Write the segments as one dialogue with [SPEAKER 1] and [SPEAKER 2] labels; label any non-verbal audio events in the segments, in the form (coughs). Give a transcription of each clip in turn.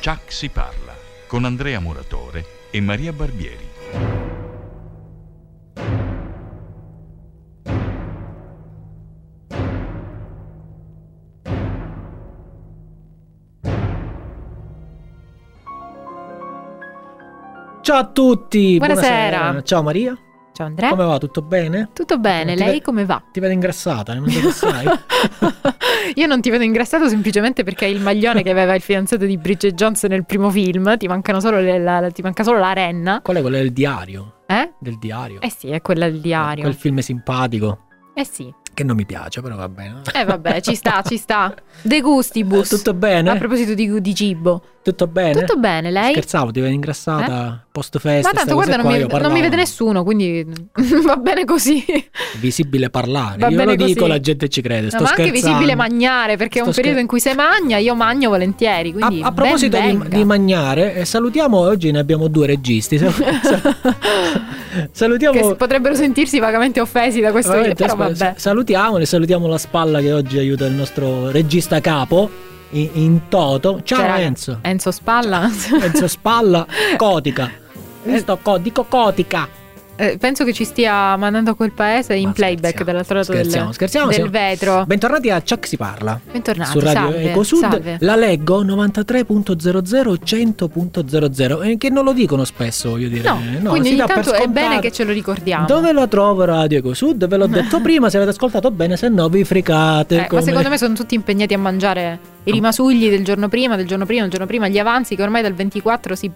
[SPEAKER 1] Ciac si parla con Andrea Moratore e Maria Barbieri.
[SPEAKER 2] Ciao a tutti!
[SPEAKER 3] Buonasera. Eh?
[SPEAKER 2] Ciao Maria,
[SPEAKER 3] Ciao Andrea.
[SPEAKER 2] come va? Tutto bene?
[SPEAKER 3] Tutto bene,
[SPEAKER 2] Ti ve-
[SPEAKER 3] lei come va?
[SPEAKER 2] Ti vedo ingrassata, non te
[SPEAKER 3] (laughs)
[SPEAKER 2] lo sai.
[SPEAKER 3] Io non ti vedo ingrassato semplicemente perché hai il maglione che aveva il fidanzato di Bridget Jones nel primo film, ti, mancano solo le- la, la- ti manca solo la renna,
[SPEAKER 2] Qual è quello del diario?
[SPEAKER 3] eh?
[SPEAKER 2] Del diario.
[SPEAKER 3] Eh sì, è quella del diario.
[SPEAKER 2] Quel film simpatico
[SPEAKER 3] Eh sì,
[SPEAKER 2] che non mi piace, però va bene.
[SPEAKER 3] eh vabbè, ci
[SPEAKER 2] (laughs)
[SPEAKER 3] sta, ci (laughs) sta. De gustibus.
[SPEAKER 2] Tutto
[SPEAKER 3] A
[SPEAKER 2] bene?
[SPEAKER 3] proposito di, di cibo,
[SPEAKER 2] Tutto bene?
[SPEAKER 3] tutto bene lei? Eh?
[SPEAKER 2] Scherzavo, ti vedo ingrassata post festa.
[SPEAKER 3] Ma tanto guarda, non mi, non mi vede nessuno, quindi (laughs) va bene così.
[SPEAKER 2] Visibile parlare.
[SPEAKER 3] Va
[SPEAKER 2] io lo
[SPEAKER 3] bene così.
[SPEAKER 2] dico, la gente ci crede. Sto
[SPEAKER 3] No, ma anche
[SPEAKER 2] scherzando.
[SPEAKER 3] visibile magnare, perché è
[SPEAKER 2] Sto
[SPEAKER 3] un periodo in cui si magna, io magno volentieri.
[SPEAKER 2] A,
[SPEAKER 3] Quindi
[SPEAKER 2] a proposito
[SPEAKER 3] ben
[SPEAKER 2] di,
[SPEAKER 3] venga.
[SPEAKER 2] di mangiare, eh, salutiamo oggi ne abbiamo due
[SPEAKER 3] (laughs)
[SPEAKER 2] registi. Sal- sal- salutiamo
[SPEAKER 3] che s- potrebbero sentirsi vagamente offesi da questo video,
[SPEAKER 2] Veramente,
[SPEAKER 3] però
[SPEAKER 2] aspe-
[SPEAKER 3] vabbè.
[SPEAKER 2] Salutiamo e salutiamo la spalla che oggi aiuta il nostro regista capo in, in toto. Ciao
[SPEAKER 3] C'era
[SPEAKER 2] Enzo.
[SPEAKER 3] Enzo Spalla.
[SPEAKER 2] Enzo
[SPEAKER 3] (laughs)
[SPEAKER 2] Spalla, Cotica.
[SPEAKER 3] Eh.
[SPEAKER 2] Sto co- dico Cotica.
[SPEAKER 3] Eh, penso che ci stia mandando a quel paese in
[SPEAKER 2] Ma
[SPEAKER 3] playback
[SPEAKER 2] scherziamo,
[SPEAKER 3] dall'altro lato
[SPEAKER 2] scherziamo,
[SPEAKER 3] del,
[SPEAKER 2] scherziamo,
[SPEAKER 3] del
[SPEAKER 2] siamo-
[SPEAKER 3] vetro.
[SPEAKER 2] Bentornati a Chuck si parla.
[SPEAKER 3] Bentornati,
[SPEAKER 2] Su Radio
[SPEAKER 3] salve,
[SPEAKER 2] Eco Sud Eh,
[SPEAKER 3] salve.
[SPEAKER 2] la leggo 93.00 100.00 eh, che non lo dicono spesso, voglio dire.
[SPEAKER 3] No,
[SPEAKER 2] Eh,
[SPEAKER 3] quindi
[SPEAKER 2] si
[SPEAKER 3] ogni
[SPEAKER 2] dà per
[SPEAKER 3] tanto è
[SPEAKER 2] scontato.
[SPEAKER 3] bene che ce lo ricordiamo.
[SPEAKER 2] Dove lo trovo Radio Eco Sud?
[SPEAKER 3] (laughs)
[SPEAKER 2] Ve l'ho detto prima, se avete ascoltato bene, se no vi
[SPEAKER 3] Eh,
[SPEAKER 2] fricate.
[SPEAKER 3] ma
[SPEAKER 2] come-
[SPEAKER 3] secondo me sono tutti impegnati a mangiare i
[SPEAKER 2] Ah.
[SPEAKER 3] rimasugli del giorno prima, del giorno prima, del giorno prima, gli avanzi che ormai dal 24 si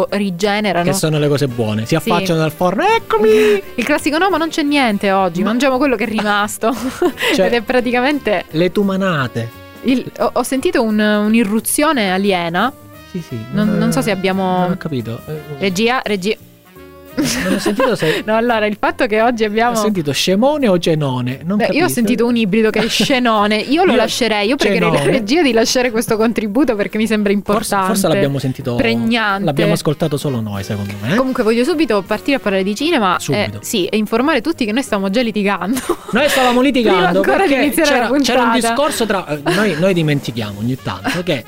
[SPEAKER 3] autorigenerano.
[SPEAKER 2] Che sono le cose buone. Si
[SPEAKER 3] Sì.
[SPEAKER 2] affacciano dal forno. Eccomi!
[SPEAKER 3] Il classico no, ma non c'è niente oggi,
[SPEAKER 2] Ma-
[SPEAKER 3] mangiamo quello che è rimasto.
[SPEAKER 2] Cioè-
[SPEAKER 3] (laughs) Ed è praticamente
[SPEAKER 2] Le tumanate.
[SPEAKER 3] Il- ho, ho sentito un- un'irruzione aliena.
[SPEAKER 2] Sì, sì.
[SPEAKER 3] Non- non so se abbiamo-
[SPEAKER 2] Non ho capito. Eh,
[SPEAKER 3] Regia, regia.
[SPEAKER 2] non ho sentito se.
[SPEAKER 3] No, allora il fatto che oggi
[SPEAKER 2] Ho
[SPEAKER 3] (laughs) abbiamo.
[SPEAKER 2] sentito scemone o genone. Non
[SPEAKER 3] Beh, io ho
[SPEAKER 2] capisco.
[SPEAKER 3] sentito un ibrido
[SPEAKER 2] (laughs)
[SPEAKER 3] che è scenone. Io lo
[SPEAKER 2] Io-
[SPEAKER 3] lascerei. Io pregherei la
[SPEAKER 2] Cenone.
[SPEAKER 3] regia di lasciare questo contributo perché mi sembra
[SPEAKER 2] Forse,
[SPEAKER 3] importante.
[SPEAKER 2] forse l'abbiamo sentito.
[SPEAKER 3] pregnante.
[SPEAKER 2] L'abbiamo ascoltato solo noi, secondo me.
[SPEAKER 3] Comunque voglio subito partire a parlare di cinema.
[SPEAKER 2] Subito.
[SPEAKER 3] eh, sì, e informare tutti che noi stiamo già litigando.
[SPEAKER 2] Noi stavamo litigando
[SPEAKER 3] Prima ancora di
[SPEAKER 2] perché
[SPEAKER 3] iniziare
[SPEAKER 2] c'era,
[SPEAKER 3] la puntata.
[SPEAKER 2] c'era un discorso tra eh, noi, noi dimentichiamo ogni tanto che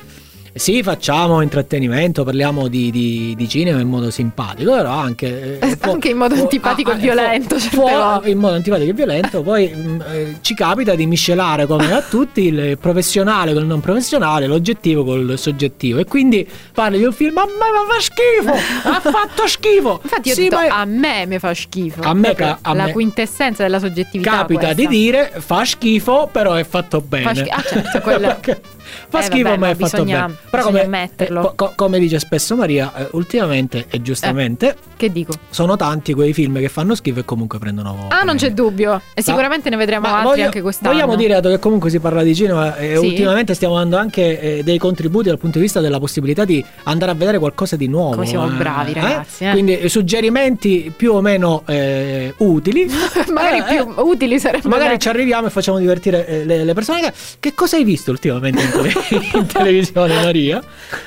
[SPEAKER 2] sì, facciamo intrattenimento, parliamo di, di- di cinema in modo simpatico, però anche, eh, può-
[SPEAKER 3] Anche in modo
[SPEAKER 2] può-
[SPEAKER 3] antipatico e
[SPEAKER 2] ah, ah,
[SPEAKER 3] violento, certe
[SPEAKER 2] può-
[SPEAKER 3] volte.
[SPEAKER 2] in modo antipatico e violento, poi mh, eh, ci capita di miscelare come a tutti il professionale col non professionale, l'oggettivo col soggettivo e quindi parli di un film, mamma ma fa schifo, ha fatto schifo.
[SPEAKER 3] (laughs) Infatti, io
[SPEAKER 2] Sì,
[SPEAKER 3] ho detto,
[SPEAKER 2] ma è-
[SPEAKER 3] a me mi fa schifo.
[SPEAKER 2] A me
[SPEAKER 3] Proprio
[SPEAKER 2] ca- a
[SPEAKER 3] la
[SPEAKER 2] me-
[SPEAKER 3] quintessenza della soggettività.
[SPEAKER 2] capita
[SPEAKER 3] questa.
[SPEAKER 2] di dire fa schifo però è fatto bene
[SPEAKER 3] Fa schi- ah,
[SPEAKER 2] (laughs)
[SPEAKER 3] certo, quello-
[SPEAKER 2] Perché- fa
[SPEAKER 3] Eh,
[SPEAKER 2] schifo
[SPEAKER 3] vabbè,
[SPEAKER 2] ma
[SPEAKER 3] no,
[SPEAKER 2] è fatto
[SPEAKER 3] bisogna-
[SPEAKER 2] bene però
[SPEAKER 3] bisogna
[SPEAKER 2] come,
[SPEAKER 3] ammetterlo.
[SPEAKER 2] eh, co- come dice spesso Maria eh, ultimamente e giustamente
[SPEAKER 3] Che dico?
[SPEAKER 2] sono tanti quei film che fanno schifo e comunque prendono
[SPEAKER 3] Ah, non c'è dubbio. E
[SPEAKER 2] Sa-
[SPEAKER 3] sicuramente ne vedremo
[SPEAKER 2] Ma
[SPEAKER 3] altri
[SPEAKER 2] voglio-
[SPEAKER 3] anche quest'anno.
[SPEAKER 2] Vogliamo dire dato che comunque si parla di cinema e
[SPEAKER 3] Sì.
[SPEAKER 2] ultimamente stiamo dando anche eh, dei contributi dal punto di vista della possibilità di andare a vedere qualcosa di nuovo.
[SPEAKER 3] Come siamo bravi, ragazzi, eh.
[SPEAKER 2] Quindi eh, suggerimenti più o meno eh,
[SPEAKER 3] (laughs)
[SPEAKER 2] utili.
[SPEAKER 3] (laughs) Magari
[SPEAKER 2] Eh,
[SPEAKER 3] più utili sarebbero.
[SPEAKER 2] Magari ci arriviamo e facciamo divertire eh, le, le persone. Che cosa hai visto ultimamente in, tele- (laughs) in televisione, Maria?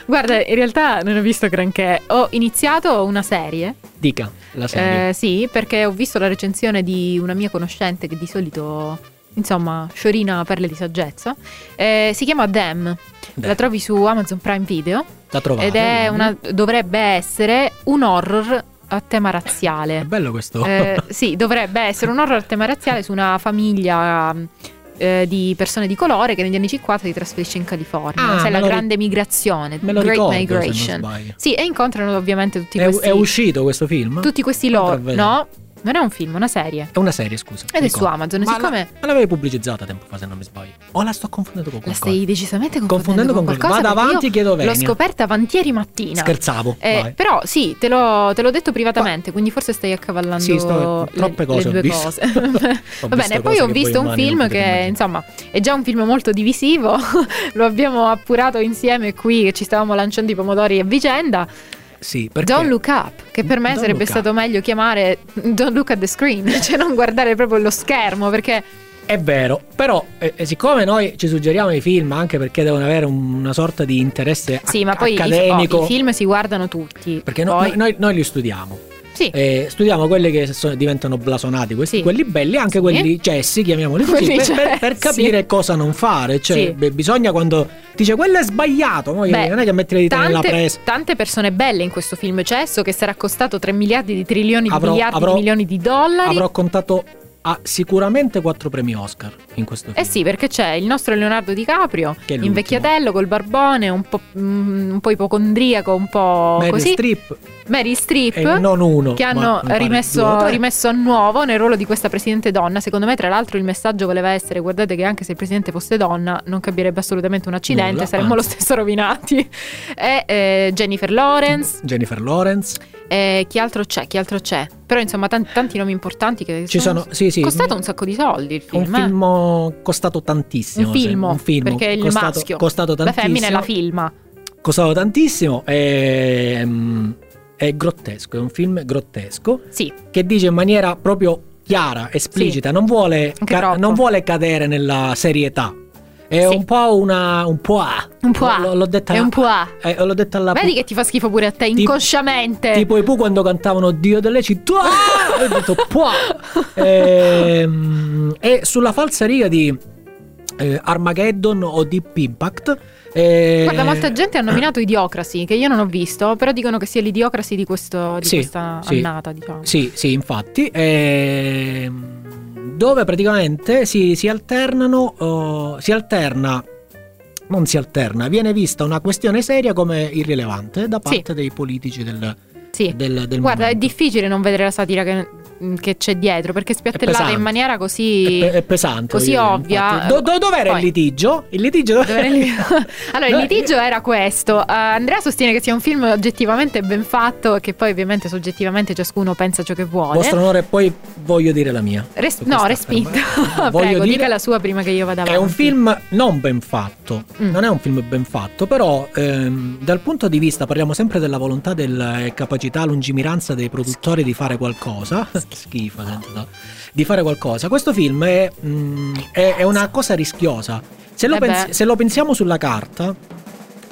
[SPEAKER 3] Guarda, in realtà non ho visto granché. Ho iniziato una serie.
[SPEAKER 2] Dica la serie.
[SPEAKER 3] eh, sì, perché ho visto la recensione di una mia conoscente che di solito, insomma, sciorina perle di saggezza. Eh, si chiama Dem.
[SPEAKER 2] Dai,
[SPEAKER 3] La trovi su Amazon Prime Video.
[SPEAKER 2] da trovare.
[SPEAKER 3] ed è
[SPEAKER 2] quindi.
[SPEAKER 3] una, dovrebbe essere un horror a tema
[SPEAKER 2] È
[SPEAKER 3] razziale.
[SPEAKER 2] (laughs) bello questo.
[SPEAKER 3] Eh, sì, dovrebbe essere un horror a tema razziale su una famiglia mh, eh, di persone di colore che negli anni 50 si trasferisce in California.
[SPEAKER 2] Ah,
[SPEAKER 3] Sai,
[SPEAKER 2] me
[SPEAKER 3] la
[SPEAKER 2] lo ri-
[SPEAKER 3] grande migrazione,
[SPEAKER 2] Me lo
[SPEAKER 3] Great
[SPEAKER 2] ricordo, se non
[SPEAKER 3] Migration.
[SPEAKER 2] sbaglio.
[SPEAKER 3] Sì, e incontrano ovviamente tutti
[SPEAKER 2] È,
[SPEAKER 3] questi,
[SPEAKER 2] è uscito questo film?
[SPEAKER 3] tutti questi
[SPEAKER 2] Andrò a
[SPEAKER 3] loro.
[SPEAKER 2] vedere.
[SPEAKER 3] No, non è un film, è una serie.
[SPEAKER 2] È una serie, scusa.
[SPEAKER 3] Ed è su
[SPEAKER 2] ricordo.
[SPEAKER 3] Amazon,
[SPEAKER 2] Ma
[SPEAKER 3] siccome
[SPEAKER 2] la- Ma l'avevi pubblicizzata tempo fa, se non mi sbaglio. O la sto confondendo con
[SPEAKER 3] la
[SPEAKER 2] qualcosa?
[SPEAKER 3] stai decisamente
[SPEAKER 2] confondendo
[SPEAKER 3] confondendo,
[SPEAKER 2] con
[SPEAKER 3] qualcosa.
[SPEAKER 2] qualcosa. Vado
[SPEAKER 3] perché
[SPEAKER 2] avanti, chiedo
[SPEAKER 3] io L'ho
[SPEAKER 2] venia.
[SPEAKER 3] scoperta avanti ieri mattina.
[SPEAKER 2] Scherzavo.
[SPEAKER 3] Eh,
[SPEAKER 2] vai.
[SPEAKER 3] però sì, te l'ho, te l'ho detto privatamente, quindi forse stai accavallando
[SPEAKER 2] Sì, sto-
[SPEAKER 3] le-
[SPEAKER 2] troppe cose
[SPEAKER 3] le
[SPEAKER 2] ho
[SPEAKER 3] due
[SPEAKER 2] visto. (laughs)
[SPEAKER 3] cose.
[SPEAKER 2] Ho
[SPEAKER 3] (laughs) Va
[SPEAKER 2] visto
[SPEAKER 3] bene, poi
[SPEAKER 2] cose
[SPEAKER 3] ho
[SPEAKER 2] che
[SPEAKER 3] visto un
[SPEAKER 2] domani non
[SPEAKER 3] film
[SPEAKER 2] potete
[SPEAKER 3] che,
[SPEAKER 2] immaginare.
[SPEAKER 3] insomma, è già un film molto divisivo. (laughs) Lo abbiamo appurato insieme qui, che ci stavamo lanciando i pomodori a vicenda.
[SPEAKER 2] Sì, perché...
[SPEAKER 3] Don't Look Up, che per me
[SPEAKER 2] Don't
[SPEAKER 3] sarebbe
[SPEAKER 2] Look
[SPEAKER 3] stato
[SPEAKER 2] Up.
[SPEAKER 3] meglio chiamare Don't Look at the Screen, (laughs) cioè non guardare proprio lo schermo, perché
[SPEAKER 2] È vero, però eh, eh, siccome noi ci suggeriamo i film anche perché devono avere un- una sorta di interesse
[SPEAKER 3] sì,
[SPEAKER 2] ac-
[SPEAKER 3] ma poi i, oh,
[SPEAKER 2] accademico,
[SPEAKER 3] i film si guardano tutti.
[SPEAKER 2] perché no-
[SPEAKER 3] Poi-
[SPEAKER 2] noi, noi li studiamo.
[SPEAKER 3] Sì.
[SPEAKER 2] Eh, studiamo quelli che so- diventano blasonati, questi,
[SPEAKER 3] Sì.
[SPEAKER 2] quelli belli, anche
[SPEAKER 3] Sì.
[SPEAKER 2] quelli cessi, chiamiamoli così,
[SPEAKER 3] (laughs) Quelli
[SPEAKER 2] per, per- per
[SPEAKER 3] cessi.
[SPEAKER 2] capire cosa non fare. Cioè,
[SPEAKER 3] Sì.
[SPEAKER 2] beh, bisogna quando dice quello è sbagliato, mo io-
[SPEAKER 3] Beh,
[SPEAKER 2] non è che mettere le dita nella
[SPEAKER 3] Tante,
[SPEAKER 2] presa.
[SPEAKER 3] tante persone belle in questo film Cesso che sarà costato 3 miliardi di trilioni di
[SPEAKER 2] Avrò-
[SPEAKER 3] miliardi
[SPEAKER 2] avrò-
[SPEAKER 3] di milioni di dollari.
[SPEAKER 2] Avrò contato ah, sicuramente quattro premi Oscar in questo film.
[SPEAKER 3] Eh sì, perché c'è il nostro Leonardo DiCaprio,
[SPEAKER 2] Che è l'ultimo.
[SPEAKER 3] invecchiatello col barbone, un po', mm, un po' ipocondriaco, un po'
[SPEAKER 2] Meryl
[SPEAKER 3] oh, così.
[SPEAKER 2] Streep
[SPEAKER 3] Mary
[SPEAKER 2] e
[SPEAKER 3] Streep.
[SPEAKER 2] non uno
[SPEAKER 3] che
[SPEAKER 2] ma
[SPEAKER 3] hanno
[SPEAKER 2] mi pare due o
[SPEAKER 3] rimesso,
[SPEAKER 2] tre.
[SPEAKER 3] rimesso a nuovo nel ruolo di questa presidente donna. Secondo me, tra l'altro, il messaggio voleva essere: guardate che anche se il presidente fosse donna, non cambierebbe assolutamente un accidente,
[SPEAKER 2] Nulla, Ah.
[SPEAKER 3] saremmo
[SPEAKER 2] anzi.
[SPEAKER 3] lo stesso rovinati. (laughs) E eh, Jennifer Lawrence,
[SPEAKER 2] Jennifer Lawrence
[SPEAKER 3] e chi altro c'è? Chi altro c'è? Però, insomma, tanti, tanti nomi importanti che
[SPEAKER 2] ci sono, sì sì
[SPEAKER 3] costato un sacco di soldi il
[SPEAKER 2] un
[SPEAKER 3] film. eh.
[SPEAKER 2] film oh, costato tantissimo
[SPEAKER 3] Un
[SPEAKER 2] sì,
[SPEAKER 3] filmo,
[SPEAKER 2] un film
[SPEAKER 3] perché il
[SPEAKER 2] costato,
[SPEAKER 3] maschio,
[SPEAKER 2] costato
[SPEAKER 3] La
[SPEAKER 2] tantissimo
[SPEAKER 3] femmina e la filma.
[SPEAKER 2] costato tantissimo è, mm, è grottesco è un film grottesco
[SPEAKER 3] Sì,
[SPEAKER 2] che dice in maniera proprio chiara esplicita non, vuole
[SPEAKER 3] Anche
[SPEAKER 2] ca-
[SPEAKER 3] troppo.
[SPEAKER 2] non vuole cadere nella serietà è
[SPEAKER 3] Sì.
[SPEAKER 2] un po' una un po' ah.
[SPEAKER 3] un po'.
[SPEAKER 2] L- l'ho detta
[SPEAKER 3] è un po'. ah.
[SPEAKER 2] eh, l'ho detta alla
[SPEAKER 3] Vedi che ti fa schifo pure a te,
[SPEAKER 2] Tipo-
[SPEAKER 3] inconsciamente. Ah!
[SPEAKER 2] Tipo i Pooh quando cantavano Dio delle
[SPEAKER 3] (laughs)
[SPEAKER 2] città E (laughs) ho detto "Puah". Ehm, E sulla falsariga di eh, Armageddon o Deep Impact eh,
[SPEAKER 3] Guarda, molta gente ha nominato Idiocracy, che io non ho visto, però dicono che sia l'idiocracy di, questo, di
[SPEAKER 2] Sì,
[SPEAKER 3] questa
[SPEAKER 2] sì.
[SPEAKER 3] annata, diciamo.
[SPEAKER 2] Sì, sì, infatti ehm, Dove praticamente si, si alternano oh, Si alterna Non si alterna Viene vista una questione seria come irrilevante Da
[SPEAKER 3] Sì.
[SPEAKER 2] parte dei politici del,
[SPEAKER 3] Sì.
[SPEAKER 2] del, del
[SPEAKER 3] Guarda, è
[SPEAKER 2] momento.
[SPEAKER 3] difficile non vedere la satira che, che c'è dietro, perché spiattellata
[SPEAKER 2] pesante.
[SPEAKER 3] in maniera
[SPEAKER 2] è,
[SPEAKER 3] così...
[SPEAKER 2] pe- è pesante.
[SPEAKER 3] così
[SPEAKER 2] voglio dire,
[SPEAKER 3] ovvia.
[SPEAKER 2] infatti. Do- do- dov'era
[SPEAKER 3] Poi-
[SPEAKER 2] il litigio? Il litigio
[SPEAKER 3] Dov'era
[SPEAKER 2] (laughs)
[SPEAKER 3] il litigio? allora, il
[SPEAKER 2] No,
[SPEAKER 3] litigio era questo. Uh, Andrea sostiene che sia un film oggettivamente ben fatto, e che pio- poi ovviamente soggettivamente ciascuno pensa ciò che vuole.
[SPEAKER 2] Vostro onore, poi voglio dire la mia.
[SPEAKER 3] Res-
[SPEAKER 2] Su
[SPEAKER 3] no,
[SPEAKER 2] questa
[SPEAKER 3] respinto.
[SPEAKER 2] afferma- Voglio
[SPEAKER 3] (laughs) Prego,
[SPEAKER 2] dire-
[SPEAKER 3] dica la sua prima che io vada
[SPEAKER 2] È
[SPEAKER 3] avanti.
[SPEAKER 2] un film non ben fatto,
[SPEAKER 3] Mm.
[SPEAKER 2] non è un film ben fatto, però ehm, dal punto di vista, parliamo sempre della volontà del- e capacità, lungimiranza dei produttori di fare
[SPEAKER 3] (laughs)
[SPEAKER 2] qualcosa, schifo, sento da- di fare qualcosa, questo film è, mm, è- è una cosa rischiosa. Se lo,
[SPEAKER 3] Eh beh.
[SPEAKER 2] pens- se lo pensiamo sulla carta,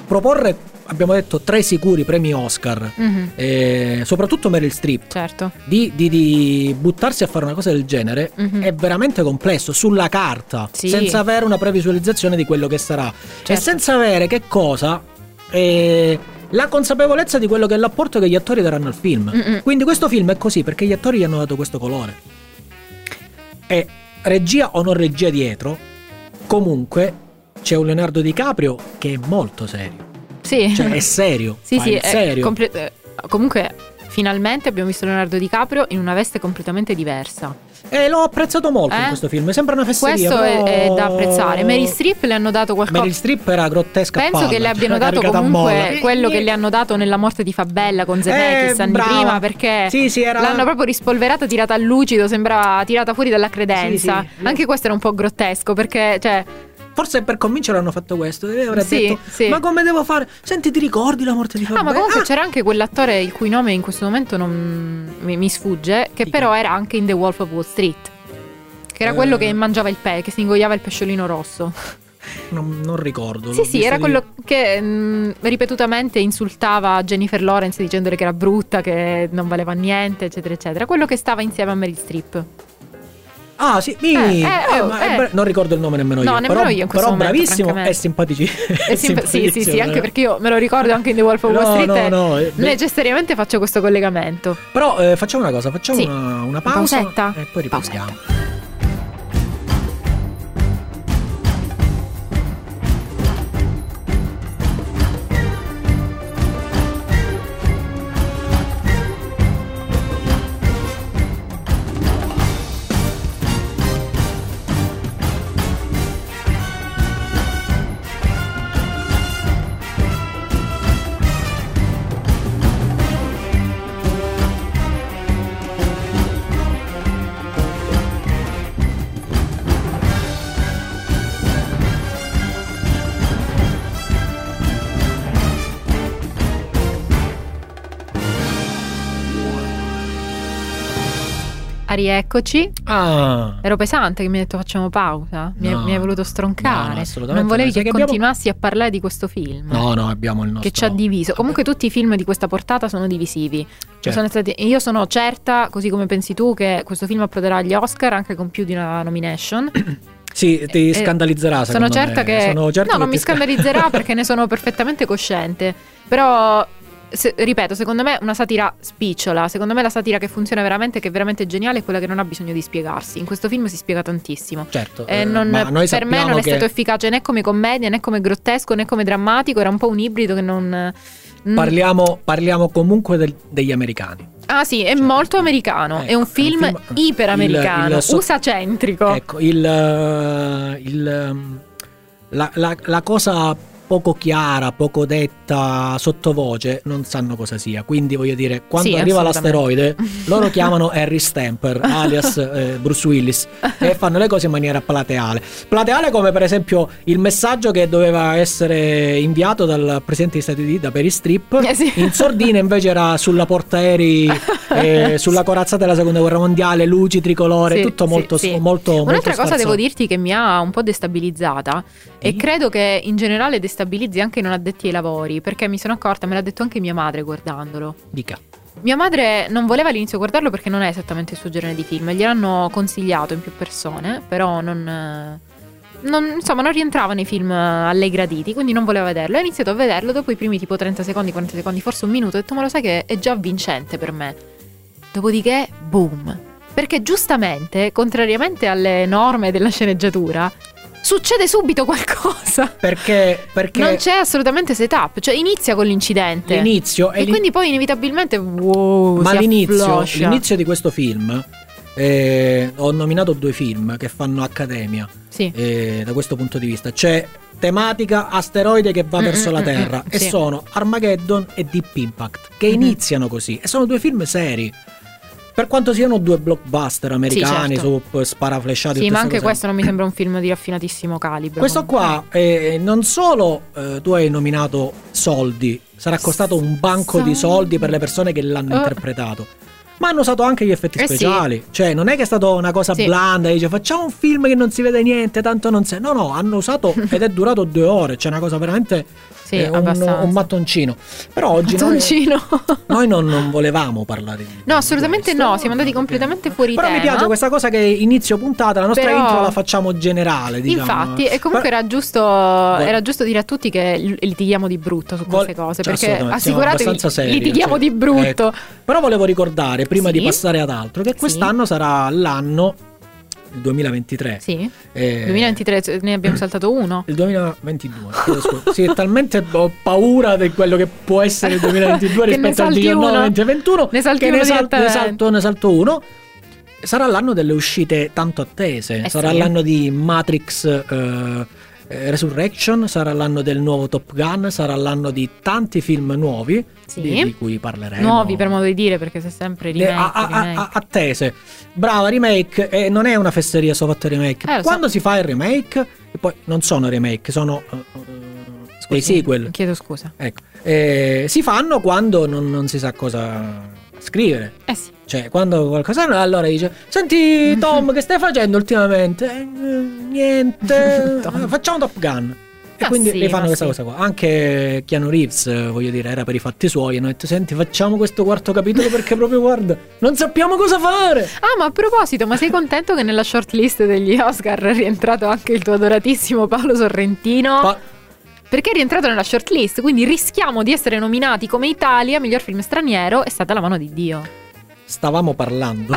[SPEAKER 2] proporre, abbiamo detto, tre sicuri premi Oscar,
[SPEAKER 3] Mhm,
[SPEAKER 2] eh, soprattutto Meryl Streep,
[SPEAKER 3] certo.
[SPEAKER 2] di, di- di buttarsi a fare una cosa del genere
[SPEAKER 3] Mhm.
[SPEAKER 2] è veramente complesso sulla carta,
[SPEAKER 3] Sì.
[SPEAKER 2] senza avere una previsualizzazione di quello che sarà e
[SPEAKER 3] Certo.
[SPEAKER 2] senza avere che cosa eh, la consapevolezza di quello che è l'apporto che gli attori daranno al film.
[SPEAKER 3] Mm-mm.
[SPEAKER 2] Quindi questo film è così perché gli attori gli hanno dato questo colore. E regia o non regia dietro, comunque c'è un Leonardo DiCaprio che è molto serio.
[SPEAKER 3] Sì.
[SPEAKER 2] Cioè
[SPEAKER 3] (laughs)
[SPEAKER 2] è serio,
[SPEAKER 3] Sì,
[SPEAKER 2] fa
[SPEAKER 3] sì,
[SPEAKER 2] il
[SPEAKER 3] è
[SPEAKER 2] serio.
[SPEAKER 3] comple- eh, comunque finalmente abbiamo visto Leonardo DiCaprio in una veste completamente diversa.
[SPEAKER 2] E l'ho apprezzato molto
[SPEAKER 3] Eh?
[SPEAKER 2] in questo film. Sembra una fesseria.
[SPEAKER 3] Questo è, è
[SPEAKER 2] però-
[SPEAKER 3] da apprezzare. Mary Streep le hanno dato qualcosa.
[SPEAKER 2] Meryl Streep era grottesca. a
[SPEAKER 3] Penso
[SPEAKER 2] palla,
[SPEAKER 3] che le
[SPEAKER 2] cioè,
[SPEAKER 3] abbiano dato
[SPEAKER 2] caricata a
[SPEAKER 3] comunque Eh,
[SPEAKER 2] molla.
[SPEAKER 3] quello che le hanno dato nella morte di Fabella con Zemeckis
[SPEAKER 2] Eh,
[SPEAKER 3] anni
[SPEAKER 2] brava.
[SPEAKER 3] prima perché
[SPEAKER 2] Sì, sì, era-
[SPEAKER 3] l'hanno proprio rispolverata, tirata al lucido, sembrava tirata fuori dalla credenza.
[SPEAKER 2] Sì, sì.
[SPEAKER 3] Anche questo era un po' grottesco perché cioè,
[SPEAKER 2] Forse per convincere hanno fatto questo. E avrà
[SPEAKER 3] Sì,
[SPEAKER 2] detto,
[SPEAKER 3] sì.
[SPEAKER 2] Ma come devo fare? Senti, ti ricordi la morte di Fabio?
[SPEAKER 3] Ah, ma comunque c'era anche quell'attore il cui nome in questo momento non mi, mi sfugge, che
[SPEAKER 2] Chi?
[SPEAKER 3] però era anche in The Wolf of Wall Street. Che era
[SPEAKER 2] Eh.
[SPEAKER 3] quello che mangiava il pe, che si ingoiava il pesciolino rosso.
[SPEAKER 2] non, non ricordo.
[SPEAKER 3] sì,
[SPEAKER 2] l'ho
[SPEAKER 3] sì,
[SPEAKER 2] visto
[SPEAKER 3] era
[SPEAKER 2] di-
[SPEAKER 3] quello che mm, ripetutamente insultava Jennifer Lawrence dicendole che era brutta, che non valeva niente, eccetera, eccetera. Quello che stava insieme a Meryl Streep.
[SPEAKER 2] Ah, sì, mi-
[SPEAKER 3] Eh, eh,
[SPEAKER 2] eh,
[SPEAKER 3] oh,
[SPEAKER 2] ma è
[SPEAKER 3] eh.
[SPEAKER 2] bra- non ricordo il nome nemmeno
[SPEAKER 3] No,
[SPEAKER 2] io.
[SPEAKER 3] nemmeno
[SPEAKER 2] però,
[SPEAKER 3] io in questo
[SPEAKER 2] però
[SPEAKER 3] momento,
[SPEAKER 2] bravissimo e
[SPEAKER 3] francamente.
[SPEAKER 2] simpatici. (laughs)
[SPEAKER 3] È simpa- sì, sì, sì,
[SPEAKER 2] simpaticissimo,
[SPEAKER 3] anche
[SPEAKER 2] eh.
[SPEAKER 3] perché io me lo ricordo anche in The Wolf of Wall Street.
[SPEAKER 2] No,
[SPEAKER 3] e
[SPEAKER 2] no, no. eh, beh,
[SPEAKER 3] Necessariamente faccio questo collegamento.
[SPEAKER 2] Però eh, facciamo una cosa, facciamo
[SPEAKER 3] Sì.
[SPEAKER 2] una, una pausa
[SPEAKER 3] Pausetta.
[SPEAKER 2] e poi riprendiamo.
[SPEAKER 3] Pausetta. a rieccoci.
[SPEAKER 2] Ah.
[SPEAKER 3] Ero pesante che mi hai detto facciamo pausa. Mi,
[SPEAKER 2] No.
[SPEAKER 3] mi hai
[SPEAKER 2] No,
[SPEAKER 3] voluto
[SPEAKER 2] no,
[SPEAKER 3] stroncare.
[SPEAKER 2] assolutamente
[SPEAKER 3] non volevi
[SPEAKER 2] no. Sai
[SPEAKER 3] che
[SPEAKER 2] che abbiamo-
[SPEAKER 3] continuassi a parlare di questo film.
[SPEAKER 2] No, no, abbiamo il nostro.
[SPEAKER 3] Che ci ha diviso. Comunque tutti i film di questa portata sono divisivi. Ci
[SPEAKER 2] Certo.
[SPEAKER 3] sono stati- io sono certa, così come pensi tu, che questo film approderà agli Oscar anche con più di una
[SPEAKER 2] (clears throat)
[SPEAKER 3] nomination.
[SPEAKER 2] Sì, ti
[SPEAKER 3] Eh,
[SPEAKER 2] scandalizzerà.
[SPEAKER 3] Sono
[SPEAKER 2] secondo me.
[SPEAKER 3] certa che...
[SPEAKER 2] Sono certo che
[SPEAKER 3] no, non mi
[SPEAKER 2] ti sca-
[SPEAKER 3] scandalizzerà perché ne sono perfettamente cosciente. Però, se- ripeto, secondo me una satira spicciola. Secondo me la satira che funziona veramente, che è veramente geniale, è quella che non ha bisogno di spiegarsi. In questo film si spiega tantissimo.
[SPEAKER 2] (laughs) Certo.
[SPEAKER 3] Eh,
[SPEAKER 2] eh,
[SPEAKER 3] non-
[SPEAKER 2] ma noi
[SPEAKER 3] per me
[SPEAKER 2] sappiamo
[SPEAKER 3] non è
[SPEAKER 2] che-
[SPEAKER 3] stato efficace né come commedia né come grottesco né come drammatico, era un po' un ibrido che non... mm.
[SPEAKER 2] Parliamo, parliamo comunque del- degli americani.
[SPEAKER 3] ah sì, è
[SPEAKER 2] Cioè,
[SPEAKER 3] molto americano, è
[SPEAKER 2] ecco,
[SPEAKER 3] un film,
[SPEAKER 2] film- il-
[SPEAKER 3] iperamericano,
[SPEAKER 2] il so-
[SPEAKER 3] usacentrico.
[SPEAKER 2] Ecco, il, eh, il, ehm, la, la- la cosa poco chiara, poco detta sottovoce, non sanno cosa sia. Quindi voglio dire, quando
[SPEAKER 3] Sì,
[SPEAKER 2] arriva
[SPEAKER 3] assolutamente.
[SPEAKER 2] l'asteroide, loro chiamano Harry
[SPEAKER 3] (laughs)
[SPEAKER 2] Stamper, alias eh, Bruce Willis, e fanno le cose in maniera plateale. Plateale come per esempio il messaggio che doveva essere inviato dal Presidente degli Stati Uniti da Perry Strip.
[SPEAKER 3] Eh sì.
[SPEAKER 2] In sordina invece era sulla portaerei,
[SPEAKER 3] (laughs)
[SPEAKER 2] eh, sulla corazzata della seconda guerra mondiale, luci, tricolore,
[SPEAKER 3] Sì,
[SPEAKER 2] tutto
[SPEAKER 3] sì,
[SPEAKER 2] molto,
[SPEAKER 3] sì.
[SPEAKER 2] molto molto
[SPEAKER 3] Un'altra cosa
[SPEAKER 2] sfarzoso.
[SPEAKER 3] devo dirti che mi ha un po' destabilizzata e
[SPEAKER 2] Sì?
[SPEAKER 3] credo che in generale destabilizzi anche i non addetti ai lavori, perché mi sono accorta, me l'ha detto anche mia madre guardandolo.
[SPEAKER 2] Dica.
[SPEAKER 3] Mia madre non voleva all'inizio guardarlo perché non è esattamente il suo genere di film, gliel'hanno consigliato in più persone, però non, eh, non- insomma, non rientrava nei film eh, a lei graditi, quindi non voleva vederlo. Ha iniziato a vederlo dopo i primi tipo 30 secondi, 40 secondi, forse un minuto, ho detto ma lo sai che è già vincente per me. Dopodiché, boom. Perché giustamente, contrariamente alle norme della sceneggiatura, succede subito qualcosa.
[SPEAKER 2] Perché, perché
[SPEAKER 3] Non c'è assolutamente setup, cioè inizia con l'incidente.
[SPEAKER 2] l'inizio è
[SPEAKER 3] E
[SPEAKER 2] l'in-
[SPEAKER 3] quindi poi inevitabilmente wow,
[SPEAKER 2] ma
[SPEAKER 3] si
[SPEAKER 2] l'inizio,
[SPEAKER 3] affloscia.
[SPEAKER 2] l'inizio di questo film eh, ho nominato due film che fanno accademia
[SPEAKER 3] Sì.
[SPEAKER 2] eh, da questo punto di vista. C'è tematica asteroide che va
[SPEAKER 3] Mm,
[SPEAKER 2] verso
[SPEAKER 3] mm,
[SPEAKER 2] la
[SPEAKER 3] mm,
[SPEAKER 2] Terra
[SPEAKER 3] mm,
[SPEAKER 2] e
[SPEAKER 3] sì.
[SPEAKER 2] sono Armageddon e Deep Impact che
[SPEAKER 3] Mhm.
[SPEAKER 2] iniziano così e sono due film seri. Per quanto siano due blockbuster americani,
[SPEAKER 3] certo.
[SPEAKER 2] su sparaflesciati
[SPEAKER 3] Sì,
[SPEAKER 2] tutte
[SPEAKER 3] ma
[SPEAKER 2] ste
[SPEAKER 3] anche
[SPEAKER 2] cose.
[SPEAKER 3] questo non mi sembra un film di raffinatissimo calibro.
[SPEAKER 2] Questo qua eh, non solo eh, tu hai nominato soldi, sarà costato un banco di soldi per le persone che l'hanno
[SPEAKER 3] Eh.
[SPEAKER 2] interpretato. Ma hanno usato anche gli effetti
[SPEAKER 3] Eh sì.
[SPEAKER 2] speciali. Cioè, non è che è stata una cosa
[SPEAKER 3] Sì.
[SPEAKER 2] blanda, dice facciamo un film che non si vede niente, tanto non si. No, no, hanno
[SPEAKER 3] (laughs)
[SPEAKER 2] usato ed è durato due ore. C'è una cosa veramente.
[SPEAKER 3] Sì,
[SPEAKER 2] eh, un,
[SPEAKER 3] abbastanza.
[SPEAKER 2] un mattoncino. Però oggi noi- (laughs)
[SPEAKER 3] Mattoncino.
[SPEAKER 2] noi, non, non volevamo parlare di.
[SPEAKER 3] No, assolutamente
[SPEAKER 2] questo,
[SPEAKER 3] no, siamo andati completamente fuori
[SPEAKER 2] Però mi
[SPEAKER 3] tema.
[SPEAKER 2] piace questa cosa che inizio puntata, la nostra
[SPEAKER 3] Però-
[SPEAKER 2] intro la facciamo generale. Diciamo.
[SPEAKER 3] Infatti, e comunque
[SPEAKER 2] Però-
[SPEAKER 3] era giusto, era giusto dire a tutti che l- litighiamo di brutto su queste
[SPEAKER 2] Vol-
[SPEAKER 3] cose,
[SPEAKER 2] cioè,
[SPEAKER 3] perché
[SPEAKER 2] assolutamente, siamo
[SPEAKER 3] assicuratevi,
[SPEAKER 2] abbastanza seri,
[SPEAKER 3] litighiamo
[SPEAKER 2] cioè,
[SPEAKER 3] di brutto.
[SPEAKER 2] Però volevo ricordare, prima
[SPEAKER 3] Sì.
[SPEAKER 2] di passare ad altro, che
[SPEAKER 3] Sì.
[SPEAKER 2] quest'anno sarà l'anno il 2023.
[SPEAKER 3] Sì,
[SPEAKER 2] Eh,
[SPEAKER 3] 2023 ne abbiamo saltato uno.
[SPEAKER 2] Il 2022, chiedo scusa. Sì, talmente (laughs) ho paura di quello che può essere il 2022
[SPEAKER 3] (laughs) Che ne
[SPEAKER 2] rispetto al
[SPEAKER 3] salti
[SPEAKER 2] 19,
[SPEAKER 3] uno.
[SPEAKER 2] 20 e 21.
[SPEAKER 3] Ne salti
[SPEAKER 2] che
[SPEAKER 3] uno
[SPEAKER 2] ne, sal- ne,
[SPEAKER 3] direttamente.
[SPEAKER 2] salto, ne salto uno. Sarà l'anno delle uscite tanto attese.
[SPEAKER 3] Eh
[SPEAKER 2] sarà
[SPEAKER 3] sì.
[SPEAKER 2] l'anno di Matrix eh, eh, Resurrection, sarà l'anno del nuovo Top Gun, sarà l'anno di tanti film nuovi
[SPEAKER 3] Sì.
[SPEAKER 2] eh, di, eh, di cui parleremo.
[SPEAKER 3] Nuovi per modo di dire, perché se sempre
[SPEAKER 2] Le-
[SPEAKER 3] remake,
[SPEAKER 2] Eh, a- a- a-
[SPEAKER 3] remake.
[SPEAKER 2] a- attese. Brava, remake. eh, non è una fesseria solo fatto il remake.
[SPEAKER 3] Eh, lo so.
[SPEAKER 2] Quando si fa il remake, e poi non sono remake, sono eh, eh, dei
[SPEAKER 3] Sì,
[SPEAKER 2] sequel.
[SPEAKER 3] Chiedo scusa.
[SPEAKER 2] Ecco. Eh, si fanno quando non, non si sa cosa scrivere.
[SPEAKER 3] Eh sì.
[SPEAKER 2] Cioè, quando qualcosa allora dice: Senti,
[SPEAKER 3] (laughs)
[SPEAKER 2] Tom, che stai facendo ultimamente? "Eh, niente.
[SPEAKER 3] (laughs) Tom.
[SPEAKER 2] Eh, Facciamo Top Gun. E
[SPEAKER 3] Ah,
[SPEAKER 2] quindi
[SPEAKER 3] sì,
[SPEAKER 2] le fanno
[SPEAKER 3] ma
[SPEAKER 2] questa
[SPEAKER 3] sì.
[SPEAKER 2] cosa qua. Anche Keanu Reeves, eh, voglio dire, era per i fatti suoi. E hanno detto: Senti, facciamo questo quarto capitolo perché proprio guarda, non sappiamo cosa fare.
[SPEAKER 3] Ah, ma a proposito, ma sei contento che nella shortlist degli Oscar è rientrato anche il tuo adoratissimo Paolo Sorrentino?
[SPEAKER 2] Pa-
[SPEAKER 3] Perché è rientrato nella shortlist, quindi rischiamo di essere nominati come Italia miglior film straniero è stata la mano
[SPEAKER 2] (laughs)
[SPEAKER 3] di Dio.
[SPEAKER 2] stavamo parlando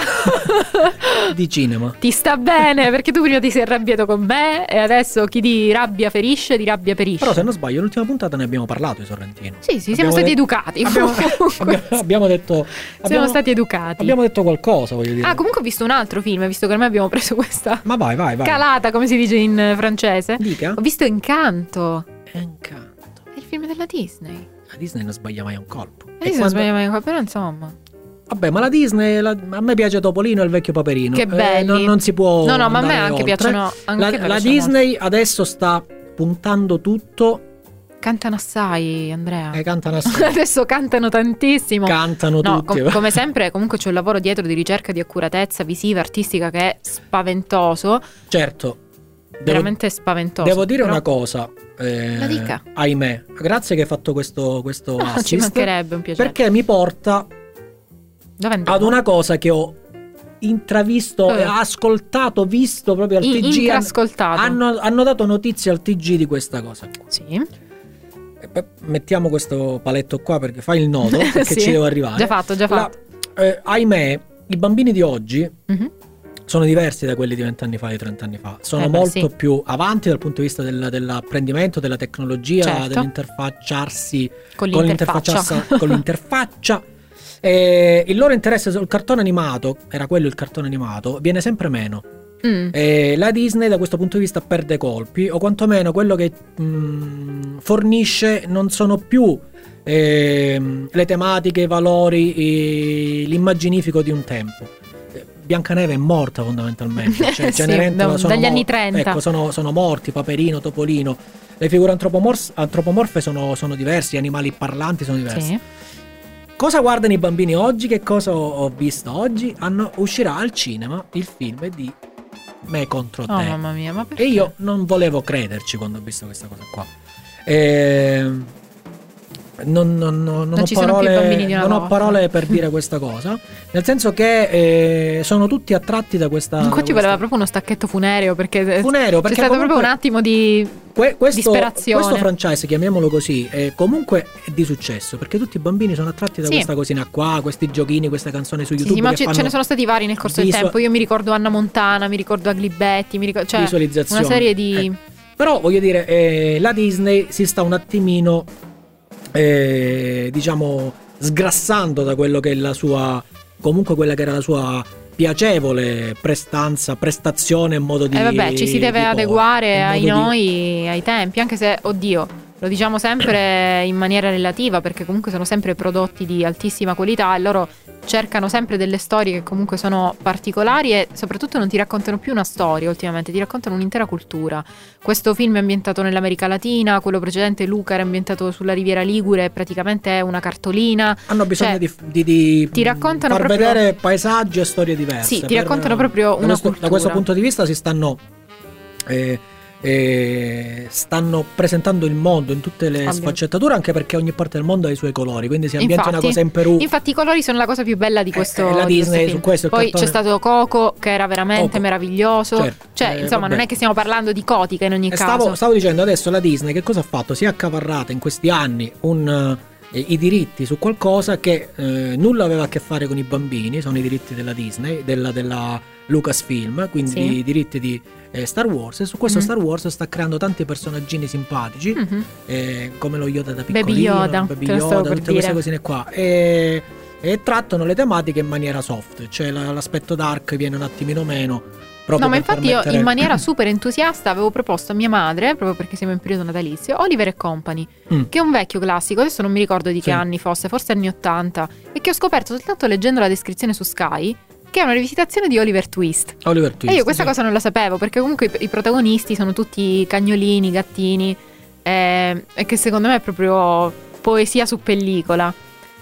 [SPEAKER 2] di cinema.
[SPEAKER 3] Ti sta bene, perché tu prima ti sei arrabbiato con me e adesso chi di rabbia ferisce, di rabbia perisce.
[SPEAKER 2] Però, se non sbaglio, l'ultima puntata ne abbiamo parlato di Sorrentino.
[SPEAKER 3] Sì, sì,
[SPEAKER 2] Abbiamo
[SPEAKER 3] siamo stati
[SPEAKER 2] detto-
[SPEAKER 3] educati.
[SPEAKER 2] Abbiamo,
[SPEAKER 3] (laughs) comunque.
[SPEAKER 2] (laughs) abbiamo- abbiamo detto.
[SPEAKER 3] siamo
[SPEAKER 2] abbiamo-
[SPEAKER 3] stati educati.
[SPEAKER 2] Abbiamo detto qualcosa, voglio dire.
[SPEAKER 3] Ah, comunque ho visto un altro film, visto che ormai abbiamo preso questa
[SPEAKER 2] Ma vai, vai, vai.
[SPEAKER 3] calata, come si dice in eh, francese.
[SPEAKER 2] Dica.
[SPEAKER 3] Ho visto Encanto,
[SPEAKER 2] Encanto.
[SPEAKER 3] è il film della Disney.
[SPEAKER 2] La Disney non sbaglia mai un colpo. E
[SPEAKER 3] Adesso Eh, non
[SPEAKER 2] quando-
[SPEAKER 3] sbaglio mai qua, però insomma.
[SPEAKER 2] Vabbè, ma la Disney, la- a me piace Topolino e il vecchio Paperino.
[SPEAKER 3] Che
[SPEAKER 2] Eh,
[SPEAKER 3] belli.
[SPEAKER 2] non, non si può.
[SPEAKER 3] No, no, ma a me
[SPEAKER 2] Oh, andare
[SPEAKER 3] anche diciamo,
[SPEAKER 2] oltre.
[SPEAKER 3] piacciono. Anche a me
[SPEAKER 2] La, la
[SPEAKER 3] piacciono
[SPEAKER 2] Disney adesso sta puntando tutto
[SPEAKER 3] Cantano assai, Andrea.
[SPEAKER 2] Eh, cantano ass-
[SPEAKER 3] (laughs) Adesso cantano tantissimo.
[SPEAKER 2] Cantano
[SPEAKER 3] No,
[SPEAKER 2] tutti.
[SPEAKER 3] com- come sempre, comunque c'è un lavoro dietro di ricerca di accuratezza visiva, artistica che è spaventoso,
[SPEAKER 2] certo. Devo,
[SPEAKER 3] veramente spaventoso.
[SPEAKER 2] devo dire
[SPEAKER 3] Però-
[SPEAKER 2] una cosa. eh,
[SPEAKER 3] La dica.
[SPEAKER 2] Ahimè, grazie che hai fatto questo, questo
[SPEAKER 3] No, Ah, (laughs) ci
[SPEAKER 2] assist.
[SPEAKER 3] mancherebbe certo. un piacere.
[SPEAKER 2] perché mi porta
[SPEAKER 3] Dove andiamo?
[SPEAKER 2] ad una cosa che ho intravisto,
[SPEAKER 3] Eh.
[SPEAKER 2] ascoltato, visto proprio al
[SPEAKER 3] In-
[SPEAKER 2] TG. han-
[SPEAKER 3] intraascoltato.
[SPEAKER 2] Hanno, hanno dato notizie al TG di questa cosa. qua.
[SPEAKER 3] Sì.
[SPEAKER 2] E poi mettiamo questo paletto qua perché fai il
[SPEAKER 3] (laughs)
[SPEAKER 2] nodo perché
[SPEAKER 3] Sì.
[SPEAKER 2] ci devo arrivare.
[SPEAKER 3] Già fatto, già
[SPEAKER 2] La-
[SPEAKER 3] fatto.
[SPEAKER 2] eh, ahimè, i bambini di oggi
[SPEAKER 3] Mhm.
[SPEAKER 2] sono diversi da quelli di vent'anni fa, di 30 anni fa. Sono
[SPEAKER 3] Eh beh,
[SPEAKER 2] molto
[SPEAKER 3] sì.
[SPEAKER 2] più avanti dal punto di vista del- dell'apprendimento, della tecnologia,
[SPEAKER 3] Certo.
[SPEAKER 2] dell'interfacciarsi
[SPEAKER 3] Con
[SPEAKER 2] con
[SPEAKER 3] l'interfaccia. (laughs)
[SPEAKER 2] l'interfacciassa- con l'interfaccia. E il loro interesse sul cartone animato, era quello il cartone animato, viene sempre meno.
[SPEAKER 3] Mm.
[SPEAKER 2] E la Disney da questo punto di vista perde colpi, o quantomeno quello che mh, fornisce non sono più ehm, le tematiche, i valori, i- l'immaginifico di un tempo. Eh, Biancaneve è morta
[SPEAKER 3] (laughs)
[SPEAKER 2] fondamentalmente, cioè,
[SPEAKER 3] Eh, sì,
[SPEAKER 2] Cenerentola
[SPEAKER 3] da-
[SPEAKER 2] sono
[SPEAKER 3] dagli anni
[SPEAKER 2] mor-
[SPEAKER 3] 30.
[SPEAKER 2] Ecco, sono, sono morti, Paperino, Topolino. Le figure antropomors- antropomorfe sono, sono diverse, gli animali parlanti sono diversi.
[SPEAKER 3] Sì.
[SPEAKER 2] Cosa guardano i bambini oggi? Che cosa ho ho visto oggi? Hanno- uscirà al cinema il film di Me contro
[SPEAKER 3] Oh
[SPEAKER 2] te.
[SPEAKER 3] mamma mia, ma perché?
[SPEAKER 2] e io eh, non volevo crederci quando ho visto questa cosa qua. Ehm, non, non- non- non ho
[SPEAKER 3] ci sono più
[SPEAKER 2] parole-
[SPEAKER 3] bambini di una
[SPEAKER 2] non ho
[SPEAKER 3] volta.
[SPEAKER 2] parole per dire
[SPEAKER 3] (laughs)
[SPEAKER 2] questa cosa. Nel senso che eh, sono tutti attratti da questa. da
[SPEAKER 3] Qua ci
[SPEAKER 2] questa-
[SPEAKER 3] voleva proprio uno stacchetto funereo perché
[SPEAKER 2] Funero,
[SPEAKER 3] c'è
[SPEAKER 2] perché
[SPEAKER 3] stato proprio
[SPEAKER 2] comunque-
[SPEAKER 3] un attimo di
[SPEAKER 2] Que- questo,
[SPEAKER 3] Disperazione.
[SPEAKER 2] questo franchise, chiamiamolo così, è comunque è di successo perché tutti i bambini sono attratti da
[SPEAKER 3] Sì.
[SPEAKER 2] questa cosina qua, questi giochini, questa canzone su
[SPEAKER 3] Sì,
[SPEAKER 2] YouTube.
[SPEAKER 3] sì, ma
[SPEAKER 2] che
[SPEAKER 3] ce, ce
[SPEAKER 2] fanno
[SPEAKER 3] ne sono stati cioè, vari nel corso
[SPEAKER 2] visu-
[SPEAKER 3] del tempo. Io mi ricordo Anna Montana, mi ricordo Aglibetti, mi ricordo cioè
[SPEAKER 2] visualizzazioni.
[SPEAKER 3] una serie di
[SPEAKER 2] Eh. Però voglio dire, eh, la Disney si sta un attimino, eh, diciamo, sgrassando da quello che è la sua, comunque quella che era la sua piacevole prestanza, prestazione e modo di...
[SPEAKER 3] Eh vabbè, ci si deve
[SPEAKER 2] di porre,
[SPEAKER 3] adeguare
[SPEAKER 2] un
[SPEAKER 3] ai
[SPEAKER 2] modo di-
[SPEAKER 3] noi, ai tempi, anche se oddio, lo diciamo sempre in maniera relativa perché comunque sono sempre prodotti di altissima qualità e loro cercano sempre delle storie che comunque sono particolari e soprattutto non ti raccontano più una storia ultimamente, ti raccontano un'intera cultura. Questo film è ambientato nell'America Latina, quello precedente Luca era ambientato sulla Riviera Ligure, e praticamente è una cartolina.
[SPEAKER 2] Hanno bisogno
[SPEAKER 3] Cioè,
[SPEAKER 2] di, di, di
[SPEAKER 3] ti raccontano
[SPEAKER 2] far
[SPEAKER 3] proprio-
[SPEAKER 2] vedere paesaggi e storie diverse.
[SPEAKER 3] Sì, ti
[SPEAKER 2] per- eh,
[SPEAKER 3] raccontano proprio
[SPEAKER 2] da
[SPEAKER 3] una
[SPEAKER 2] questo,
[SPEAKER 3] cultura.
[SPEAKER 2] Da questo punto di vista si stanno... eh, eh, stanno presentando il mondo in tutte le
[SPEAKER 3] Abbiamo-
[SPEAKER 2] sfaccettature anche perché ogni parte del mondo ha i suoi colori quindi se ambienta una
[SPEAKER 3] Infatti-
[SPEAKER 2] cosa in Perù
[SPEAKER 3] Infatti i colori sono la cosa più bella di
[SPEAKER 2] Uh. Eh,
[SPEAKER 3] questo,
[SPEAKER 2] eh, la
[SPEAKER 3] di questo
[SPEAKER 2] Disney
[SPEAKER 3] film.
[SPEAKER 2] su questo il
[SPEAKER 3] Poi
[SPEAKER 2] cartone-
[SPEAKER 3] c'è stato Coco che era veramente
[SPEAKER 2] Coco.
[SPEAKER 3] meraviglioso.
[SPEAKER 2] Certo.
[SPEAKER 3] Cioè,
[SPEAKER 2] Eh,
[SPEAKER 3] insomma,
[SPEAKER 2] vabbè.
[SPEAKER 3] non è che stiamo parlando di Cotica in ogni
[SPEAKER 2] E
[SPEAKER 3] caso.
[SPEAKER 2] stavo, stavo dicendo adesso la Disney che cosa ha fatto? Si è accaparrata in questi anni un, eh, i diritti su qualcosa che eh, nulla aveva a che fare con i bambini, sono i diritti della Disney, della, della Lucasfilm, quindi
[SPEAKER 3] Sì.
[SPEAKER 2] i diritti di eh, Star Wars e su questo
[SPEAKER 3] Mhm.
[SPEAKER 2] Star Wars sta creando tanti personaggini simpatici
[SPEAKER 3] Mhm.
[SPEAKER 2] eh, come lo Yoda da
[SPEAKER 3] Baby
[SPEAKER 2] piccolino,
[SPEAKER 3] Yoda,
[SPEAKER 2] Baby
[SPEAKER 3] te lo
[SPEAKER 2] Yoda,
[SPEAKER 3] stavo per
[SPEAKER 2] tutte queste
[SPEAKER 3] dire.
[SPEAKER 2] cosine qua. E, e trattano le tematiche in maniera soft, cioè la- l'aspetto dark viene un attimino meno. proprio
[SPEAKER 3] No,
[SPEAKER 2] per
[SPEAKER 3] ma infatti io
[SPEAKER 2] permettere- (laughs)
[SPEAKER 3] in maniera super entusiasta avevo proposto a mia madre, proprio perché siamo in periodo natalizio, Oliver e Company,
[SPEAKER 2] Mm.
[SPEAKER 3] che è un vecchio classico, adesso non mi ricordo di che
[SPEAKER 2] Sì.
[SPEAKER 3] anni fosse, forse anni 80, e che ho scoperto soltanto leggendo la descrizione su Sky, che è una rivisitazione di Oliver Twist.
[SPEAKER 2] Oliver Twist.
[SPEAKER 3] E Eh, io questa
[SPEAKER 2] sì.
[SPEAKER 3] cosa non la sapevo perché comunque i, i protagonisti sono tutti cagnolini, gattini eh, e che secondo me è proprio poesia su pellicola.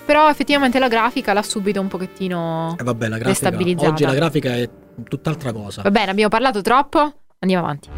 [SPEAKER 3] Però effettivamente la grafica l'ha subito un pochettino...
[SPEAKER 2] E Eh, vabbè, la grafica.
[SPEAKER 3] Destabilizzata.
[SPEAKER 2] Oggi la grafica è tutt'altra cosa.
[SPEAKER 3] Va bene, abbiamo parlato troppo, andiamo avanti.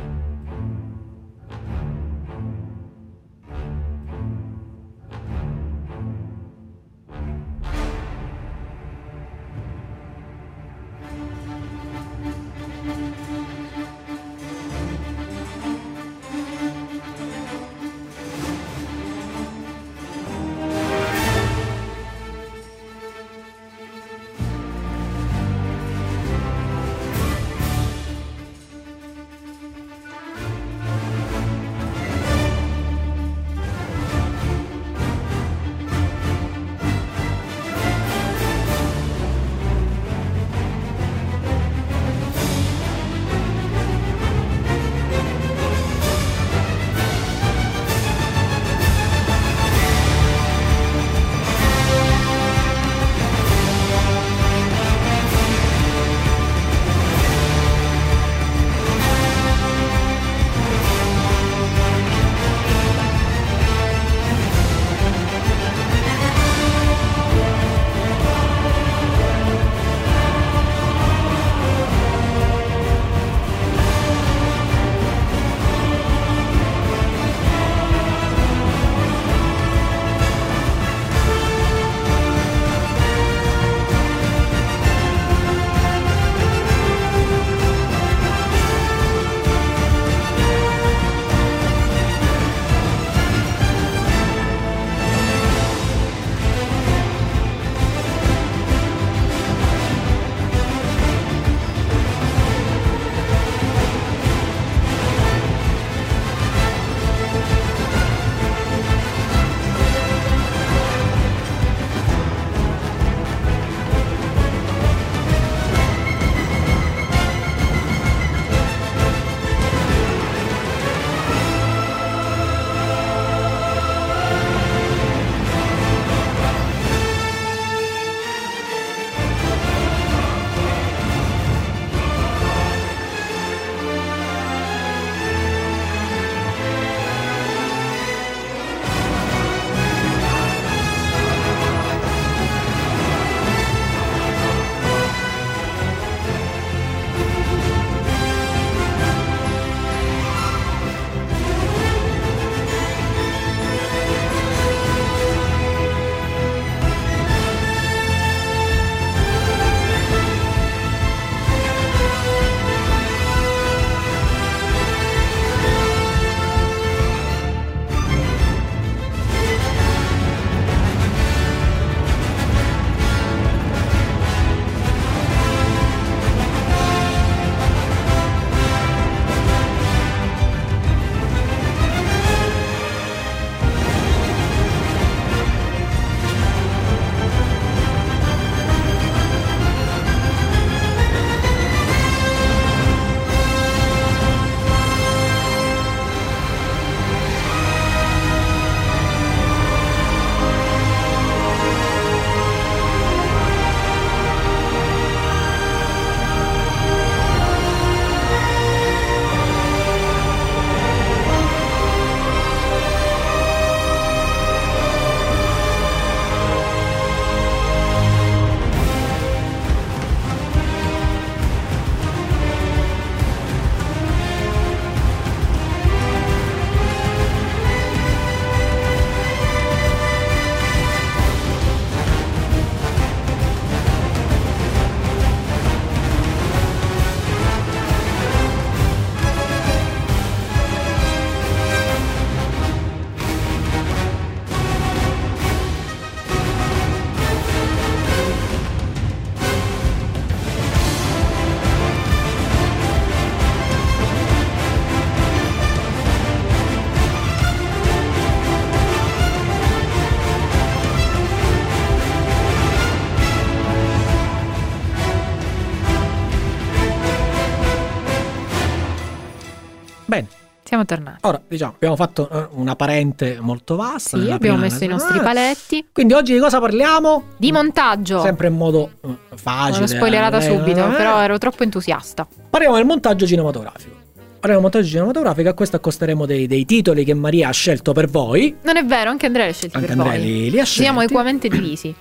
[SPEAKER 2] Bene,
[SPEAKER 3] Siamo tornati.
[SPEAKER 2] ora diciamo, abbiamo fatto eh, una parente molto vasta.
[SPEAKER 3] Sì,
[SPEAKER 2] nella
[SPEAKER 3] abbiamo
[SPEAKER 2] prima
[SPEAKER 3] messo i nostri
[SPEAKER 2] settimana.
[SPEAKER 3] paletti
[SPEAKER 2] Quindi oggi di cosa parliamo?
[SPEAKER 3] di montaggio.
[SPEAKER 2] Mm. Sempre in modo eh, facile.
[SPEAKER 3] L'ho spoilerata
[SPEAKER 2] eh,
[SPEAKER 3] subito,
[SPEAKER 2] eh.
[SPEAKER 3] però ero troppo entusiasta.
[SPEAKER 2] Parliamo del montaggio cinematografico. Parliamo del montaggio cinematografico, a questo accosteremo dei, dei titoli che Maria ha scelto per voi.
[SPEAKER 3] Non è vero, anche Andrea le scelte
[SPEAKER 2] Anche
[SPEAKER 3] per
[SPEAKER 2] Andrea
[SPEAKER 3] voi.
[SPEAKER 2] li, li ha scelti.
[SPEAKER 3] Siamo
[SPEAKER 2] (laughs)
[SPEAKER 3] equamente divisi.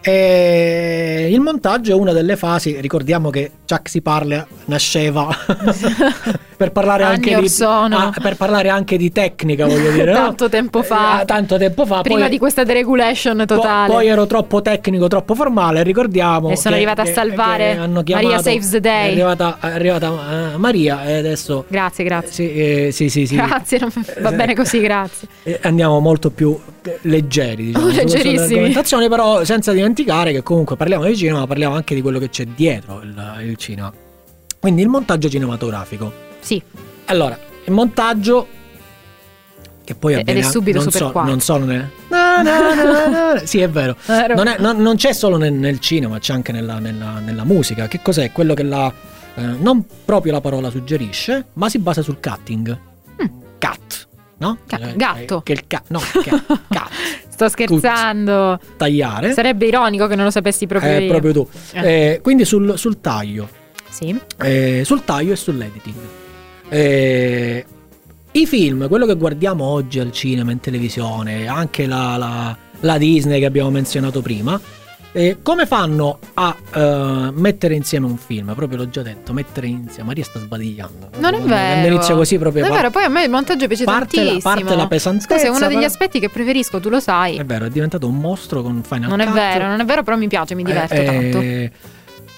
[SPEAKER 2] E il montaggio è una delle fasi, ricordiamo che Chuck si parla,
[SPEAKER 3] (laughs)
[SPEAKER 2] nasceva per parlare
[SPEAKER 3] Anni
[SPEAKER 2] anche
[SPEAKER 3] or
[SPEAKER 2] di
[SPEAKER 3] sono.
[SPEAKER 2] ah, per parlare anche di tecnica, voglio
[SPEAKER 3] (laughs)
[SPEAKER 2] dire, no?
[SPEAKER 3] Tanto tempo fa.
[SPEAKER 2] Eh, tanto tempo fa,
[SPEAKER 3] Prima
[SPEAKER 2] poi-
[SPEAKER 3] di questa deregulation
[SPEAKER 2] po-
[SPEAKER 3] totale.
[SPEAKER 2] Poi ero troppo tecnico, troppo formale, ricordiamo.
[SPEAKER 3] E sono
[SPEAKER 2] che-
[SPEAKER 3] arrivata a
[SPEAKER 2] che-
[SPEAKER 3] salvare
[SPEAKER 2] che hanno chiamato-
[SPEAKER 3] Maria Saves the
[SPEAKER 2] È
[SPEAKER 3] Day.
[SPEAKER 2] arrivata, è arrivata eh, Maria e adesso
[SPEAKER 3] Grazie, grazie.
[SPEAKER 2] Sì, eh, sì, sì, sì.
[SPEAKER 3] Grazie, non- va
[SPEAKER 2] Eh,
[SPEAKER 3] bene così, grazie.
[SPEAKER 2] eh, Andiamo molto più eh, leggeri, diciamo,
[SPEAKER 3] Oh,
[SPEAKER 2] su queste
[SPEAKER 3] leggerissimi.
[SPEAKER 2] argomentazioni, però senza dimenticare che comunque parliamo di cinema, ma parliamo anche di quello che c'è dietro il, il cinema. Quindi il montaggio cinematografico.
[SPEAKER 3] Sì,
[SPEAKER 2] Allora, il montaggio che poi
[SPEAKER 3] Ed è
[SPEAKER 2] avviene a-
[SPEAKER 3] subito
[SPEAKER 2] non
[SPEAKER 3] super
[SPEAKER 2] so,
[SPEAKER 3] quattro.
[SPEAKER 2] non so, non
[SPEAKER 3] (laughs)
[SPEAKER 2] è- Na, na, na, na, na. Sì, è vero.
[SPEAKER 3] Ero-
[SPEAKER 2] Non, è- non- non c'è solo nel, nel cinema, c'è anche nella, nella- nella musica. Che cos'è? Quello che la. eh, non proprio la parola suggerisce, ma si basa sul cutting.
[SPEAKER 3] Mm.
[SPEAKER 2] Cut, no?
[SPEAKER 3] Ca-
[SPEAKER 2] Eh,
[SPEAKER 3] gatto.
[SPEAKER 2] Che il ca- no,
[SPEAKER 3] (laughs)
[SPEAKER 2] ca- cut,
[SPEAKER 3] sto scherzando.
[SPEAKER 2] tagliare.
[SPEAKER 3] Sarebbe ironico che non lo sapessi proprio
[SPEAKER 2] Eh,
[SPEAKER 3] io.
[SPEAKER 2] proprio tu.
[SPEAKER 3] Eh.
[SPEAKER 2] Eh, quindi sul, sul taglio.
[SPEAKER 3] Sì.
[SPEAKER 2] Eh, sul taglio e sull'editing. Eh, I film, quello che guardiamo oggi al cinema, in televisione, anche la, la- la Disney che abbiamo menzionato prima, eh, come fanno a eh, mettere insieme un film? Proprio l'ho già detto, mettere insieme. Maria sta sbadigliando.
[SPEAKER 3] Non è
[SPEAKER 2] Quando
[SPEAKER 3] vero.
[SPEAKER 2] Inizia così proprio.
[SPEAKER 3] Non è
[SPEAKER 2] par-
[SPEAKER 3] vero, poi a me il montaggio piace
[SPEAKER 2] parte, la, Eh,
[SPEAKER 3] tantissimo.
[SPEAKER 2] parte la pesantezza.
[SPEAKER 3] Scusa, è uno degli
[SPEAKER 2] però-
[SPEAKER 3] aspetti che preferisco, tu lo sai.
[SPEAKER 2] È vero, è diventato un mostro con Final
[SPEAKER 3] Non è
[SPEAKER 2] Cut.
[SPEAKER 3] vero, non è vero, però mi piace, mi diverto
[SPEAKER 2] Eh,
[SPEAKER 3] tanto.
[SPEAKER 2] eh,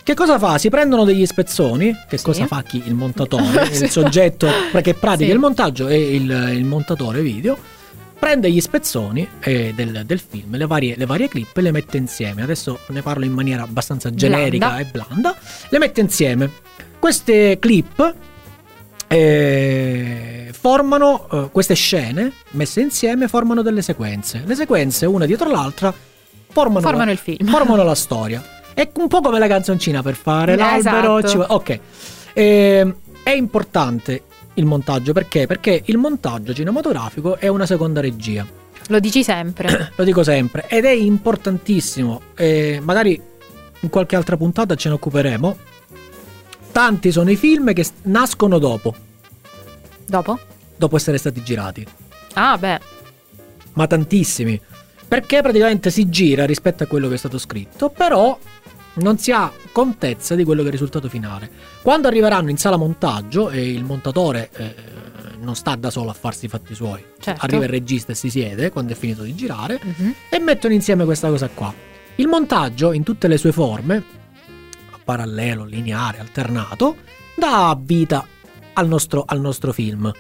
[SPEAKER 2] Che cosa fa? Si prendono degli spezzoni. Che
[SPEAKER 3] Sì.
[SPEAKER 2] cosa fa chi? Il
[SPEAKER 3] (laughs)
[SPEAKER 2] montatore,
[SPEAKER 3] Sì.
[SPEAKER 2] il soggetto perché pratica
[SPEAKER 3] Sì.
[SPEAKER 2] il montaggio e il, il montatore video. Prende gli spezzoni eh, del, del film, le varie, le varie clip e le mette insieme. Adesso ne parlo in maniera abbastanza generica
[SPEAKER 3] Blanda.
[SPEAKER 2] e blanda. Le mette insieme. Queste clip eh, formano, eh, queste scene messe insieme formano delle sequenze. Le sequenze, una dietro l'altra, formano, la-
[SPEAKER 3] Formano il film.
[SPEAKER 2] formano la storia. È un po' come la canzoncina per fare
[SPEAKER 3] Eh,
[SPEAKER 2] l'albero.
[SPEAKER 3] esatto.
[SPEAKER 2] ci va- Ok. Ehm, è importante il montaggio perché? Perché il montaggio cinematografico è una seconda regia,
[SPEAKER 3] Lo
[SPEAKER 2] (coughs)
[SPEAKER 3] dici sempre.
[SPEAKER 2] lo dico sempre, ed è importantissimo. eh, magari in qualche altra puntata ce ne occuperemo. Tanti sono i film che s- nascono dopo,
[SPEAKER 3] Dopo?
[SPEAKER 2] dopo essere stati girati,
[SPEAKER 3] Ah, beh.
[SPEAKER 2] ma tantissimi. Perché praticamente si gira rispetto a quello che è stato scritto, però non si ha contezza di quello che è il risultato finale. Quando arriveranno in sala montaggio e il montatore eh, non sta da solo a farsi i fatti suoi,
[SPEAKER 3] Certo.
[SPEAKER 2] arriva il regista e si siede quando è finito di girare
[SPEAKER 3] Mhm.
[SPEAKER 2] e mettono insieme questa cosa qua. Il montaggio in tutte le sue forme, a parallelo, lineare, alternato, dà vita al nostro, al nostro film.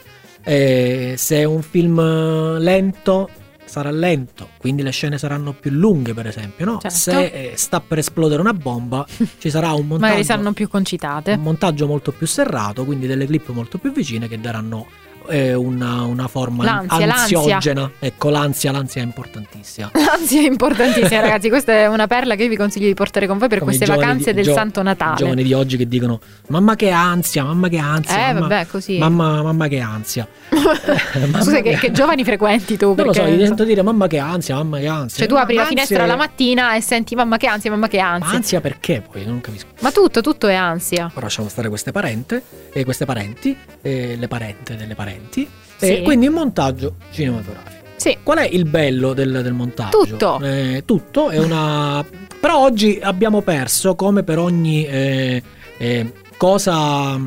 [SPEAKER 2] Eh, se è un film eh, lento, sarà lento, quindi le scene saranno più lunghe, per esempio. no?
[SPEAKER 3] Certo.
[SPEAKER 2] Se eh, sta per esplodere una
[SPEAKER 3] (laughs)
[SPEAKER 2] bomba, ci sarà un
[SPEAKER 3] Magari
[SPEAKER 2] montaggio,
[SPEAKER 3] saranno più
[SPEAKER 2] un
[SPEAKER 3] (laughs) concitate.
[SPEAKER 2] montaggio molto più serrato, quindi delle clip molto più vicine che daranno eh, una, una forma
[SPEAKER 3] L'ansia, l'ansia.
[SPEAKER 2] ansiogena. Ecco, l'ansia, l'ansia è importantissima.
[SPEAKER 3] L'ansia è importantissima, ragazzi. Questa è una perla che io vi consiglio di portare con voi per
[SPEAKER 2] Come i
[SPEAKER 3] queste
[SPEAKER 2] giovani
[SPEAKER 3] vacanze
[SPEAKER 2] di-
[SPEAKER 3] del
[SPEAKER 2] gio-
[SPEAKER 3] Santo
[SPEAKER 2] I
[SPEAKER 3] Natale.
[SPEAKER 2] giovani di oggi che dicono mamma che ansia, mamma che ansia,
[SPEAKER 3] eh,
[SPEAKER 2] mamma,
[SPEAKER 3] vabbè, così.
[SPEAKER 2] mamma, mamma che
[SPEAKER 3] (laughs)
[SPEAKER 2] ansia. Eh, mamma
[SPEAKER 3] Scusa, che, che giovani frequenti tu?
[SPEAKER 2] Non lo so,
[SPEAKER 3] Perché,
[SPEAKER 2] gli
[SPEAKER 3] insomma,
[SPEAKER 2] sento dire mamma che ansia, mamma che ansia.
[SPEAKER 3] Cioè, tu apri
[SPEAKER 2] Ma
[SPEAKER 3] la finestra
[SPEAKER 2] ansia-
[SPEAKER 3] la mattina e senti mamma che ansia, mamma che
[SPEAKER 2] Ma
[SPEAKER 3] ansia.
[SPEAKER 2] ansia perché poi? Non capisco.
[SPEAKER 3] Ma tutto, tutto è ansia.
[SPEAKER 2] Ora lasciamo stare queste parente, e queste parenti, e le parente delle parenti.
[SPEAKER 3] Sì.
[SPEAKER 2] E quindi il montaggio cinematografico.
[SPEAKER 3] Sì.
[SPEAKER 2] Qual è il bello del, del montaggio?
[SPEAKER 3] Tutto.
[SPEAKER 2] Eh, tutto è
[SPEAKER 3] (laughs)
[SPEAKER 2] una. Però oggi abbiamo perso, come per ogni eh, eh, cosa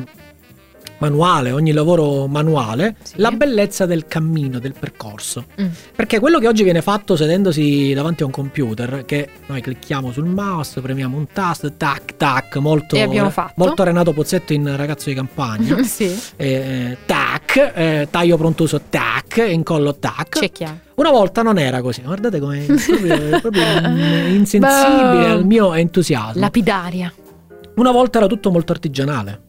[SPEAKER 2] manuale, ogni lavoro manuale,
[SPEAKER 3] Sì.
[SPEAKER 2] la bellezza del cammino, del percorso.
[SPEAKER 3] Mm.
[SPEAKER 2] Perché quello che oggi viene fatto sedendosi davanti a un computer, che noi clicchiamo sul mouse, premiamo un tasto, tac, tac, molto,
[SPEAKER 3] E abbiamo fatto.
[SPEAKER 2] molto Renato Pozzetto in Ragazzo di
[SPEAKER 3] (laughs)
[SPEAKER 2] Campagna.
[SPEAKER 3] sì.
[SPEAKER 2] Eh, tac, eh, taglio prontuso, tac, incollo, tac.
[SPEAKER 3] C'è chiaro.
[SPEAKER 2] Una volta non era così, guardate come proprio, proprio
[SPEAKER 3] (laughs)
[SPEAKER 2] in- insensibile
[SPEAKER 3] Boh.
[SPEAKER 2] al mio entusiasmo.
[SPEAKER 3] Lapidaria.
[SPEAKER 2] Una volta era tutto molto artigianale.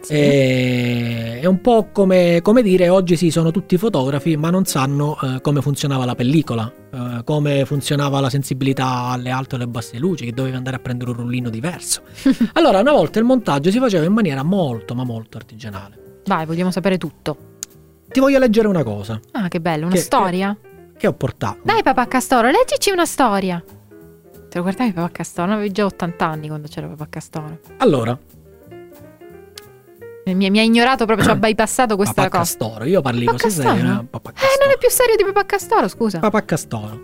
[SPEAKER 3] Sì.
[SPEAKER 2] Eh. E- È un po' come, come dire oggi sì, sono tutti fotografi, ma non sanno eh, come funzionava la pellicola, eh, come funzionava la sensibilità alle alte e alle basse luci, che dovevi andare a prendere un rullino
[SPEAKER 3] (laughs)
[SPEAKER 2] diverso. allora, una volta il montaggio si faceva in maniera molto, ma molto artigianale.
[SPEAKER 3] Vai, vogliamo sapere tutto.
[SPEAKER 2] Ti voglio leggere una cosa
[SPEAKER 3] Ah, che bello, una
[SPEAKER 2] Che-
[SPEAKER 3] storia.
[SPEAKER 2] che ho portato.
[SPEAKER 3] Dai, papà Castoro, leggici una storia. Te lo guardavi papà Castoro? Avevi già 80 anni quando c'era papà Castoro.
[SPEAKER 2] Allora,
[SPEAKER 3] Mi, mi ha ignorato proprio,
[SPEAKER 2] (coughs)
[SPEAKER 3] ci ha bypassato questa
[SPEAKER 2] papà
[SPEAKER 3] cosa.
[SPEAKER 2] Castoro, io parli
[SPEAKER 3] Papà
[SPEAKER 2] così
[SPEAKER 3] Castoro?
[SPEAKER 2] serio. Papà
[SPEAKER 3] Eh, non
[SPEAKER 2] Castoro.
[SPEAKER 3] è più serio di papà Castoro, scusa.
[SPEAKER 2] Papà Castoro.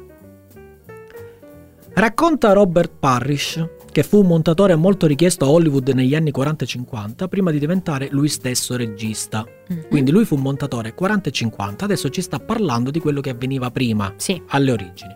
[SPEAKER 2] Racconta Robert Parrish, che fu un montatore molto richiesto a Hollywood negli anni 40 e 50, prima di diventare lui stesso regista.
[SPEAKER 3] Mhm.
[SPEAKER 2] Quindi lui fu un montatore 40 e 50, adesso ci sta parlando di quello che avveniva prima,
[SPEAKER 3] Sì.
[SPEAKER 2] alle origini.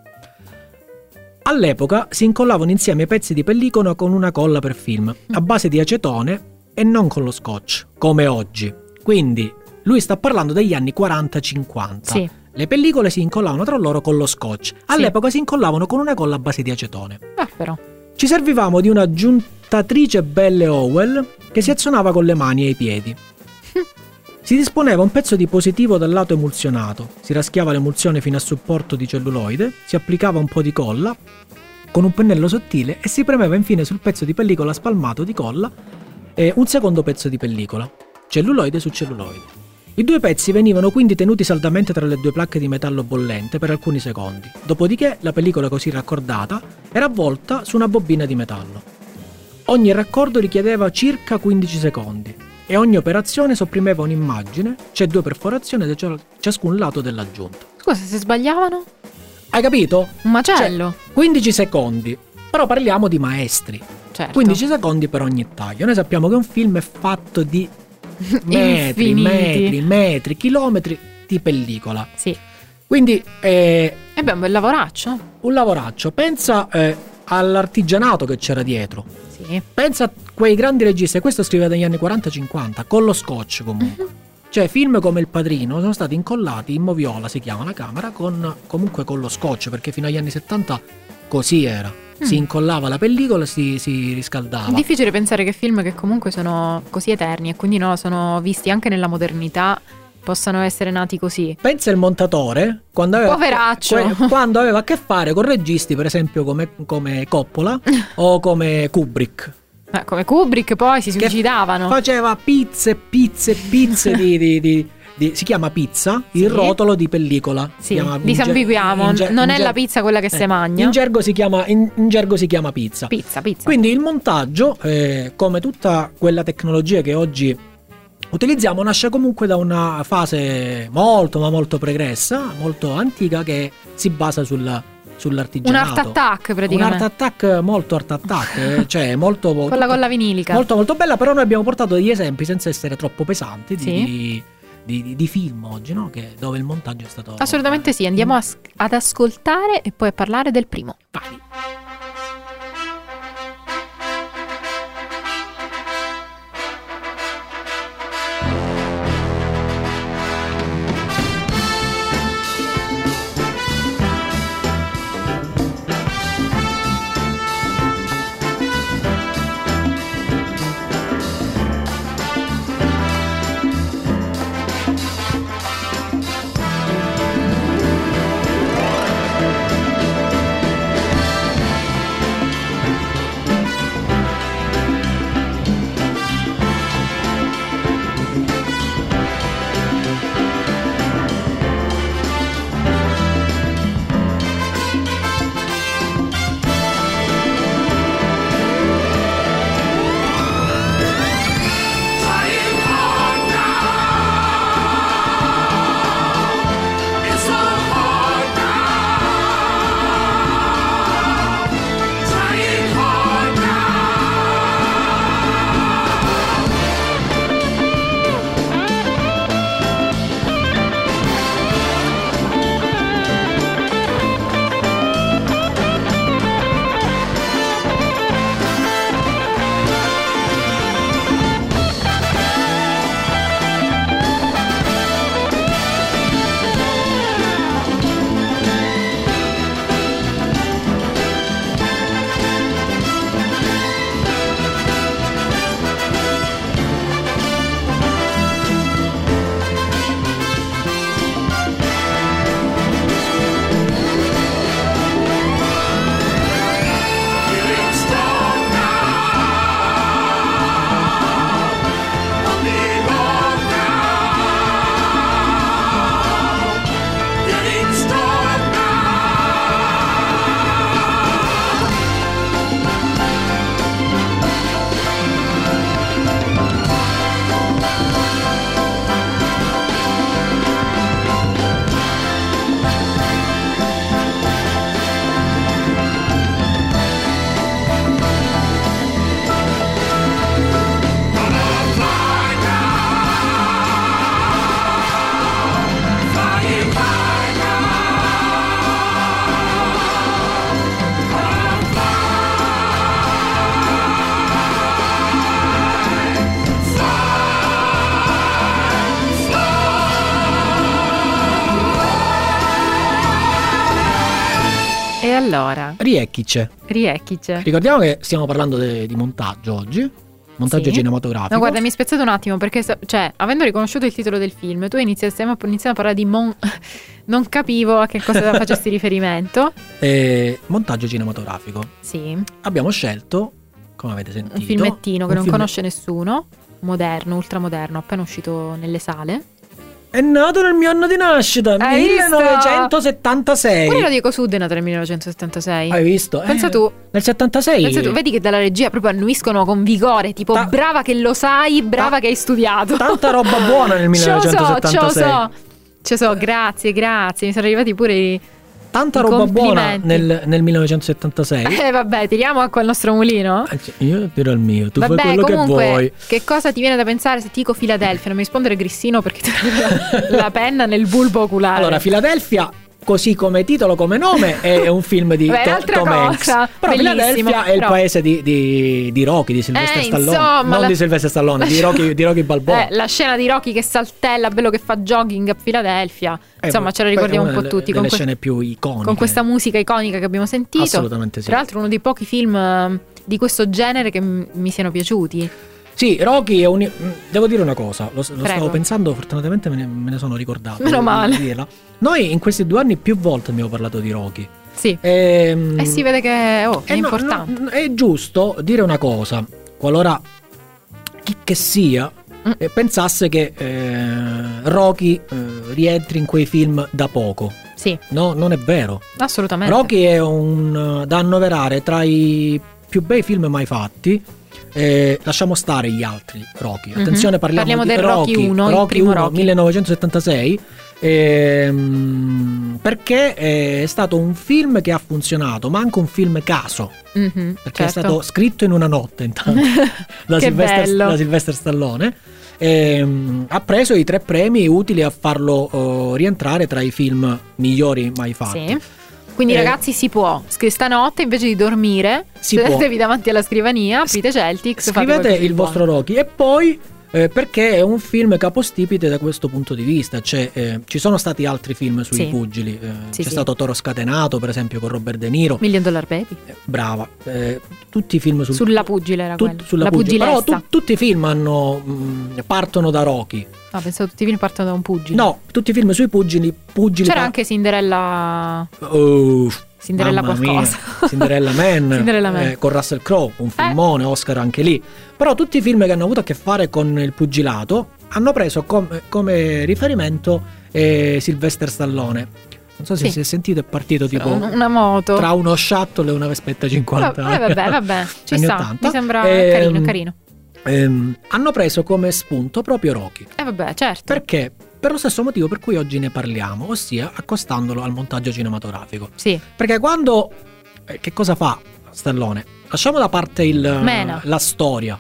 [SPEAKER 2] All'epoca si incollavano insieme pezzi di pellicola con una colla per film, a base di acetone e non con lo scotch, come oggi. Quindi lui sta parlando degli anni 40-50.
[SPEAKER 3] Sì.
[SPEAKER 2] Le pellicole si incollavano tra loro con lo scotch. All'epoca si incollavano con una colla a base di acetone.
[SPEAKER 3] Ah, però.
[SPEAKER 2] Ci servivamo di una giuntatrice Belle Howell che si azionava con le mani e i piedi. Si disponeva un pezzo di positivo dal lato emulsionato, si raschiava l'emulsione fino a supporto di celluloide, si applicava un po' di colla con un pennello sottile e si premeva infine sul pezzo di pellicola spalmato di colla e un secondo pezzo di pellicola, celluloide su celluloide. I due pezzi venivano quindi tenuti saldamente tra le due placche di metallo bollente per alcuni secondi, dopodiché la pellicola così raccordata era avvolta su una bobina di metallo. Ogni raccordo richiedeva circa 15 secondi e ogni operazione sopprimeva un'immagine, c'è due perforazioni da cia- ciascun lato dell'aggiunta.
[SPEAKER 3] Scusa, se sbagliavano?
[SPEAKER 2] Hai capito?
[SPEAKER 3] Un macello.
[SPEAKER 2] 15 secondi. Però parliamo di maestri.
[SPEAKER 3] certo.
[SPEAKER 2] 15 secondi per ogni taglio. Noi sappiamo che un film è fatto di metri,
[SPEAKER 3] Infiniti.
[SPEAKER 2] metri, metri, chilometri di pellicola.
[SPEAKER 3] Sì.
[SPEAKER 2] Quindi è
[SPEAKER 3] E beh, un bel lavoraccio.
[SPEAKER 2] un lavoraccio. Pensa eh, all'artigianato che c'era dietro.
[SPEAKER 3] Sì.
[SPEAKER 2] Pensa a quei grandi registi. Questo scriveva negli anni 40-50, con lo scotch comunque.
[SPEAKER 3] Mhm.
[SPEAKER 2] Cioè, film come Il Padrino sono stati incollati in moviola, si chiama la camera, con, comunque con lo scotch, perché fino agli anni 70 così era. Si
[SPEAKER 3] Mm.
[SPEAKER 2] incollava la pellicola, si, si riscaldava.
[SPEAKER 3] È difficile pensare che film che comunque sono così eterni e quindi no, sono visti anche nella modernità, possano essere nati così.
[SPEAKER 2] Pensa il montatore quando aveva,
[SPEAKER 3] Poveraccio.
[SPEAKER 2] que- quando aveva a che fare con registi, per esempio, come, come
[SPEAKER 3] (laughs)
[SPEAKER 2] Coppola o come Kubrick.
[SPEAKER 3] Eh, come Kubrick poi si
[SPEAKER 2] Che
[SPEAKER 3] suicidavano.
[SPEAKER 2] Faceva pizze, pizze, pizze di. di- di- di- si chiama pizza
[SPEAKER 3] Sì.
[SPEAKER 2] il rotolo di pellicola. Si
[SPEAKER 3] Sì,
[SPEAKER 2] chiama- in ger-
[SPEAKER 3] disambiguiamo,
[SPEAKER 2] in ger-
[SPEAKER 3] non
[SPEAKER 2] in
[SPEAKER 3] è
[SPEAKER 2] ger-
[SPEAKER 3] la pizza quella che
[SPEAKER 2] eh,
[SPEAKER 3] si magna.
[SPEAKER 2] In gergo si chiama, in- in gergo si chiama pizza.
[SPEAKER 3] pizza, pizza.
[SPEAKER 2] Quindi il montaggio, eh, come tutta quella tecnologia che oggi utilizziamo, nasce comunque da una fase molto ma molto pregressa, molto antica, che si basa sulla-
[SPEAKER 3] un
[SPEAKER 2] sull'artigianato.
[SPEAKER 3] art attack
[SPEAKER 2] Un art
[SPEAKER 3] praticamente.
[SPEAKER 2] attack molto art attack, eh, cioè molto...
[SPEAKER 3] con la colla vinilica.
[SPEAKER 2] Molto molto bella, però noi abbiamo portato degli esempi senza essere troppo pesanti di,
[SPEAKER 3] Sì.
[SPEAKER 2] di- di- di- di film oggi, no? Che- dove il montaggio è stato...
[SPEAKER 3] Assolutamente sì, andiamo
[SPEAKER 2] Mm.
[SPEAKER 3] a- ad ascoltare e poi a parlare del primo.
[SPEAKER 2] Vai.
[SPEAKER 4] Thank
[SPEAKER 3] Allora,
[SPEAKER 2] Riecchice.
[SPEAKER 3] riecchice.
[SPEAKER 2] Ricordiamo che stiamo parlando de- di montaggio oggi. Montaggio
[SPEAKER 3] Sì.
[SPEAKER 2] cinematografico.
[SPEAKER 3] No, guarda, mi è spiazzato un attimo perché, sa- cioè, avendo riconosciuto il titolo del film, tu inizi, stiamo iniziando a parlare di mon... (laughs) non capivo a
[SPEAKER 2] (laughs)
[SPEAKER 3] che cosa facessi riferimento.
[SPEAKER 2] Eh, montaggio cinematografico.
[SPEAKER 3] Sì,
[SPEAKER 2] Abbiamo scelto, come avete sentito,
[SPEAKER 3] un filmettino che
[SPEAKER 2] un
[SPEAKER 3] non
[SPEAKER 2] film-
[SPEAKER 3] conosce nessuno, moderno, ultramoderno, appena uscito nelle sale.
[SPEAKER 2] È nato nel mio anno di nascita,
[SPEAKER 3] Hai visto?
[SPEAKER 2] 1976.
[SPEAKER 3] Poi lo dico su Denata nel 1976.
[SPEAKER 2] Hai visto? Eh,
[SPEAKER 3] Pensa tu,
[SPEAKER 2] Nel 76.
[SPEAKER 3] pensa tu, vedi che dalla regia proprio annuiscono con vigore, tipo
[SPEAKER 2] Ta-
[SPEAKER 3] brava che lo sai, brava
[SPEAKER 2] Ta-
[SPEAKER 3] che hai studiato.
[SPEAKER 2] Tanta
[SPEAKER 3] (laughs)
[SPEAKER 2] roba buona nel
[SPEAKER 3] Ce lo so,
[SPEAKER 2] 1976.
[SPEAKER 3] Ce lo so, ce lo so, grazie, grazie, mi sono arrivati pure i...
[SPEAKER 2] Tanta roba buona
[SPEAKER 3] Complimenti.
[SPEAKER 2] nel, nel
[SPEAKER 3] (laughs)
[SPEAKER 2] 1976.
[SPEAKER 3] Eh vabbè, tiriamo acqua al nostro mulino.
[SPEAKER 2] Anzi, Ah, Io tiro il mio, tu fai
[SPEAKER 3] Vabbè,
[SPEAKER 2] quello
[SPEAKER 3] comunque,
[SPEAKER 2] che vuoi.
[SPEAKER 3] cosa ti viene da pensare se ti dico Filadelfia? Non mi rispondere Grissino perché ti la, la penna nel bulbo oculare.
[SPEAKER 2] Allora, Philadelphia, così come titolo, come nome, è
[SPEAKER 3] (laughs)
[SPEAKER 2] un film di
[SPEAKER 3] Beh,
[SPEAKER 2] To-
[SPEAKER 3] altra
[SPEAKER 2] Tom
[SPEAKER 3] cosa,
[SPEAKER 2] Hanks. Però
[SPEAKER 3] bellissimo,
[SPEAKER 2] Philadelphia è il
[SPEAKER 3] però-
[SPEAKER 2] paese di, di, di Rocky, di Silvestre
[SPEAKER 3] Eh,
[SPEAKER 2] Stallone.
[SPEAKER 3] insomma,
[SPEAKER 2] non
[SPEAKER 3] la-
[SPEAKER 2] di Silvestre Stallone, di
[SPEAKER 3] lasciamo-
[SPEAKER 2] Rocky, di Rocky Balboa.
[SPEAKER 3] (laughs) Eh, la scena di Rocky che saltella, bello che fa jogging a Filadelfia.
[SPEAKER 2] Eh,
[SPEAKER 3] Insomma,
[SPEAKER 2] poi-
[SPEAKER 3] ce la
[SPEAKER 2] poi
[SPEAKER 3] ricordiamo
[SPEAKER 2] è
[SPEAKER 3] un
[SPEAKER 2] una
[SPEAKER 3] po'
[SPEAKER 2] delle-
[SPEAKER 3] tutti.
[SPEAKER 2] delle
[SPEAKER 3] Con, que-
[SPEAKER 2] scene più iconiche.
[SPEAKER 3] con questa musica iconica che abbiamo sentito.
[SPEAKER 2] Assolutamente sì.
[SPEAKER 3] Tra l'altro, uno dei pochi film eh, di questo genere che m- mi siano piaciuti.
[SPEAKER 2] Sì, Rocky è un. mm, Devo dire una cosa, lo, lo stavo
[SPEAKER 3] Prego.
[SPEAKER 2] pensando, fortunatamente me ne, me ne sono ricordato.
[SPEAKER 3] Meno
[SPEAKER 2] di-
[SPEAKER 3] male.
[SPEAKER 2] di dirla. Noi in questi due anni più volte abbiamo parlato di Rocky.
[SPEAKER 3] Sì.
[SPEAKER 2] Ehm,
[SPEAKER 3] E Eh, si vede che oh, è
[SPEAKER 2] eh no,
[SPEAKER 3] importante.
[SPEAKER 2] no, è giusto dire una cosa, qualora chi che sia
[SPEAKER 3] Mm.
[SPEAKER 2] eh, pensasse che eh, Rocky eh, rientri in quei film da poco.
[SPEAKER 3] Sì,
[SPEAKER 2] No, non è vero.
[SPEAKER 3] assolutamente.
[SPEAKER 2] Rocky è un eh, da annoverare tra i più bei film mai fatti. Eh, lasciamo stare gli altri Rocky.
[SPEAKER 3] Mhm.
[SPEAKER 2] Attenzione, parliamo,
[SPEAKER 3] Parliamo
[SPEAKER 2] di
[SPEAKER 3] del Rocky
[SPEAKER 2] Rocky
[SPEAKER 3] uno, il
[SPEAKER 2] Rocky
[SPEAKER 3] primo
[SPEAKER 2] 1,
[SPEAKER 3] Rocky.
[SPEAKER 2] 1976. ehm, perché è stato un film che ha funzionato, ma anche un film caso.
[SPEAKER 3] Mhm,
[SPEAKER 2] Perché
[SPEAKER 3] certo.
[SPEAKER 2] è stato scritto in una notte,
[SPEAKER 3] (laughs)
[SPEAKER 2] intanto da,
[SPEAKER 3] Che
[SPEAKER 2] Sylvester,
[SPEAKER 3] bello.
[SPEAKER 2] da Sylvester Stallone. Ehm, ha preso i tre premi utili a farlo eh, rientrare tra i film migliori mai fatti.
[SPEAKER 3] Sì. Quindi
[SPEAKER 2] Eh,
[SPEAKER 3] ragazzi si può, Scri- stanotte invece di dormire,
[SPEAKER 2] Si
[SPEAKER 3] (laughs) sedetevi davanti alla scrivania, aprite Celtics, fate
[SPEAKER 2] Scrivete
[SPEAKER 3] qualcosa di
[SPEAKER 2] il vostro Rocky e poi eh, perché è un film capostipite da questo punto di vista. Cioè, eh, ci sono stati altri film sui
[SPEAKER 3] Sì.
[SPEAKER 2] pugili. eh,
[SPEAKER 3] Sì,
[SPEAKER 2] c'è
[SPEAKER 3] sì.
[SPEAKER 2] stato Toro Scatenato, per esempio, con Robert De Niro.
[SPEAKER 3] buono. Million Dollar Baby,
[SPEAKER 2] Eh, Brava. Eh, tutti i film sul-
[SPEAKER 3] sulla pugile era
[SPEAKER 2] tut-
[SPEAKER 3] quello,
[SPEAKER 2] sulla
[SPEAKER 3] la
[SPEAKER 2] pugile. Però
[SPEAKER 3] pugilessa.
[SPEAKER 2] tu- tutti i film hanno, mh, partono da Rocky.
[SPEAKER 3] Ah, pensavo tutti i film partono da un pugile.
[SPEAKER 2] No, tutti i film sui pugili. pugili
[SPEAKER 3] C'era
[SPEAKER 2] par-
[SPEAKER 3] anche Cinderella,
[SPEAKER 2] Oh,
[SPEAKER 3] (laughs) Cinderella
[SPEAKER 2] Mamma
[SPEAKER 3] qualcosa.
[SPEAKER 2] Cinderella Man,
[SPEAKER 3] (laughs) Cinderella Man.
[SPEAKER 2] eh, con Russell Crowe, un filmone, Oscar anche lì. Però tutti i film che hanno avuto a che fare con il pugilato hanno preso com- come riferimento eh, Sylvester Stallone. Non so se
[SPEAKER 3] Sì.
[SPEAKER 2] si è sentito, è partito tipo
[SPEAKER 3] Un- una moto.
[SPEAKER 2] boh. tra uno shuttle e una Vespetta 50.
[SPEAKER 3] Eh, vabbè, vabbè, ci
[SPEAKER 2] Anni
[SPEAKER 3] sta,
[SPEAKER 2] 80.
[SPEAKER 3] mi sembra
[SPEAKER 2] Ehm,
[SPEAKER 3] carino, carino.
[SPEAKER 2] (laughs) ehm, hanno preso come spunto proprio Rocky.
[SPEAKER 3] Eh vabbè, certo.
[SPEAKER 2] Perché? Per lo stesso motivo per cui oggi ne parliamo, ossia accostandolo al montaggio cinematografico.
[SPEAKER 3] Sì,
[SPEAKER 2] Perché quando. eh, Che cosa fa Stallone? Lasciamo da parte il, eh,
[SPEAKER 3] Mena.
[SPEAKER 2] la storia,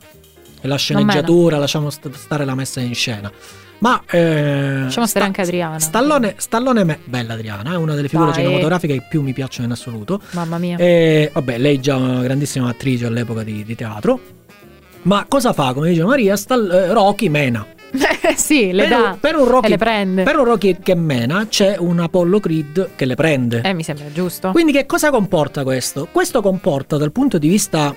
[SPEAKER 2] la sceneggiatura, lasciamo st- stare la messa in scena. Ma. eh,
[SPEAKER 3] Lasciamo stare anche Adriana.
[SPEAKER 2] Stallone, Stallone me- bella Adriana, è una delle figure
[SPEAKER 3] Dai.
[SPEAKER 2] cinematografiche che più mi piacciono in assoluto.
[SPEAKER 3] mamma mia.
[SPEAKER 2] E, vabbè, lei è già una grandissima attrice all'epoca di, di teatro. Ma cosa fa, come dice Maria, Stall- eh, Rocky mena.
[SPEAKER 3] (laughs) sì, le
[SPEAKER 2] per,
[SPEAKER 3] dà
[SPEAKER 2] un, per un
[SPEAKER 3] e
[SPEAKER 2] Rocky,
[SPEAKER 3] le prende.
[SPEAKER 2] per un Rocky che mena c'è un Apollo Creed che le prende.
[SPEAKER 3] Eh, mi sembra giusto.
[SPEAKER 2] Quindi che cosa comporta questo? Questo comporta dal punto di vista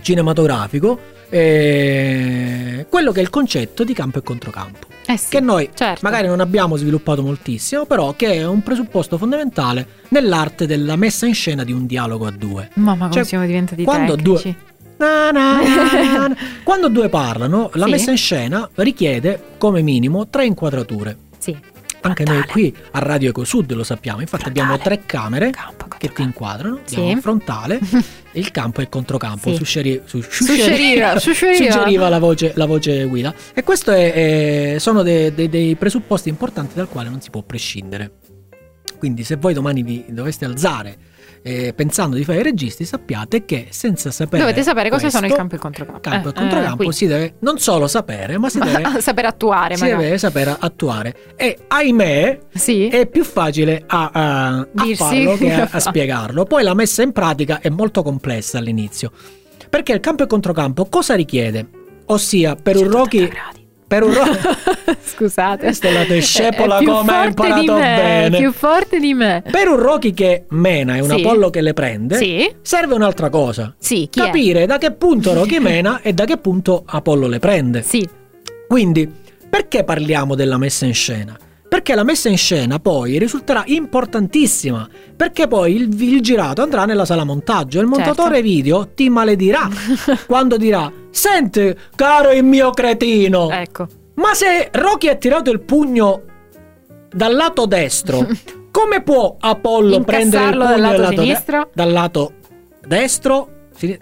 [SPEAKER 2] cinematografico eh, quello che è il concetto di campo e controcampo,
[SPEAKER 3] Eh sì,
[SPEAKER 2] che noi
[SPEAKER 3] certo.
[SPEAKER 2] magari non abbiamo sviluppato moltissimo, però che è un presupposto fondamentale nell'arte della messa in scena di un dialogo a due.
[SPEAKER 3] Mamma, come
[SPEAKER 2] Cioè,
[SPEAKER 3] siamo diventati
[SPEAKER 2] quando due-
[SPEAKER 3] tecnici.
[SPEAKER 2] Na, na, na,
[SPEAKER 3] (laughs)
[SPEAKER 2] na. Quando due parlano, la
[SPEAKER 3] Sì.
[SPEAKER 2] messa in scena richiede come minimo tre inquadrature.
[SPEAKER 3] Sì.
[SPEAKER 2] Anche noi
[SPEAKER 3] Frontale.
[SPEAKER 2] qui a Radio Eco Sud lo sappiamo, infatti abbiamo
[SPEAKER 3] Frontale.
[SPEAKER 2] tre camere
[SPEAKER 3] Campo, contro
[SPEAKER 2] che ti
[SPEAKER 3] campo.
[SPEAKER 2] inquadrano,
[SPEAKER 3] Ah. Sì.
[SPEAKER 2] abbiamo il
[SPEAKER 3] (laughs)
[SPEAKER 2] frontale, il campo e il controcampo,
[SPEAKER 3] Sì.
[SPEAKER 2] suggeri- su- suggeriva,
[SPEAKER 3] Suggeriva, (laughs) suggeriva.
[SPEAKER 2] suggeriva la, voce, la voce guida. E questo è, è- sono de- de- dei presupposti importanti dal quale non si può prescindere. Quindi se voi domani vi doveste alzare eh, pensando di fare i registi, sappiate che senza sapere...
[SPEAKER 3] Dovete sapere cosa sono il
[SPEAKER 2] questo,
[SPEAKER 3] campo e il controcampo.
[SPEAKER 2] campo e
[SPEAKER 3] Eh, eh,
[SPEAKER 2] controcampo
[SPEAKER 3] quindi.
[SPEAKER 2] si deve non solo sapere,
[SPEAKER 3] (laughs)
[SPEAKER 2] ma si deve
[SPEAKER 3] Ma- saper attuare,
[SPEAKER 2] si
[SPEAKER 3] magari.
[SPEAKER 2] deve saper attuare. E ahimè,
[SPEAKER 3] Sì.
[SPEAKER 2] è più facile a, a- a
[SPEAKER 3] Dirsi
[SPEAKER 2] farlo
[SPEAKER 3] (laughs)
[SPEAKER 2] che a,
[SPEAKER 3] che lo fa.
[SPEAKER 2] a spiegarlo. Poi la messa in pratica è molto complessa all'inizio. Perché il campo e controcampo cosa richiede? Ossia, per un,
[SPEAKER 3] 180
[SPEAKER 2] Rocky, (laughs)
[SPEAKER 3] gradi.
[SPEAKER 2] per un
[SPEAKER 3] (laughs)
[SPEAKER 2] ruolo.
[SPEAKER 3] Scusate.
[SPEAKER 2] Questa è la discepola
[SPEAKER 3] È più
[SPEAKER 2] come ha
[SPEAKER 3] forte di
[SPEAKER 2] imparato
[SPEAKER 3] me,
[SPEAKER 2] bene.
[SPEAKER 3] È più forte di me.
[SPEAKER 2] Per un Rocky che mena e un
[SPEAKER 3] Sì.
[SPEAKER 2] Apollo che le prende,
[SPEAKER 3] Sì.
[SPEAKER 2] serve un'altra cosa.
[SPEAKER 3] Sì, chi è?
[SPEAKER 2] Capire da che punto Rocky mena e da che punto Apollo le prende.
[SPEAKER 3] Sì.
[SPEAKER 2] Quindi, perché parliamo della messa in scena? Perché la messa in scena poi risulterà importantissima, perché poi il, il girato andrà nella sala montaggio e il
[SPEAKER 3] Certo.
[SPEAKER 2] montatore video ti
[SPEAKER 3] (laughs)
[SPEAKER 2] maledirà quando dirà «Senti, caro il mio cretino,
[SPEAKER 3] ecco.
[SPEAKER 2] ma se Rocky ha tirato il pugno dal lato
[SPEAKER 3] (laughs)
[SPEAKER 2] destro, come può Apollo prendere il
[SPEAKER 3] Incassarlo
[SPEAKER 2] pugno
[SPEAKER 3] dal lato
[SPEAKER 2] de-
[SPEAKER 3] sinistro?
[SPEAKER 2] dal lato destro? Sin-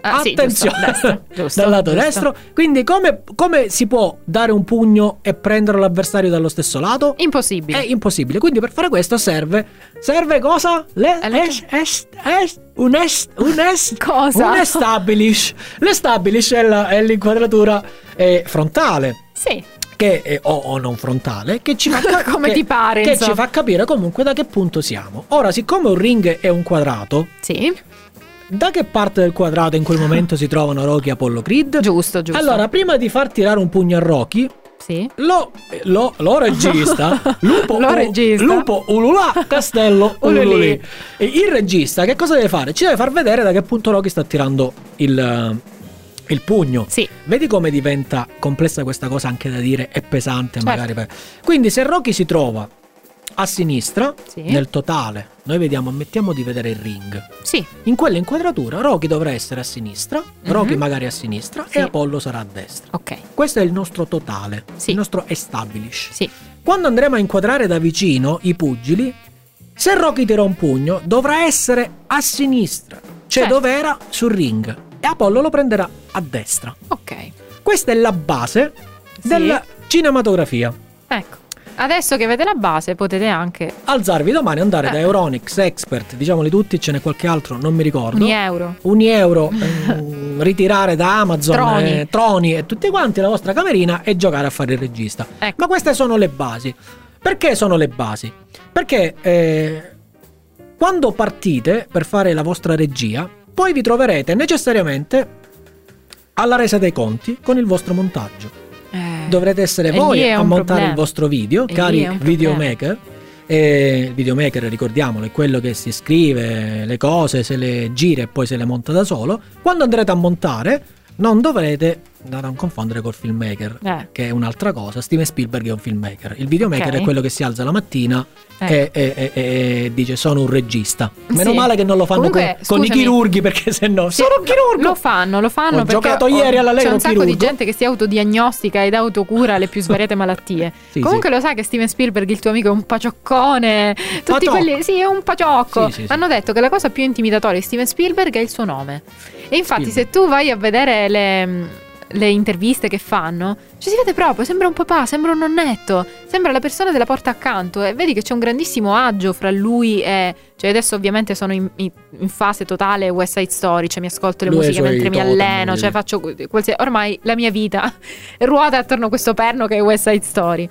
[SPEAKER 3] Ah, sì,
[SPEAKER 2] Attenzione,
[SPEAKER 3] giusto, destro,
[SPEAKER 2] (laughs)
[SPEAKER 3] giusto,
[SPEAKER 2] dal lato
[SPEAKER 3] giusto.
[SPEAKER 2] destro. Quindi, come, come si può dare un pugno e prendere l'avversario dallo stesso lato? È
[SPEAKER 3] Impossibile.
[SPEAKER 2] impossibile. Quindi, per fare questo, serve. Serve cosa? Le,
[SPEAKER 3] Eh, Le-
[SPEAKER 2] es- es- es- un est. Un est.
[SPEAKER 3] (laughs) Cosa?
[SPEAKER 2] Un establish. L'establish è, la- è l'inquadratura eh, frontale
[SPEAKER 3] Sì.
[SPEAKER 2] che, eh, o, o non frontale, che ci
[SPEAKER 3] (laughs)
[SPEAKER 2] fa, ca-
[SPEAKER 3] Come
[SPEAKER 2] che-
[SPEAKER 3] ti pare,
[SPEAKER 2] che
[SPEAKER 3] insomma.
[SPEAKER 2] ci fa capire comunque da che punto siamo. Ora, siccome un ring è un quadrato,
[SPEAKER 3] Sì.
[SPEAKER 2] da che parte del quadrato in quel momento si trovano Rocky e Apollo Creed?
[SPEAKER 3] Giusto, giusto.
[SPEAKER 2] Allora, prima di far tirare un pugno a Rocky,
[SPEAKER 3] Sì.
[SPEAKER 2] lo, eh, lo, lo
[SPEAKER 3] (laughs)
[SPEAKER 2] regista, lupo,
[SPEAKER 3] Lo
[SPEAKER 2] u-
[SPEAKER 3] regista.
[SPEAKER 2] lupo ululà, castello
[SPEAKER 3] (laughs) Ululì.
[SPEAKER 2] ululì. E il regista che cosa deve fare? Ci deve far vedere da che punto Rocky sta tirando il, eh, il pugno.
[SPEAKER 3] Sì.
[SPEAKER 2] Vedi come diventa complessa questa cosa anche da dire è pesante
[SPEAKER 3] Certo.
[SPEAKER 2] magari per... Quindi se Rocky si trova a sinistra
[SPEAKER 3] Sì.
[SPEAKER 2] nel totale, noi vediamo, ammettiamo di vedere il ring.
[SPEAKER 3] Sì.
[SPEAKER 2] In quella inquadratura Rocky dovrà essere a sinistra, Rocky magari a sinistra
[SPEAKER 3] Mhm. Sì.
[SPEAKER 2] e Apollo sarà a destra.
[SPEAKER 3] Ok.
[SPEAKER 2] Questo è il nostro totale,
[SPEAKER 3] Sì.
[SPEAKER 2] il nostro establish.
[SPEAKER 3] Sì.
[SPEAKER 2] Quando andremo a inquadrare da vicino i pugili, se Rocky tira un pugno dovrà essere a sinistra, cioè
[SPEAKER 3] Certo.
[SPEAKER 2] dove era sul ring, e Apollo lo prenderà a destra.
[SPEAKER 3] Ok.
[SPEAKER 2] Questa è la base
[SPEAKER 3] Sì.
[SPEAKER 2] della cinematografia.
[SPEAKER 3] Ecco. Adesso che avete la base potete anche
[SPEAKER 2] Alzarvi domani e andare
[SPEAKER 3] Eh.
[SPEAKER 2] da Euronics, Expert, diciamoli tutti, ce n'è qualche altro, non mi ricordo.
[SPEAKER 3] un euro.
[SPEAKER 2] Un euro ehm, ritirare da Amazon
[SPEAKER 3] Troni.
[SPEAKER 2] eh, troni e tutti quanti la vostra camerina e giocare a fare il regista.
[SPEAKER 3] Ecco.
[SPEAKER 2] Ma queste sono le basi. Perché sono le basi? Perché eh, quando partite per fare la vostra regia, poi vi troverete necessariamente alla resa dei conti con il vostro montaggio.
[SPEAKER 3] Eh,
[SPEAKER 2] Dovrete essere
[SPEAKER 3] E lì
[SPEAKER 2] voi
[SPEAKER 3] è
[SPEAKER 2] a
[SPEAKER 3] un
[SPEAKER 2] montare
[SPEAKER 3] problema.
[SPEAKER 2] il vostro video,
[SPEAKER 3] E lì è
[SPEAKER 2] cari
[SPEAKER 3] un problema.
[SPEAKER 2] videomaker. E il videomaker, ricordiamolo, è quello che si scrive le cose, se le gira e poi se le monta da solo. Quando andrete a montare, non dovrete da non confondere col filmmaker,
[SPEAKER 3] Eh.
[SPEAKER 2] che è un'altra cosa. Steven Spielberg è un filmmaker. Il videomaker
[SPEAKER 3] Ok.
[SPEAKER 2] è quello che si alza la mattina
[SPEAKER 3] Ecco.
[SPEAKER 2] e, e- e- e dice sono un regista. Meno
[SPEAKER 3] Sì.
[SPEAKER 2] male che non lo fanno
[SPEAKER 3] Comunque,
[SPEAKER 2] con, con i
[SPEAKER 3] scusami.
[SPEAKER 2] chirurghi, perché se no
[SPEAKER 3] Sì,
[SPEAKER 2] sono un chirurgo.
[SPEAKER 3] Lo fanno, lo fanno
[SPEAKER 2] Ho
[SPEAKER 3] perché
[SPEAKER 2] giocato
[SPEAKER 3] ho-
[SPEAKER 2] ieri all'allegro
[SPEAKER 3] C'è un sacco di
[SPEAKER 2] chirurgo.
[SPEAKER 3] gente che si autodiagnostica ed autocura le più svariate malattie.
[SPEAKER 2] Sì,
[SPEAKER 3] Comunque lo sai che Steven Spielberg, il tuo amico, è un pacioccone. Tutti
[SPEAKER 2] Pacioc-
[SPEAKER 3] quelli. Sì, è un paciocco.
[SPEAKER 2] Sì, sì, sì.
[SPEAKER 3] Hanno detto che la cosa più intimidatoria di Steven Spielberg è il suo nome. E infatti,
[SPEAKER 2] Spielberg.
[SPEAKER 3] se tu vai a vedere le. le interviste che fanno, ci si vede proprio, sembra un papà, sembra un nonnetto, sembra la persona della porta accanto e vedi che c'è un grandissimo agio fra lui e... Cioè adesso ovviamente sono in, in- in fase totale West Side Story, cioè mi ascolto le
[SPEAKER 2] Lui e i
[SPEAKER 3] musiche
[SPEAKER 2] suoi
[SPEAKER 3] mentre mi
[SPEAKER 2] totem,
[SPEAKER 3] alleno,
[SPEAKER 2] voglio
[SPEAKER 3] cioè
[SPEAKER 2] dire.
[SPEAKER 3] faccio qualsiasi... Ormai la mia vita (laughs) ruota attorno a questo perno che è West Side Story.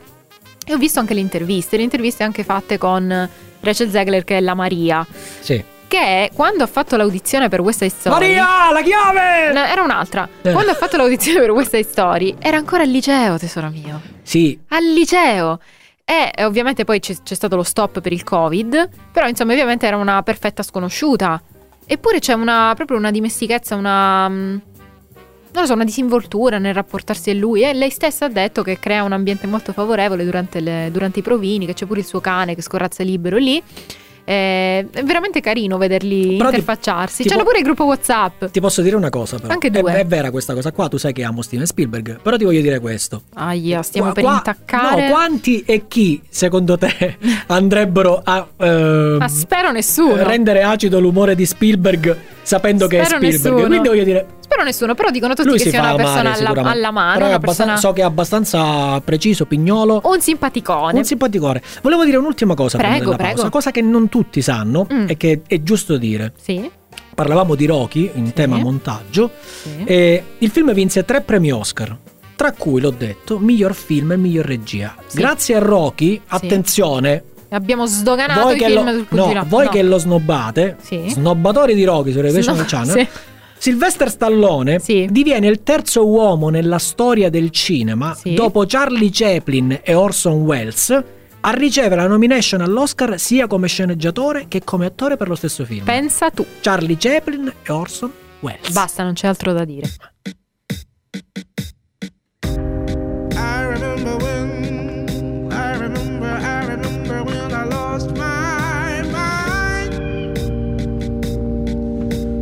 [SPEAKER 3] E ho visto anche le interviste, le interviste anche fatte con Rachel Zegler che è la Maria,
[SPEAKER 2] Sì.
[SPEAKER 3] che quando ha fatto l'audizione per West Side Story...
[SPEAKER 2] Maria, la chiave!
[SPEAKER 3] No, era un'altra.
[SPEAKER 2] Eh.
[SPEAKER 3] Quando ha fatto l'audizione per West Side Story, era ancora al liceo, tesoro mio.
[SPEAKER 2] Sì,
[SPEAKER 3] Al liceo. E eh, ovviamente poi c'è, c'è stato lo stop per il Covid, però insomma ovviamente era una perfetta sconosciuta. Eppure c'è una, proprio una dimestichezza, una... mm, Non lo so, una disinvoltura nel rapportarsi a lui. E lei stessa ha detto che crea un ambiente molto favorevole durante, le- durante i provini, che c'è pure il suo cane che scorrazza libero lì. Eh, È veramente carino vederli
[SPEAKER 2] Però ti-
[SPEAKER 3] interfacciarsi.
[SPEAKER 2] ti
[SPEAKER 3] C'hanno
[SPEAKER 2] po-
[SPEAKER 3] pure il gruppo WhatsApp.
[SPEAKER 2] Ti posso dire una cosa però.
[SPEAKER 3] Anche
[SPEAKER 2] È-
[SPEAKER 3] due.
[SPEAKER 2] È, vera questa cosa qua, tu sai che amo Steven Spielberg, però ti voglio dire questo.
[SPEAKER 3] Aia, stiamo
[SPEAKER 2] Qua-
[SPEAKER 3] per
[SPEAKER 2] qua-
[SPEAKER 3] intaccare.
[SPEAKER 2] No, quanti e chi secondo
[SPEAKER 3] (laughs)
[SPEAKER 2] te andrebbero a ehm,
[SPEAKER 3] Ma spero nessuno.
[SPEAKER 2] rendere acido l'umore di Spielberg sapendo che è
[SPEAKER 3] Spero
[SPEAKER 2] Spielberg?
[SPEAKER 3] nessuno.
[SPEAKER 2] Quindi voglio dire
[SPEAKER 3] Spero nessuno, però dicono tutti
[SPEAKER 2] lui
[SPEAKER 3] che
[SPEAKER 2] si
[SPEAKER 3] sia
[SPEAKER 2] fa
[SPEAKER 3] una
[SPEAKER 2] amare
[SPEAKER 3] persona alla,
[SPEAKER 2] sicuramente.
[SPEAKER 3] alla mano,
[SPEAKER 2] Però è
[SPEAKER 3] una
[SPEAKER 2] abbastan-
[SPEAKER 3] persona
[SPEAKER 2] so
[SPEAKER 3] Oh,
[SPEAKER 2] che è abbastanza preciso, pignolo,
[SPEAKER 3] un simpaticone.
[SPEAKER 2] un simpaticone. Volevo dire un'ultima cosa prima
[SPEAKER 3] Prego,
[SPEAKER 2] della
[SPEAKER 3] prego.
[SPEAKER 2] pausa, cosa che non tutti sanno
[SPEAKER 3] Mm.
[SPEAKER 2] e che è giusto dire.
[SPEAKER 3] sì,
[SPEAKER 2] Parlavamo di Rocky in
[SPEAKER 3] Sì.
[SPEAKER 2] tema montaggio.
[SPEAKER 3] sì.
[SPEAKER 2] E il film vinse tre premi Oscar, tra cui l'ho detto, miglior film e miglior regia.
[SPEAKER 3] Sì.
[SPEAKER 2] Grazie a Rocky, attenzione,
[SPEAKER 3] Abbiamo sdoganato
[SPEAKER 2] voi,
[SPEAKER 3] i
[SPEAKER 2] che
[SPEAKER 3] film
[SPEAKER 2] lo,
[SPEAKER 3] sul
[SPEAKER 2] no,
[SPEAKER 3] pugilato.
[SPEAKER 2] voi che lo snobbate,
[SPEAKER 3] Sì.
[SPEAKER 2] snobbatori di Rocky su Recreation
[SPEAKER 3] Sno-
[SPEAKER 2] Channel,
[SPEAKER 3] sì.
[SPEAKER 2] Sylvester Stallone
[SPEAKER 3] Sì.
[SPEAKER 2] diviene il terzo uomo nella storia del cinema
[SPEAKER 3] Sì.
[SPEAKER 2] dopo Charlie Chaplin e Orson Welles a ricevere la nomination all'Oscar sia come sceneggiatore che come attore per lo stesso film.
[SPEAKER 3] Pensa tu.
[SPEAKER 2] Charlie Chaplin e Orson Welles.
[SPEAKER 3] Basta, non c'è altro da dire.
[SPEAKER 4] I remember when, I remember, I remember when I lost my mind.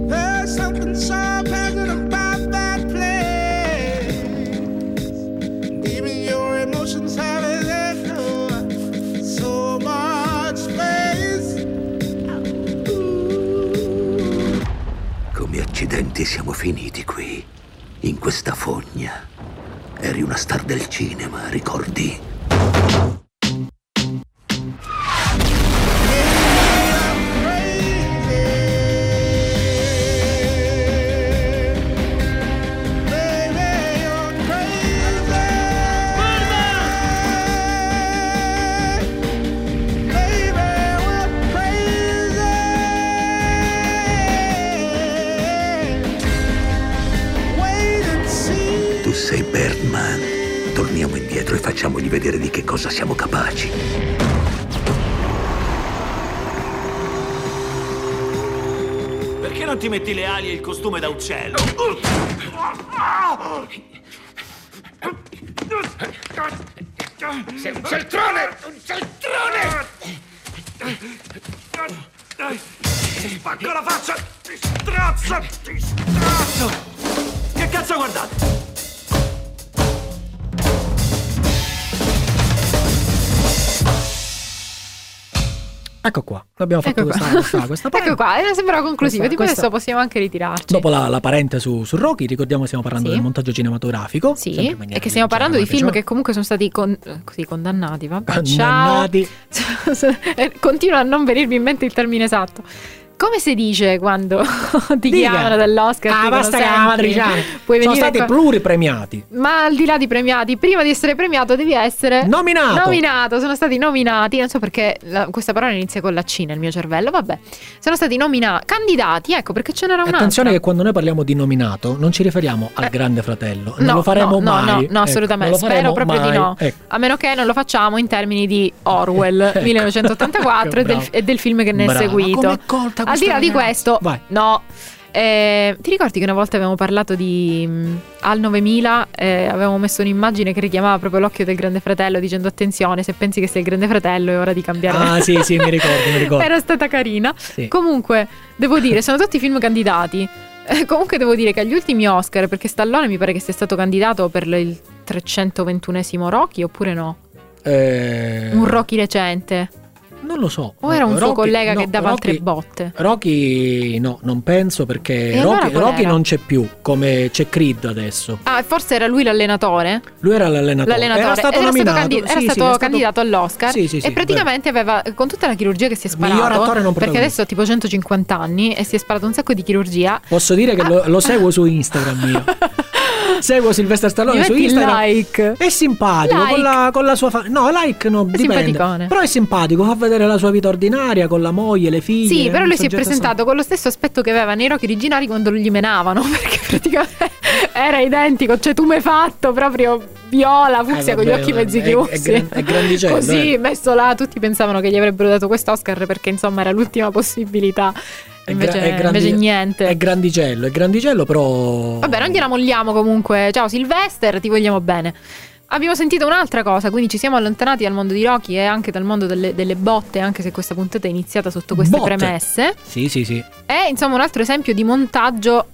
[SPEAKER 4] There's something so pleasant about that place. Even your emotions have an echo, so much space.
[SPEAKER 5] Come accidenti siamo finiti qui, in questa fogna. Eri una star del cinema, ricordi? Tu sei Birdman. Torniamo indietro e facciamogli vedere di che cosa siamo capaci.
[SPEAKER 6] Perché non ti metti le ali e il costume da uccello?
[SPEAKER 4] Sei un Celtrone! Un celtrone!
[SPEAKER 6] Spacco la faccia! Ti strazzo! Ti strazzo! Che cazzo guardate?
[SPEAKER 2] Ecco qua, abbiamo fatto
[SPEAKER 3] Ecco qua.
[SPEAKER 2] questa, questa, questa
[SPEAKER 3] (laughs)
[SPEAKER 2] parte.
[SPEAKER 3] ecco qua, eh, sembrava conclusivo.
[SPEAKER 2] Questa-
[SPEAKER 3] tipo
[SPEAKER 2] questa-
[SPEAKER 3] adesso possiamo anche ritirarci.
[SPEAKER 2] Dopo la, la parente su, su Rocky, ricordiamo stiamo parlando
[SPEAKER 3] Sì.
[SPEAKER 2] del montaggio cinematografico. sempre in
[SPEAKER 3] Sì,
[SPEAKER 2] maniera diciamo.
[SPEAKER 3] e che stiamo parlando di film
[SPEAKER 2] leggermente,
[SPEAKER 3] che comunque sono stati con- eh, così condannati,
[SPEAKER 2] diciamo,
[SPEAKER 3] vabbè.
[SPEAKER 2] Condannati.
[SPEAKER 3] Ciao. (laughs) Eh, Continua a non venirmi in mente il termine esatto. Come si dice quando (laughs) ti
[SPEAKER 2] Dica.
[SPEAKER 3] chiamano dall'Oscar?
[SPEAKER 2] diciamo, Ah,
[SPEAKER 3] ti
[SPEAKER 2] basta che
[SPEAKER 3] dicono,
[SPEAKER 2] la
[SPEAKER 3] "Senti,
[SPEAKER 2] matriciana.
[SPEAKER 3] Puoi
[SPEAKER 2] Sono
[SPEAKER 3] venire
[SPEAKER 2] stati
[SPEAKER 3] qua".
[SPEAKER 2] pluripremiati.
[SPEAKER 3] Ma al di là di premiati, prima di essere premiato devi essere
[SPEAKER 2] Nominato.
[SPEAKER 3] Nominato, sono stati nominati, non so perché la- questa parola inizia con la C nel mio cervello, vabbè. Sono stati nominati, candidati, ecco perché ce n'era un altro.
[SPEAKER 2] Attenzione che quando noi parliamo di nominato non ci riferiamo al
[SPEAKER 3] Eh.
[SPEAKER 2] Grande Fratello,
[SPEAKER 3] No,
[SPEAKER 2] non lo faremo
[SPEAKER 3] no, no,
[SPEAKER 2] mai.
[SPEAKER 3] no, no,
[SPEAKER 2] Ecco, non
[SPEAKER 3] assolutamente,
[SPEAKER 2] lo
[SPEAKER 3] spero
[SPEAKER 2] faremo
[SPEAKER 3] proprio di
[SPEAKER 2] mai.
[SPEAKER 3] no.
[SPEAKER 2] Ecco.
[SPEAKER 3] A meno che non lo facciamo in termini di Orwell
[SPEAKER 2] (laughs) Ecco.
[SPEAKER 3] 1984 e, del,
[SPEAKER 2] Bravo.
[SPEAKER 3] e del film che ne
[SPEAKER 2] Brava,
[SPEAKER 3] è seguito.
[SPEAKER 2] com'è colta
[SPEAKER 3] Al
[SPEAKER 2] questa
[SPEAKER 3] di là di
[SPEAKER 2] ragazza.
[SPEAKER 3] questo,
[SPEAKER 2] Vai.
[SPEAKER 3] no. Eh, ti ricordi che una volta avevamo parlato di mh, Al 9000? eh, avevamo messo un'immagine che richiamava proprio l'occhio del Grande Fratello, dicendo: Attenzione, se pensi che sei il Grande Fratello, è ora di cambiare.
[SPEAKER 2] Ah, sì, sì, mi ricordo,
[SPEAKER 3] (laughs)
[SPEAKER 2] mi ricordo.
[SPEAKER 3] Era stata carina.
[SPEAKER 2] Sì.
[SPEAKER 3] Comunque, devo dire, sono tutti film candidati. Eh, Comunque devo dire che agli ultimi Oscar, perché Stallone mi pare che sia stato candidato per il 321esimo Rocky oppure no?
[SPEAKER 2] Eh,
[SPEAKER 3] Un Rocky recente.
[SPEAKER 2] Non lo so.
[SPEAKER 3] O era un suo
[SPEAKER 2] Rocky-
[SPEAKER 3] collega
[SPEAKER 2] no,
[SPEAKER 3] che dava altre
[SPEAKER 2] Rocky-
[SPEAKER 3] botte?
[SPEAKER 2] Rocky no, non penso perché
[SPEAKER 3] E allora
[SPEAKER 2] Rocky,
[SPEAKER 3] qual
[SPEAKER 2] Rocky
[SPEAKER 3] era?
[SPEAKER 2] non c'è più, come c'è Creed adesso.
[SPEAKER 3] Ah, forse era lui l'allenatore?
[SPEAKER 2] Lui era l'allenatore.
[SPEAKER 3] L'allenatore
[SPEAKER 2] Era stato nominato.
[SPEAKER 3] candi-
[SPEAKER 2] sì,
[SPEAKER 3] era
[SPEAKER 2] sì,
[SPEAKER 3] stato
[SPEAKER 2] era
[SPEAKER 3] candidato all'Oscar
[SPEAKER 2] Sì, sì, sì,
[SPEAKER 3] e praticamente aveva con tutta la chirurgia che si è
[SPEAKER 2] Miglior attore
[SPEAKER 3] sparato
[SPEAKER 2] non
[SPEAKER 3] perché adesso
[SPEAKER 2] protagonista.
[SPEAKER 3] ha tipo 150 anni e si è sparato un sacco di chirurgia
[SPEAKER 2] vero. Posso dire che lo,
[SPEAKER 3] Ah,
[SPEAKER 2] lo seguo su Instagram
[SPEAKER 3] (laughs)
[SPEAKER 2] io. Seguo Silvestre Stallone su
[SPEAKER 3] Gli metti il
[SPEAKER 2] Instagram.
[SPEAKER 3] like
[SPEAKER 2] È simpatico
[SPEAKER 3] Like.
[SPEAKER 2] con la, con la sua fa- No, like no, dipende.
[SPEAKER 3] simpaticone.
[SPEAKER 2] Però è simpatico, fa vedere la sua vita ordinaria con la moglie, le figlie.
[SPEAKER 3] Sì, però
[SPEAKER 2] un
[SPEAKER 3] lui si è
[SPEAKER 2] soggetto
[SPEAKER 3] presentato con lo stesso aspetto che aveva nei Rocky originali quando gli menavano, (laughs) perché praticamente era identico, cioè tu mi hai fatto proprio viola, fucsia
[SPEAKER 2] Eh,
[SPEAKER 3] con gli
[SPEAKER 2] vabbè,
[SPEAKER 3] occhi
[SPEAKER 2] è-
[SPEAKER 3] mezzi
[SPEAKER 2] è-
[SPEAKER 3] chiusi.
[SPEAKER 2] è gran-
[SPEAKER 3] (laughs)
[SPEAKER 2] è grandicello,
[SPEAKER 3] Così,
[SPEAKER 2] eh.
[SPEAKER 3] messo là, tutti pensavano che gli avrebbero dato quest'Oscar perché insomma era l'ultima possibilità.
[SPEAKER 2] È gra-
[SPEAKER 3] Invece,
[SPEAKER 2] è grandi-
[SPEAKER 3] invece
[SPEAKER 2] È
[SPEAKER 3] niente.
[SPEAKER 2] grandicello, è grandicello, però.
[SPEAKER 3] Vabbè, non gliela molliamo comunque. Ciao Sylvester, ti vogliamo bene. Abbiamo sentito un'altra cosa, quindi ci siamo allontanati dal mondo di Rocky e anche dal mondo delle, delle botte, anche se questa puntata è iniziata sotto queste
[SPEAKER 2] Botte.
[SPEAKER 3] premesse.
[SPEAKER 2] Sì, sì, sì.
[SPEAKER 3] È insomma un altro esempio di montaggio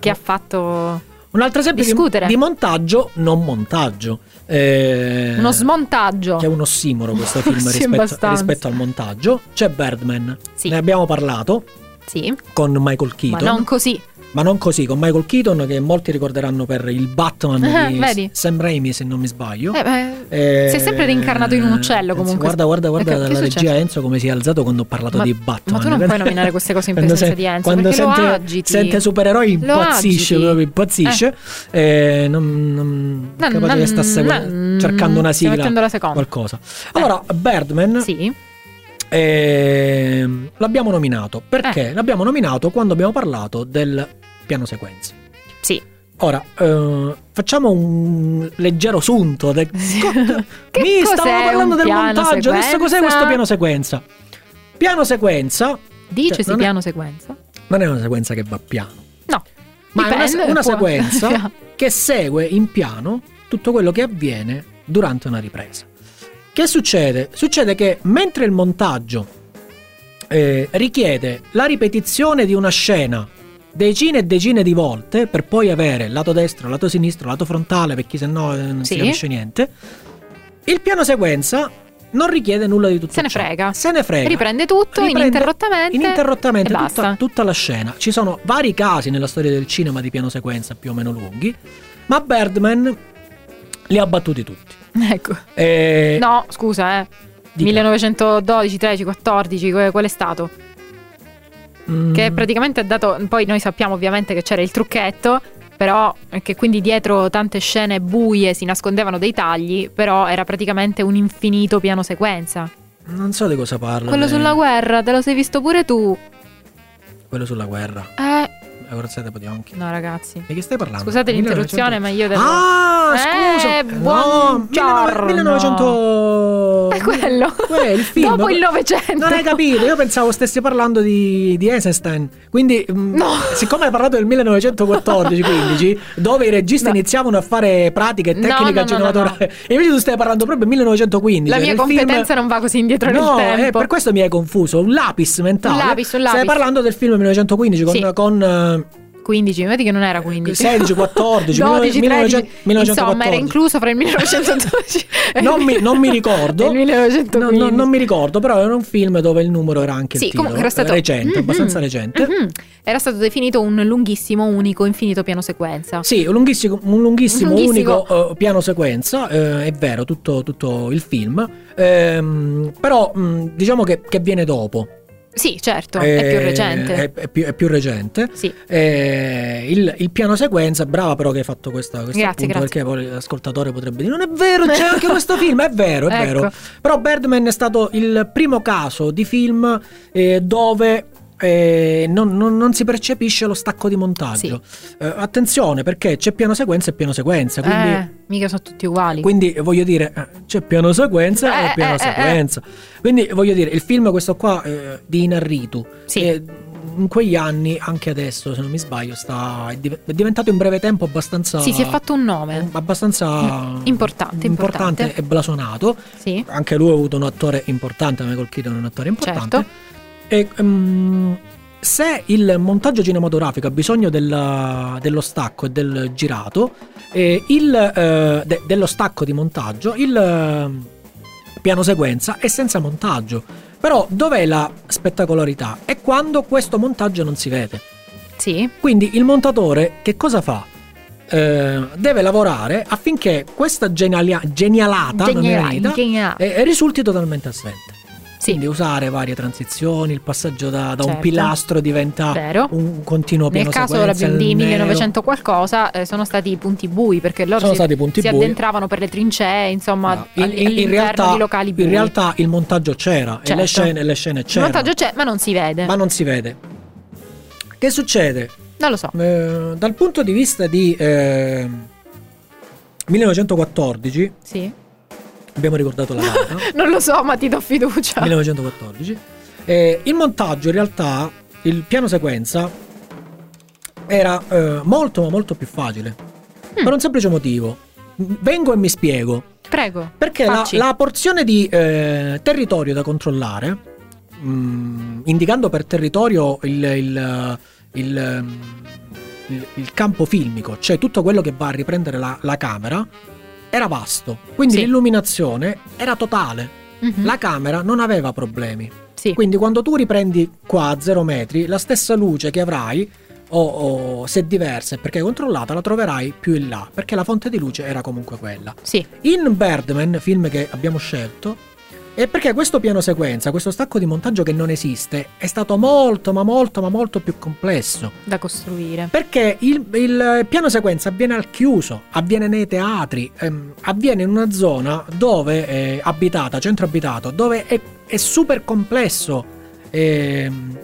[SPEAKER 3] che ha fatto
[SPEAKER 2] Un altro esempio di-
[SPEAKER 3] Discutere.
[SPEAKER 2] Di, montaggio, non montaggio. Eh,
[SPEAKER 3] uno smontaggio.
[SPEAKER 2] Che è un ossimoro
[SPEAKER 3] (laughs)
[SPEAKER 2] questo film
[SPEAKER 3] Sì,
[SPEAKER 2] rispetto,
[SPEAKER 3] abbastanza.
[SPEAKER 2] rispetto al montaggio. C'è Birdman,
[SPEAKER 3] Sì.
[SPEAKER 2] ne abbiamo parlato
[SPEAKER 3] Sì,
[SPEAKER 2] con Michael Keaton.
[SPEAKER 3] ma non così.
[SPEAKER 2] Ma non così, con Michael Keaton che molti ricorderanno per il
[SPEAKER 3] (laughs)
[SPEAKER 2] Batman
[SPEAKER 3] Eh,
[SPEAKER 2] di
[SPEAKER 3] vedi.
[SPEAKER 2] Sam Raimi se non mi sbaglio.
[SPEAKER 3] Eh, beh,
[SPEAKER 2] Eh,
[SPEAKER 3] sei sempre reincarnato in un uccello
[SPEAKER 2] anzi,
[SPEAKER 3] comunque.
[SPEAKER 2] Guarda, guarda, guarda
[SPEAKER 3] Ecco, che
[SPEAKER 2] la
[SPEAKER 3] è successo?
[SPEAKER 2] regia eh. Enzo come si è alzato quando ho parlato
[SPEAKER 3] Ma-
[SPEAKER 2] di Batman.
[SPEAKER 3] ma tu non puoi nominare queste cose in presenza di Enzo,
[SPEAKER 2] Quando
[SPEAKER 3] perché lo
[SPEAKER 2] sente,
[SPEAKER 3] agiti.
[SPEAKER 2] sente supereroi
[SPEAKER 3] Lo
[SPEAKER 2] impazzisce,
[SPEAKER 3] agiti.
[SPEAKER 2] proprio impazzisce. Eh, non, non,
[SPEAKER 3] Nan,
[SPEAKER 2] capace
[SPEAKER 3] nan,
[SPEAKER 2] che sta segu-
[SPEAKER 3] nan,
[SPEAKER 2] cercando una
[SPEAKER 3] sta mettendo
[SPEAKER 2] sigla.
[SPEAKER 3] la seconda.
[SPEAKER 2] Qualcosa. Allora, Birdman
[SPEAKER 3] Sì, Eh.
[SPEAKER 2] ehm, l'abbiamo nominato perché l'abbiamo nominato quando abbiamo parlato del piano sequenza.
[SPEAKER 3] Sì.
[SPEAKER 2] Ora, eh, facciamo un leggero sunto. del- Co-
[SPEAKER 3] (laughs) Che
[SPEAKER 2] Mi
[SPEAKER 3] cos'è
[SPEAKER 2] stavamo parlando
[SPEAKER 3] un
[SPEAKER 2] del
[SPEAKER 3] piano
[SPEAKER 2] montaggio. Adesso cos'è
[SPEAKER 3] sequenza?
[SPEAKER 2] questo piano sequenza? Piano sequenza
[SPEAKER 3] Dicesi
[SPEAKER 2] Cioè, non è-
[SPEAKER 3] piano sequenza.
[SPEAKER 2] non è una sequenza che va piano,
[SPEAKER 3] No.
[SPEAKER 2] ma è una,
[SPEAKER 3] Dipende,
[SPEAKER 2] una
[SPEAKER 3] può- (laughs)
[SPEAKER 2] sequenza che segue in piano tutto quello che avviene durante una ripresa. Che succede? Succede che mentre il montaggio eh, richiede la ripetizione di una scena decine e decine di volte per poi avere lato destro, lato sinistro, lato frontale, perché sennò eh, non si
[SPEAKER 3] Sì.
[SPEAKER 2] capisce niente, il piano sequenza non richiede nulla di tutto
[SPEAKER 3] Se ne
[SPEAKER 2] ciò.
[SPEAKER 3] frega.
[SPEAKER 2] Se ne frega.
[SPEAKER 3] Riprende tutto
[SPEAKER 2] Riprende
[SPEAKER 3] ininterrottamente.
[SPEAKER 2] ininterrottamente
[SPEAKER 3] e
[SPEAKER 2] tutta,
[SPEAKER 3] basta.
[SPEAKER 2] tutta la scena. Ci sono vari casi nella storia del cinema di piano sequenza più o meno lunghi, ma Birdman li ha battuti tutti.
[SPEAKER 3] (laughs) Ecco.
[SPEAKER 2] E-
[SPEAKER 3] No, scusa, eh.
[SPEAKER 2] Dica.
[SPEAKER 3] 1912, 13, 14, que- qual è stato?
[SPEAKER 2] Mm,
[SPEAKER 3] Che praticamente ha dato. Poi noi sappiamo ovviamente che c'era il trucchetto. Però, e che quindi dietro tante scene buie si nascondevano dei tagli, però era praticamente un infinito piano sequenza.
[SPEAKER 2] Non so di cosa parla.
[SPEAKER 3] Quello
[SPEAKER 2] lei.
[SPEAKER 3] sulla guerra, te lo sei visto pure tu.
[SPEAKER 2] Quello sulla guerra.
[SPEAKER 3] Eh,
[SPEAKER 2] Corsate Podionchi.
[SPEAKER 3] no, ragazzi.
[SPEAKER 2] Di che stai parlando?
[SPEAKER 3] Scusate l'interruzione, ma io devo.
[SPEAKER 2] Ah,
[SPEAKER 3] Eh,
[SPEAKER 2] scusa.
[SPEAKER 3] buongiorno.
[SPEAKER 2] No, 1900
[SPEAKER 3] È quello.
[SPEAKER 2] Quello, il film.
[SPEAKER 3] Dopo il Novecento.
[SPEAKER 2] Non hai capito, io pensavo stessi parlando di, di Eisenstein. Quindi, mh,
[SPEAKER 3] No.
[SPEAKER 2] siccome hai parlato del 1914-15, dove i registi
[SPEAKER 3] No.
[SPEAKER 2] iniziavano a fare pratiche e
[SPEAKER 3] No,
[SPEAKER 2] tecnica
[SPEAKER 3] no, no,
[SPEAKER 2] cinematografica, e (laughs) invece tu stai parlando proprio del 1915.
[SPEAKER 3] La mia
[SPEAKER 2] del
[SPEAKER 3] competenza
[SPEAKER 2] film-
[SPEAKER 3] non va così indietro
[SPEAKER 2] No,
[SPEAKER 3] nel
[SPEAKER 2] eh,
[SPEAKER 3] tempo.
[SPEAKER 2] per questo mi hai confuso. Un lapis mentale.
[SPEAKER 3] Un lapis, un
[SPEAKER 2] Stai
[SPEAKER 3] lapis.
[SPEAKER 2] parlando del film 1915 con,
[SPEAKER 3] Sì.
[SPEAKER 2] con eh,
[SPEAKER 3] 15, vedi che non era 15.
[SPEAKER 2] 16,
[SPEAKER 3] (laughs)
[SPEAKER 2] 14,
[SPEAKER 3] 12, 13.
[SPEAKER 2] 1914.
[SPEAKER 3] Insomma, era incluso fra il 1912 e il
[SPEAKER 2] Non mi- non
[SPEAKER 3] (laughs)
[SPEAKER 2] mi ricordo.
[SPEAKER 3] e il 1915.
[SPEAKER 2] No, no, non mi ricordo, però era un film dove il numero era anche
[SPEAKER 3] Sì,
[SPEAKER 2] il titolo.
[SPEAKER 3] comunque era stato
[SPEAKER 2] recente,
[SPEAKER 3] Mhm.
[SPEAKER 2] abbastanza recente.
[SPEAKER 3] Mhm. Era stato definito un lunghissimo, unico, infinito piano sequenza.
[SPEAKER 2] Sì, un lunghissimo, un lunghissimo,
[SPEAKER 3] Un lunghissimo-
[SPEAKER 2] unico eh, piano sequenza, eh, è vero, tutto, tutto il film, Ehm, però mh, diciamo che, che viene dopo.
[SPEAKER 3] Sì, certo, è
[SPEAKER 2] Eh,
[SPEAKER 3] più recente.
[SPEAKER 2] È, è più, è più recente.
[SPEAKER 3] Sì.
[SPEAKER 2] Eh, il, il piano sequenza, brava però che hai fatto questa, questo
[SPEAKER 3] Grazie,
[SPEAKER 2] appunto,
[SPEAKER 3] grazie.
[SPEAKER 2] perché poi l'ascoltatore potrebbe dire non è vero, c'è anche questo film, è vero, è
[SPEAKER 3] (laughs) Ecco.
[SPEAKER 2] vero. Però Birdman è stato il primo caso di film eh, dove eh, non, non- non si percepisce lo stacco di montaggio. Eh, attenzione perché c'è piano sequenza e piano sequenza, quindi...
[SPEAKER 3] Eh, mica sono tutti uguali.
[SPEAKER 2] Quindi eh, voglio dire, eh, c'è piano sequenza
[SPEAKER 3] Eh,
[SPEAKER 2] e piano
[SPEAKER 3] eh, eh,
[SPEAKER 2] sequenza. Quindi voglio dire, il film questo qua eh, di Inarritu,
[SPEAKER 3] Sì.
[SPEAKER 2] eh, in quegli anni, anche adesso se non mi sbaglio, sta- è div- è diventato in breve tempo abbastanza...
[SPEAKER 3] Sì, si è fatto un nome.
[SPEAKER 2] un- abbastanza...
[SPEAKER 3] Importante, importante.
[SPEAKER 2] e blasonato.
[SPEAKER 3] Sì.
[SPEAKER 2] Anche lui ha avuto un attore importante, Michael Keaton è un attore importante.
[SPEAKER 3] Certo.
[SPEAKER 2] E, mm, se il montaggio cinematografico ha bisogno della- dello stacco e del girato, eh, il, eh, de- dello stacco di montaggio, il eh, piano sequenza è senza montaggio. Però dov'è la spettacolarità? È quando questo montaggio non si vede.
[SPEAKER 3] Sì.
[SPEAKER 2] Quindi il montatore che cosa fa? Eh, deve lavorare affinché questa genialia- genialata, non
[SPEAKER 3] Geniale,
[SPEAKER 2] genialita
[SPEAKER 3] geniale.
[SPEAKER 2] eh, risulti totalmente assente.
[SPEAKER 3] Sì,
[SPEAKER 2] Quindi usare varie transizioni, il passaggio da, da un
[SPEAKER 3] Certo.
[SPEAKER 2] pilastro diventa
[SPEAKER 3] vero.
[SPEAKER 2] ah, un continuo piano
[SPEAKER 3] Nel caso
[SPEAKER 2] sequenza,
[SPEAKER 3] della- di
[SPEAKER 2] il nero.
[SPEAKER 3] 1900 qualcosa eh, sono stati i punti bui perché loro
[SPEAKER 2] Sono
[SPEAKER 3] si,
[SPEAKER 2] stati i punti
[SPEAKER 3] si
[SPEAKER 2] bui.
[SPEAKER 3] addentravano per le trincee, insomma,
[SPEAKER 2] No, in, in- in
[SPEAKER 3] all'interno
[SPEAKER 2] realtà,
[SPEAKER 3] di locali bui.
[SPEAKER 2] in realtà il montaggio c'era e
[SPEAKER 3] Certo.
[SPEAKER 2] le scene, le scene
[SPEAKER 3] il
[SPEAKER 2] c'erano,
[SPEAKER 3] montaggio c'è, ma non si vede.
[SPEAKER 2] ma non si vede. Che succede?
[SPEAKER 3] Non lo so.
[SPEAKER 2] Eh, dal punto di vista di eh, 1914,
[SPEAKER 3] Sì.
[SPEAKER 2] abbiamo ricordato la
[SPEAKER 3] (laughs)
[SPEAKER 2] data,
[SPEAKER 3] Non lo so, ma ti do (laughs) fiducia.
[SPEAKER 2] 1914. Eh, il montaggio in realtà, il piano sequenza, era eh, molto ma molto più facile.
[SPEAKER 3] Mm.
[SPEAKER 2] Per un semplice motivo. Vengo e mi spiego.
[SPEAKER 3] Prego.
[SPEAKER 2] Perché la,
[SPEAKER 3] facci.
[SPEAKER 2] la porzione di eh, territorio da controllare, mm, indicando per territorio il, il- il, mm, il- il campo filmico, cioè tutto quello che va a riprendere la, la camera, era vasto. Quindi
[SPEAKER 3] Sì.
[SPEAKER 2] l'illuminazione era totale.
[SPEAKER 3] Mhm.
[SPEAKER 2] La camera non aveva problemi.
[SPEAKER 3] Sì.
[SPEAKER 2] Quindi quando tu riprendi qua a 0 metri, la stessa luce che avrai, o, o se è diversa e perché è controllata, la troverai più in là, perché la fonte di luce era comunque quella.
[SPEAKER 3] Sì.
[SPEAKER 2] In Birdman, film che abbiamo scelto, è perché questo piano sequenza, questo stacco di montaggio che non esiste, è stato molto, ma molto, ma molto più complesso.
[SPEAKER 3] Da costruire.
[SPEAKER 2] Perché il, il piano sequenza avviene al chiuso, avviene nei teatri, ehm, avviene in una zona dove è abitata, centro abitato, dove è, è super complesso ehm,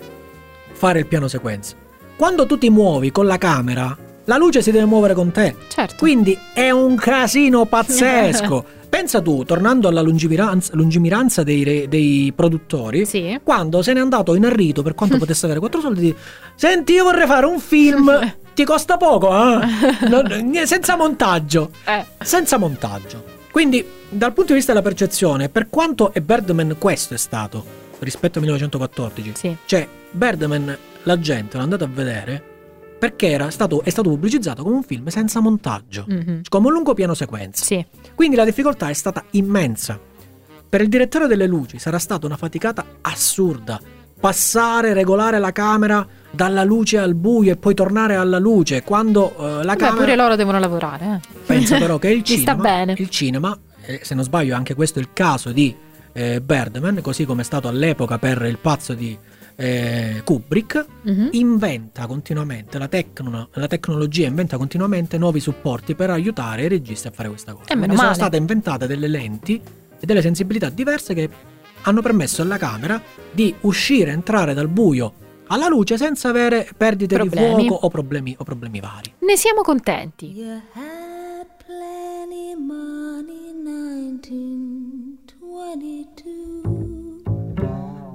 [SPEAKER 2] fare il piano sequenza. quando tu ti muovi con la camera, la luce si deve muovere con te.
[SPEAKER 3] Certo.
[SPEAKER 2] Quindi è un casino pazzesco. Pensa tu, tornando alla lungimiranza, lungimiranza dei, re- dei produttori, (laughs)
[SPEAKER 3] Sì.
[SPEAKER 2] quando se n'è andato in arrito per quanto potesse avere quattro soldi, dice, senti io vorrei fare un film, ti costa poco,
[SPEAKER 3] (laughs)
[SPEAKER 2] eh? Non- senza montaggio
[SPEAKER 3] Eh.
[SPEAKER 2] senza montaggio. Quindi, dal punto di vista della percezione, per quanto è Birdman questo è stato rispetto al 1914,
[SPEAKER 3] Sì.
[SPEAKER 2] cioè Birdman la gente l'ha andato a vedere perché era stato, è stato pubblicizzato come un film senza montaggio,
[SPEAKER 3] Mhm.
[SPEAKER 2] come un lungo piano sequenza.
[SPEAKER 3] Sì.
[SPEAKER 2] Quindi la difficoltà è stata immensa. Per il direttore delle luci sarà stata una faticata assurda. Passare, regolare la camera dalla luce al buio e poi tornare alla luce quando eh, la
[SPEAKER 3] Beh,
[SPEAKER 2] camera...
[SPEAKER 3] pure loro devono lavorare. eh.
[SPEAKER 2] (laughs) Penso però
[SPEAKER 3] (laughs)
[SPEAKER 2] che il
[SPEAKER 3] Ci
[SPEAKER 2] cinema,
[SPEAKER 3] sta bene.
[SPEAKER 2] il cinema, eh, se non sbaglio anche questo è il caso di eh, Birdman, così come è stato all'epoca per il pazzo di eh, Kubrick,
[SPEAKER 3] Mhm.
[SPEAKER 2] inventa continuamente, la, tecno- la tecnologia inventa continuamente nuovi supporti per aiutare i registi a fare questa cosa.
[SPEAKER 3] E Eh, meno
[SPEAKER 2] Quindi sono
[SPEAKER 3] male.
[SPEAKER 2] state inventate delle lenti e delle sensibilità diverse che hanno permesso alla camera di uscire, entrare dal buio alla luce senza avere perdite
[SPEAKER 3] Problemi.
[SPEAKER 2] di fuoco o problemi, o problemi vari.
[SPEAKER 3] Ne siamo contenti.
[SPEAKER 7] You had plenty money, 1922.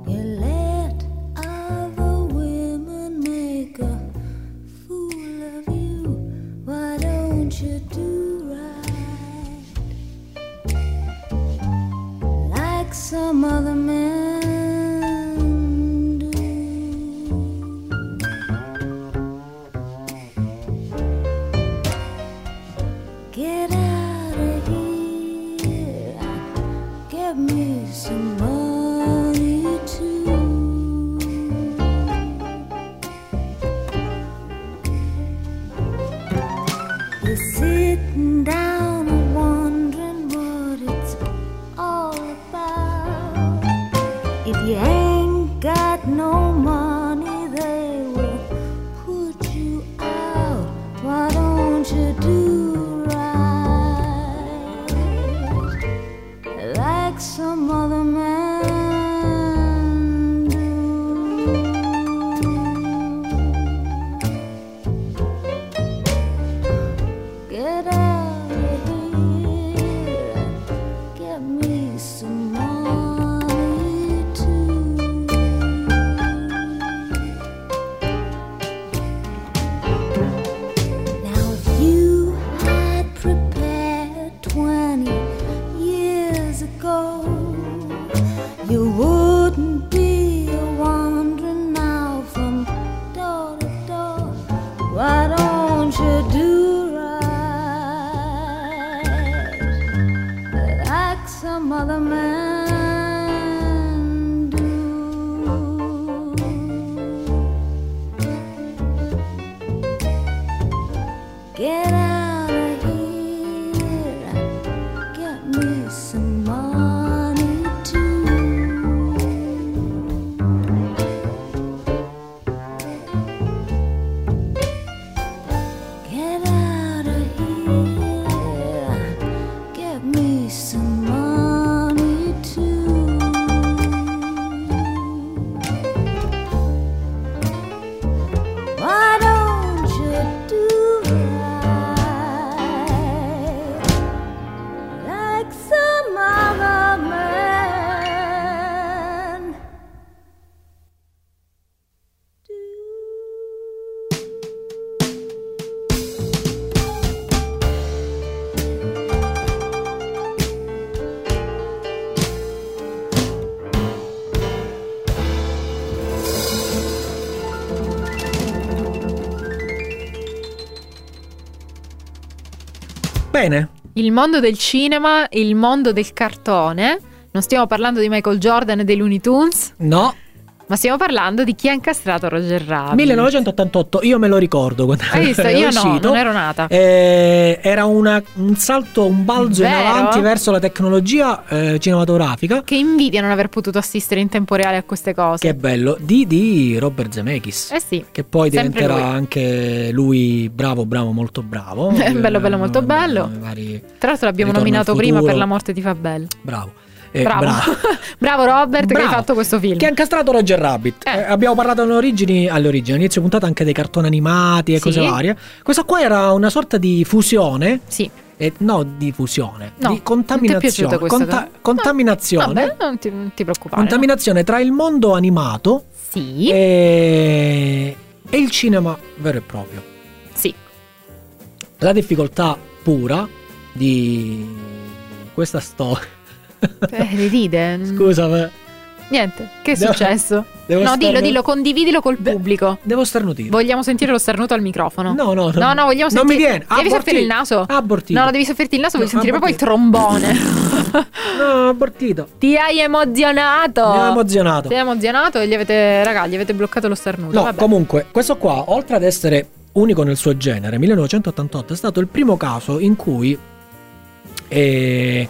[SPEAKER 7] You let other women make a fool of you. Why don't you do right like some other men do? Get out of here. Give me some money too. You're sitting down and wondering what it's all about. If you ain't got no money, they will put you out. Why don't you do right like some other man do? Get out of here. Give me some money too. Now if you had prepared twenty years ago, you wouldn't be a wandering now from door to door. Why don't you do right? like some other man do. Get out of here, get me some money too. Get out of here. Get me some money too. Why don't you do right like some other man?
[SPEAKER 2] Bene,
[SPEAKER 3] Il mondo del cinema, il mondo del cartone. Non stiamo parlando di Michael Jordan e dei Looney Tunes,
[SPEAKER 2] no,
[SPEAKER 3] ma stiamo parlando di chi ha incastrato Roger Rabbit.
[SPEAKER 2] 1988, io me lo ricordo quando
[SPEAKER 3] Ah, Hai
[SPEAKER 2] (laughs)
[SPEAKER 3] visto?
[SPEAKER 2] è
[SPEAKER 3] Io no,
[SPEAKER 2] uscito.
[SPEAKER 3] non ero nata.
[SPEAKER 2] Eh, era una- un salto, un balzo in
[SPEAKER 3] Vero?
[SPEAKER 2] avanti verso la tecnologia eh, cinematografica.
[SPEAKER 3] Che invidia non aver potuto assistere in tempo reale a queste cose.
[SPEAKER 2] Che bello, di, di Robert Zemeckis.
[SPEAKER 3] Eh sì.
[SPEAKER 2] Che poi
[SPEAKER 3] Sempre
[SPEAKER 2] diventerà
[SPEAKER 3] lui.
[SPEAKER 2] anche lui bravo, bravo, molto bravo.
[SPEAKER 3] (laughs) Bello, bello, molto
[SPEAKER 2] Eh,
[SPEAKER 3] bello.
[SPEAKER 2] vari-
[SPEAKER 3] Tra l'altro l'abbiamo
[SPEAKER 2] Ritorno al
[SPEAKER 3] nominato prima
[SPEAKER 2] futuro.
[SPEAKER 3] per La morte di Fabel.
[SPEAKER 2] Bravo. Eh,
[SPEAKER 3] bravo. (laughs)
[SPEAKER 2] bravo.
[SPEAKER 3] Bravo Robert che hai
[SPEAKER 2] Bravo.
[SPEAKER 3] fatto questo film.
[SPEAKER 2] Che ha incastrato Roger Rabbit.
[SPEAKER 3] Eh.
[SPEAKER 2] Eh, abbiamo parlato alle origini, alle origini, all'inizio puntata anche dei cartoni animati e
[SPEAKER 3] Sì.
[SPEAKER 2] cose varie. Questa qua era una sorta di fusione,
[SPEAKER 3] Sì.
[SPEAKER 2] eh, no di fusione,
[SPEAKER 3] No,
[SPEAKER 2] di
[SPEAKER 3] Non ti è
[SPEAKER 2] contaminazione.
[SPEAKER 3] piaciuta questa
[SPEAKER 2] Conta-
[SPEAKER 3] cosa? Ah,
[SPEAKER 2] contaminazione.
[SPEAKER 3] Vabbè, non ti, non ti preoccupare.
[SPEAKER 2] contaminazione tra il mondo animato
[SPEAKER 3] no? Sì,
[SPEAKER 2] Eh. e... e il cinema vero e proprio. (laughs)
[SPEAKER 3] sì.
[SPEAKER 2] La difficoltà pura di questa storia. (laughs)
[SPEAKER 3] Eh, le ride.
[SPEAKER 2] Scusa, ma
[SPEAKER 3] Niente, che è
[SPEAKER 2] Devo-
[SPEAKER 3] successo?
[SPEAKER 2] devo
[SPEAKER 3] no, dillo,
[SPEAKER 2] starnu-
[SPEAKER 3] dillo, condividilo col
[SPEAKER 2] De-
[SPEAKER 3] pubblico.
[SPEAKER 2] devo starnutire.
[SPEAKER 3] Vogliamo sentire lo starnuto al microfono.
[SPEAKER 2] No, no,
[SPEAKER 3] No, no, vogliamo
[SPEAKER 2] Non mi
[SPEAKER 3] sentire-
[SPEAKER 2] viene. Ah,
[SPEAKER 3] devi soffiare il naso.
[SPEAKER 2] Abortito.
[SPEAKER 3] No, no, devi sofferti il naso, voglio
[SPEAKER 2] No,
[SPEAKER 3] sentire proprio il
[SPEAKER 2] abortito.
[SPEAKER 3] trombone.
[SPEAKER 2] (laughs) No, abortito.
[SPEAKER 3] Ti hai emozionato.
[SPEAKER 2] Mi ha emozionato.
[SPEAKER 3] Ti hai emozionato e gli avete, raga, gli avete bloccato lo starnuto.
[SPEAKER 2] No,
[SPEAKER 3] Vabbè.
[SPEAKER 2] comunque, questo qua, oltre ad essere unico nel suo genere, 1988 è stato il primo caso in cui eh,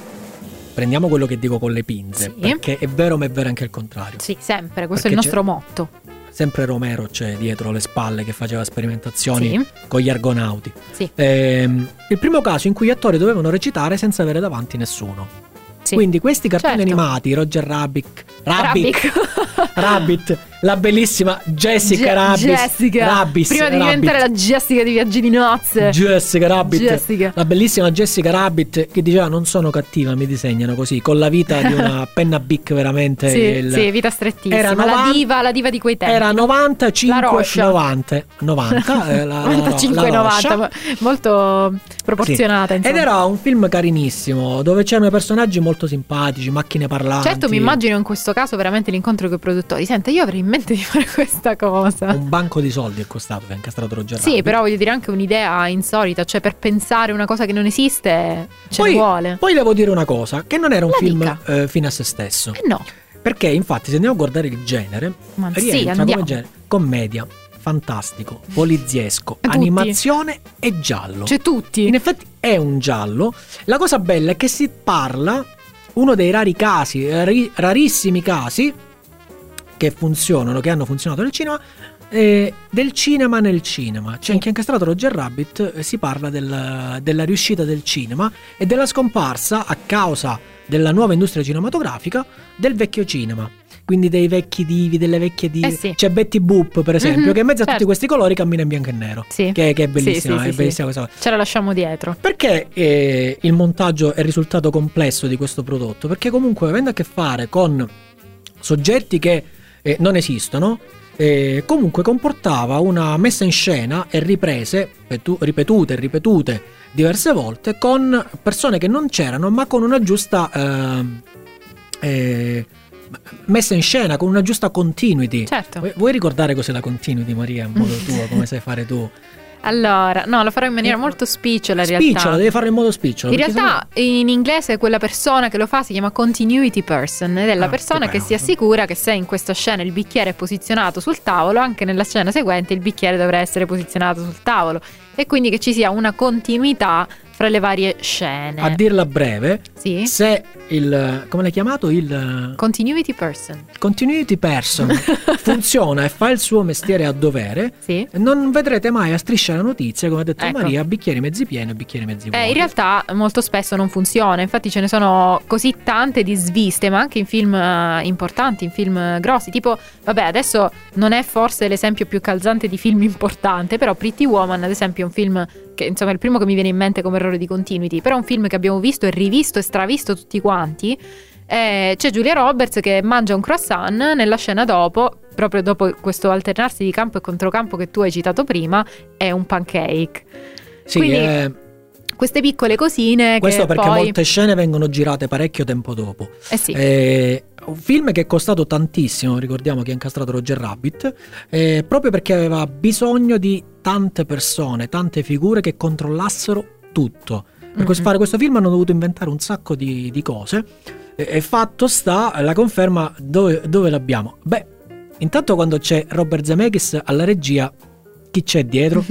[SPEAKER 2] prendiamo quello che dico con le pinze,
[SPEAKER 3] Sì.
[SPEAKER 2] perché è vero ma è vero anche il contrario.
[SPEAKER 3] Sì, sempre, questo
[SPEAKER 2] Perché
[SPEAKER 3] è il
[SPEAKER 2] c'è-
[SPEAKER 3] nostro motto.
[SPEAKER 2] Sempre Romero c'è dietro le spalle che faceva sperimentazioni
[SPEAKER 3] Sì.
[SPEAKER 2] con gli argonauti.
[SPEAKER 3] Sì.
[SPEAKER 2] Ehm, il primo caso in cui gli attori dovevano recitare senza avere davanti nessuno.
[SPEAKER 3] Sì.
[SPEAKER 2] Quindi questi cartoni
[SPEAKER 3] Certo.
[SPEAKER 2] animati, Roger Rabbit, Rabbit,
[SPEAKER 3] Rabbit. (laughs)
[SPEAKER 2] Rabbit, la bellissima Jessica
[SPEAKER 3] Ge-
[SPEAKER 2] Rabbit,
[SPEAKER 3] Jessica.
[SPEAKER 2] Rabbis,
[SPEAKER 3] Prima di
[SPEAKER 2] Rabbit.
[SPEAKER 3] diventare la Jessica di Viaggi di Nozze.
[SPEAKER 2] Jessica Rabbit,
[SPEAKER 3] Jessica.
[SPEAKER 2] la bellissima Jessica Rabbit che diceva non sono cattiva, mi disegnano così, con la vita di
[SPEAKER 3] (laughs)
[SPEAKER 2] una penna bic veramente.
[SPEAKER 3] Sì,
[SPEAKER 2] il-
[SPEAKER 3] sì, vita strettissima.
[SPEAKER 2] Era
[SPEAKER 3] la
[SPEAKER 2] novan-
[SPEAKER 3] diva, la diva di quei tempi.
[SPEAKER 2] Era 95
[SPEAKER 3] La Roche.
[SPEAKER 2] 90, 90
[SPEAKER 3] (laughs)
[SPEAKER 2] eh, la- la- la Roche.
[SPEAKER 3] 95-90, molto proporzionata.
[SPEAKER 2] Ed
[SPEAKER 3] insomma.
[SPEAKER 2] era un film carinissimo dove c'erano personaggi molto simpatici, macchine parlanti.
[SPEAKER 3] Certo, mi immagino in questo caso veramente l'incontro con i produttori. Senta, io avrei in mente di (laughs) fare questa cosa.
[SPEAKER 2] Un banco di soldi è costato che ha incastrato Roger
[SPEAKER 3] Sì,
[SPEAKER 2] Rabbit.
[SPEAKER 3] però voglio dire anche un'idea insolita, cioè per pensare una cosa che non esiste ce
[SPEAKER 2] poi,
[SPEAKER 3] ne vuole.
[SPEAKER 2] Poi devo dire una cosa, che non era un
[SPEAKER 3] La
[SPEAKER 2] film
[SPEAKER 3] dica.
[SPEAKER 2] eh, fine a se stesso.
[SPEAKER 3] Eh no,
[SPEAKER 2] Perché infatti se andiamo a guardare il genere,
[SPEAKER 3] ma sì,
[SPEAKER 2] rientra
[SPEAKER 3] andiamo.
[SPEAKER 2] come genere commedia, fantastico, poliziesco,
[SPEAKER 3] Tutti.
[SPEAKER 2] animazione e giallo.
[SPEAKER 3] Cioè tutti.
[SPEAKER 2] In effetti è un giallo. La cosa bella è che si parla, uno dei rari casi, rari- rarissimi casi che funzionano, che hanno funzionato nel cinema, eh, del cinema nel cinema. C'è anche incastrato Roger Rabbit, eh, si parla del- della riuscita del cinema e della scomparsa a causa della nuova industria cinematografica del vecchio cinema. Quindi dei vecchi divi, delle vecchie divi.
[SPEAKER 3] Eh sì.
[SPEAKER 2] C'è Betty Boop, per esempio,
[SPEAKER 3] Mhm,
[SPEAKER 2] che in mezzo a
[SPEAKER 3] certo.
[SPEAKER 2] tutti questi colori cammina in bianco e nero.
[SPEAKER 3] Sì.
[SPEAKER 2] Che, che è
[SPEAKER 3] Sì,
[SPEAKER 2] bellissima,
[SPEAKER 3] sì, sì,
[SPEAKER 2] è
[SPEAKER 3] sì.
[SPEAKER 2] bellissima questa cosa.
[SPEAKER 3] Ce la lasciamo dietro.
[SPEAKER 2] Perché eh, il montaggio è il risultato complesso di questo prodotto? Perché comunque avendo a che fare con soggetti che eh, non esistono, eh, comunque comportava una messa in scena e riprese petu- ripetute e ripetute diverse volte con persone che non c'erano ma con una giusta ehm, eh, messa in scena, con una giusta continuity.
[SPEAKER 3] Certo.
[SPEAKER 2] Vuoi- Vuoi ricordare cos'è la continuity Maria, in
[SPEAKER 3] (laughs)
[SPEAKER 2] modo tuo, come sai fare tu?
[SPEAKER 3] Allora, no, lo farò in maniera molto spicciola in realtà.
[SPEAKER 2] Spicciolo, devi farlo in modo spicciolo.
[SPEAKER 3] In
[SPEAKER 2] perché sennò-
[SPEAKER 3] realtà in inglese quella persona che lo fa si chiama continuity person ed è la
[SPEAKER 2] Ah,
[SPEAKER 3] persona
[SPEAKER 2] che
[SPEAKER 3] che si
[SPEAKER 2] bravo.
[SPEAKER 3] assicura che se in questa scena il bicchiere è posizionato sul tavolo, anche nella scena seguente il bicchiere dovrà essere posizionato sul tavolo e quindi che ci sia una continuità fra le varie scene.
[SPEAKER 2] A dirla breve,
[SPEAKER 3] Eh. sì?
[SPEAKER 2] se il come l'hai chiamato il
[SPEAKER 3] Continuity person.
[SPEAKER 2] continuity
[SPEAKER 3] (laughs)
[SPEAKER 2] person funziona e fa il suo mestiere a dovere,
[SPEAKER 3] Sì?
[SPEAKER 2] non vedrete mai a striscia la notizia, come ha detto
[SPEAKER 3] Ecco.
[SPEAKER 2] Maria, bicchieri mezzi pieni e bicchieri mezzi vuoti.
[SPEAKER 3] Eh, in realtà molto spesso non funziona, infatti ce ne sono così tante di sviste, ma anche in film eh, importanti, in film eh, grossi, tipo, vabbè, adesso non è forse l'esempio più calzante di film importante, però Pretty Woman, ad esempio, è un film che insomma è il primo che mi viene in mente come errore di continuity, però è un film che abbiamo visto e rivisto e stravisto tutti quanti. Eh, c'è Giulia Roberts che mangia un croissant nella scena dopo, proprio dopo questo alternarsi di campo e controcampo che tu hai citato prima, è un pancake.
[SPEAKER 2] sì,
[SPEAKER 3] quindi-
[SPEAKER 2] eh,
[SPEAKER 3] Queste piccole cosine
[SPEAKER 2] questo
[SPEAKER 3] che
[SPEAKER 2] perché
[SPEAKER 3] poi...
[SPEAKER 2] molte scene vengono girate parecchio tempo dopo.
[SPEAKER 3] Eh sì,
[SPEAKER 2] Eh, un film che è costato tantissimo, ricordiamo che ha incastrato Roger Rabbit, eh, proprio perché aveva bisogno di tante persone, tante figure che controllassero tutto. Per
[SPEAKER 3] Mm-mm.
[SPEAKER 2] cos- fare questo film hanno dovuto inventare un sacco di, di cose e, e fatto sta la conferma dove, dove l'abbiamo. Beh, intanto quando c'è Robert Zemeckis alla regia, chi c'è
[SPEAKER 3] (laughs)
[SPEAKER 2] dietro?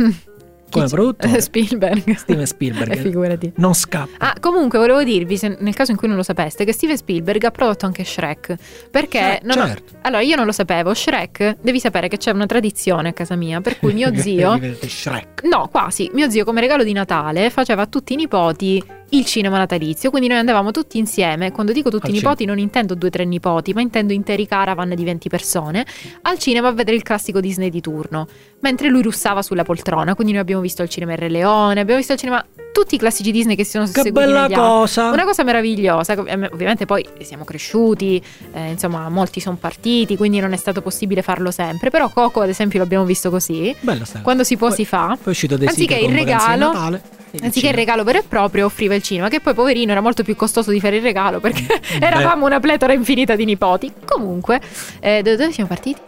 [SPEAKER 2] Come
[SPEAKER 3] c'è? Eh,
[SPEAKER 2] produttore?
[SPEAKER 3] (laughs) Spielberg.
[SPEAKER 2] Steven Spielberg.
[SPEAKER 3] Eh, (laughs) figurati.
[SPEAKER 2] Non scappa.
[SPEAKER 3] Ah, comunque volevo dirvi, se- nel caso in cui non lo sapeste, che Steven Spielberg ha prodotto anche Shrek. Perché...
[SPEAKER 2] Cioè,
[SPEAKER 3] non ho-
[SPEAKER 2] certo.
[SPEAKER 3] Allora, io non lo sapevo, Shrek, devi sapere che c'è una tradizione a casa mia,
[SPEAKER 2] (laughs)
[SPEAKER 3] per cui mio zio...
[SPEAKER 2] Shrek.
[SPEAKER 3] No, quasi. Mio zio come regalo di Natale faceva a tutti i nipoti il cinema natalizio, quindi noi andavamo tutti insieme, quando dico tutti
[SPEAKER 2] Al
[SPEAKER 3] i nipoti non intendo due o tre nipoti, ma intendo interi caravan di 20 persone, al cinema a vedere il classico Disney di turno, mentre lui russava sulla poltrona, quindi noi abbiamo visto al cinema Il Re Leone, abbiamo visto al cinema tutti i classici Disney che si sono
[SPEAKER 2] Che
[SPEAKER 3] susseguiti
[SPEAKER 2] bella
[SPEAKER 3] negli anni.
[SPEAKER 2] cosa.
[SPEAKER 3] Una cosa meravigliosa, che, eh, ovviamente poi siamo cresciuti, eh, insomma molti sono partiti, quindi non è stato possibile farlo sempre, però Coco ad esempio l'abbiamo visto così,
[SPEAKER 2] Bella sta.
[SPEAKER 3] quando si può
[SPEAKER 2] Eh. Poi-
[SPEAKER 3] si fa,
[SPEAKER 2] Poi è uscito dei
[SPEAKER 3] anziché il regalo- anziché il regalo vero e proprio offriva il cinema, che poi poverino era molto più costoso di fare il regalo perché eravamo una pletora infinita di nipoti. Comunque, eh, da dove siamo partiti?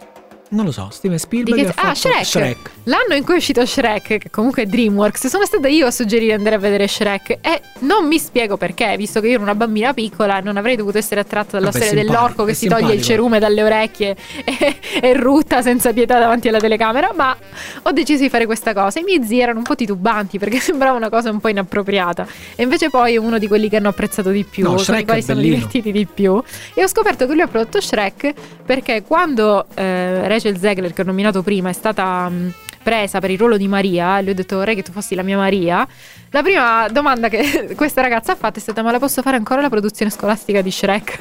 [SPEAKER 2] Non lo so, Steven Spielberg.
[SPEAKER 3] Di che-
[SPEAKER 2] ha
[SPEAKER 3] ah,
[SPEAKER 2] fatto
[SPEAKER 3] Shrek. L'anno in cui è uscito Shrek, che comunque è DreamWorks, sono stata io a suggerire di andare a vedere Shrek e non mi spiego perché, visto che io ero una bambina piccola e non avrei dovuto essere attratta dalla
[SPEAKER 2] Vabbè,
[SPEAKER 3] storia
[SPEAKER 2] simpatico,
[SPEAKER 3] dell'orco che
[SPEAKER 2] è
[SPEAKER 3] si toglie il
[SPEAKER 2] simpatico.
[SPEAKER 3] cerume dalle orecchie e, e rutta senza pietà davanti alla telecamera, ma ho deciso di fare questa cosa. I miei zii erano un po' titubanti perché (laughs) sembrava una cosa un po' inappropriata e invece poi è uno di quelli che hanno apprezzato di più,
[SPEAKER 2] No,
[SPEAKER 3] con
[SPEAKER 2] Shrek
[SPEAKER 3] i quali
[SPEAKER 2] è
[SPEAKER 3] sono
[SPEAKER 2] bellino.
[SPEAKER 3] divertiti di più e ho scoperto che lui ha prodotto Shrek perché quando eh, Rachel Zegler, che ho nominato prima, è stata mh, presa per il ruolo di Maria, gli ho detto vorrei che tu fossi la mia Maria, la prima domanda che (laughs) questa ragazza ha fatto è stata ma la posso fare ancora la produzione scolastica di Shrek?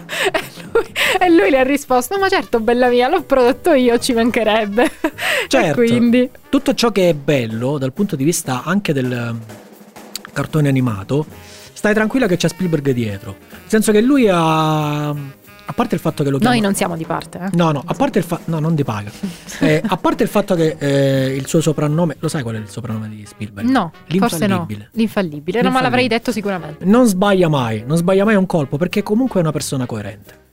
[SPEAKER 3] (laughs) E lui, e lui le ha risposto ma certo bella mia, l'ho prodotto io, ci mancherebbe. (laughs) e
[SPEAKER 2] Certo.
[SPEAKER 3] quindi
[SPEAKER 2] Tutto ciò che è bello dal punto di vista anche del ehm, cartone animato, stai tranquilla che c'è Spielberg dietro. Nel senso che lui ha. A parte il fatto che lo chiama.
[SPEAKER 3] noi non siamo di parte. eh.
[SPEAKER 2] No, no, a parte il fatto. No, non ti
[SPEAKER 3] (laughs)
[SPEAKER 2] paga. Eh, a parte il fatto che eh, il suo soprannome. Lo sai qual è il soprannome di Spielberg?
[SPEAKER 3] (laughs) No, forse no.
[SPEAKER 2] Eh, L'infallibile.
[SPEAKER 3] L'infallibile. No, ma l'avrei
[SPEAKER 2] L'infallibile.
[SPEAKER 3] detto sicuramente.
[SPEAKER 2] Non sbaglia mai, non sbaglia mai un colpo perché comunque è una persona coerente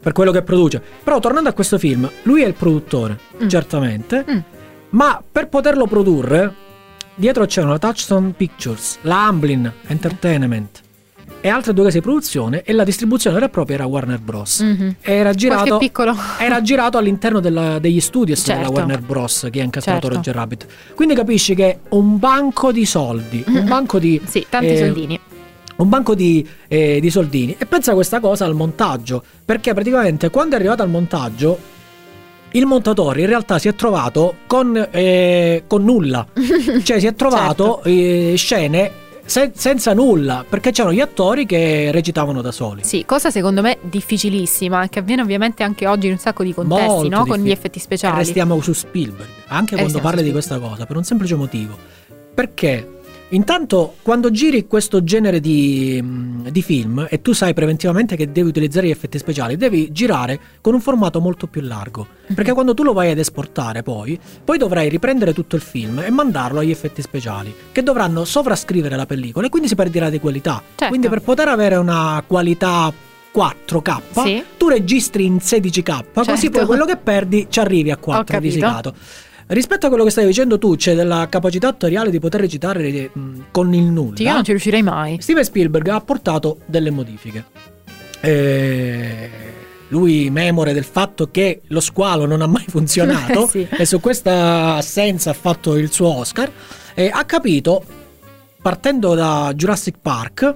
[SPEAKER 2] per quello che produce. Però tornando a questo film, lui è il produttore,
[SPEAKER 3] Mm.
[SPEAKER 2] certamente,
[SPEAKER 3] Mm.
[SPEAKER 2] ma per poterlo produrre dietro c'erano la Touchstone Pictures, la Amblin Entertainment e altre due case di produzione e la distribuzione vera e propria era Warner Bros.
[SPEAKER 3] Mhm.
[SPEAKER 2] Era girato
[SPEAKER 3] Qualche piccolo...
[SPEAKER 2] era girato all'interno della- degli studios della
[SPEAKER 3] Certo.
[SPEAKER 2] Warner Bros. che ha incastrato
[SPEAKER 3] Certo.
[SPEAKER 2] Roger Rabbit. Quindi capisci che è un banco di soldi, un
[SPEAKER 3] Mhm.
[SPEAKER 2] banco di
[SPEAKER 3] Sì, tanti
[SPEAKER 2] Eh,
[SPEAKER 3] soldini.
[SPEAKER 2] un banco di, eh, di soldini e pensa questa cosa al montaggio perché praticamente quando è arrivato al montaggio il montatore in realtà si è trovato con, eh, con
[SPEAKER 3] (laughs)
[SPEAKER 2] nulla cioè si è trovato
[SPEAKER 3] Certo.
[SPEAKER 2] eh, scene se- senza nulla perché c'erano gli attori che recitavano da soli
[SPEAKER 3] Sì, cosa secondo me difficilissima, che avviene ovviamente anche oggi in un sacco di contesti,
[SPEAKER 2] Molto
[SPEAKER 3] no? Con
[SPEAKER 2] difficile.
[SPEAKER 3] gli effetti
[SPEAKER 2] E
[SPEAKER 3] speciali.
[SPEAKER 2] restiamo su Spielberg anche
[SPEAKER 3] E
[SPEAKER 2] quando
[SPEAKER 3] restiamo
[SPEAKER 2] parli
[SPEAKER 3] su
[SPEAKER 2] di questa cosa per un semplice motivo perché Intanto, quando giri questo genere di, mh, di film e tu sai preventivamente che devi utilizzare gli effetti speciali, devi girare con un formato molto più largo.
[SPEAKER 3] Mhm.
[SPEAKER 2] Perché quando tu lo vai ad esportare, poi, poi dovrai riprendere tutto il film e mandarlo agli effetti speciali, che dovranno sovrascrivere la pellicola e quindi si perderà di qualità.
[SPEAKER 3] Certo.
[SPEAKER 2] Quindi, per poter avere una qualità 4K,
[SPEAKER 3] Sì.
[SPEAKER 2] tu registri in 16K, così
[SPEAKER 3] Certo.
[SPEAKER 2] poi quello che perdi ci arrivi a 4
[SPEAKER 3] capito.
[SPEAKER 2] risicato. Rispetto a quello che stavi dicendo tu, c'è della capacità attoriale di poter recitare mh, con il nulla.
[SPEAKER 3] Sì, Io non ci riuscirei mai.
[SPEAKER 2] Steven Spielberg ha apportato delle modifiche. Eh, lui, memore del fatto che lo squalo non ha mai funzionato
[SPEAKER 3] (laughs) Sì.
[SPEAKER 2] e su questa assenza ha fatto il suo Oscar, eh, ha capito, partendo da Jurassic Park,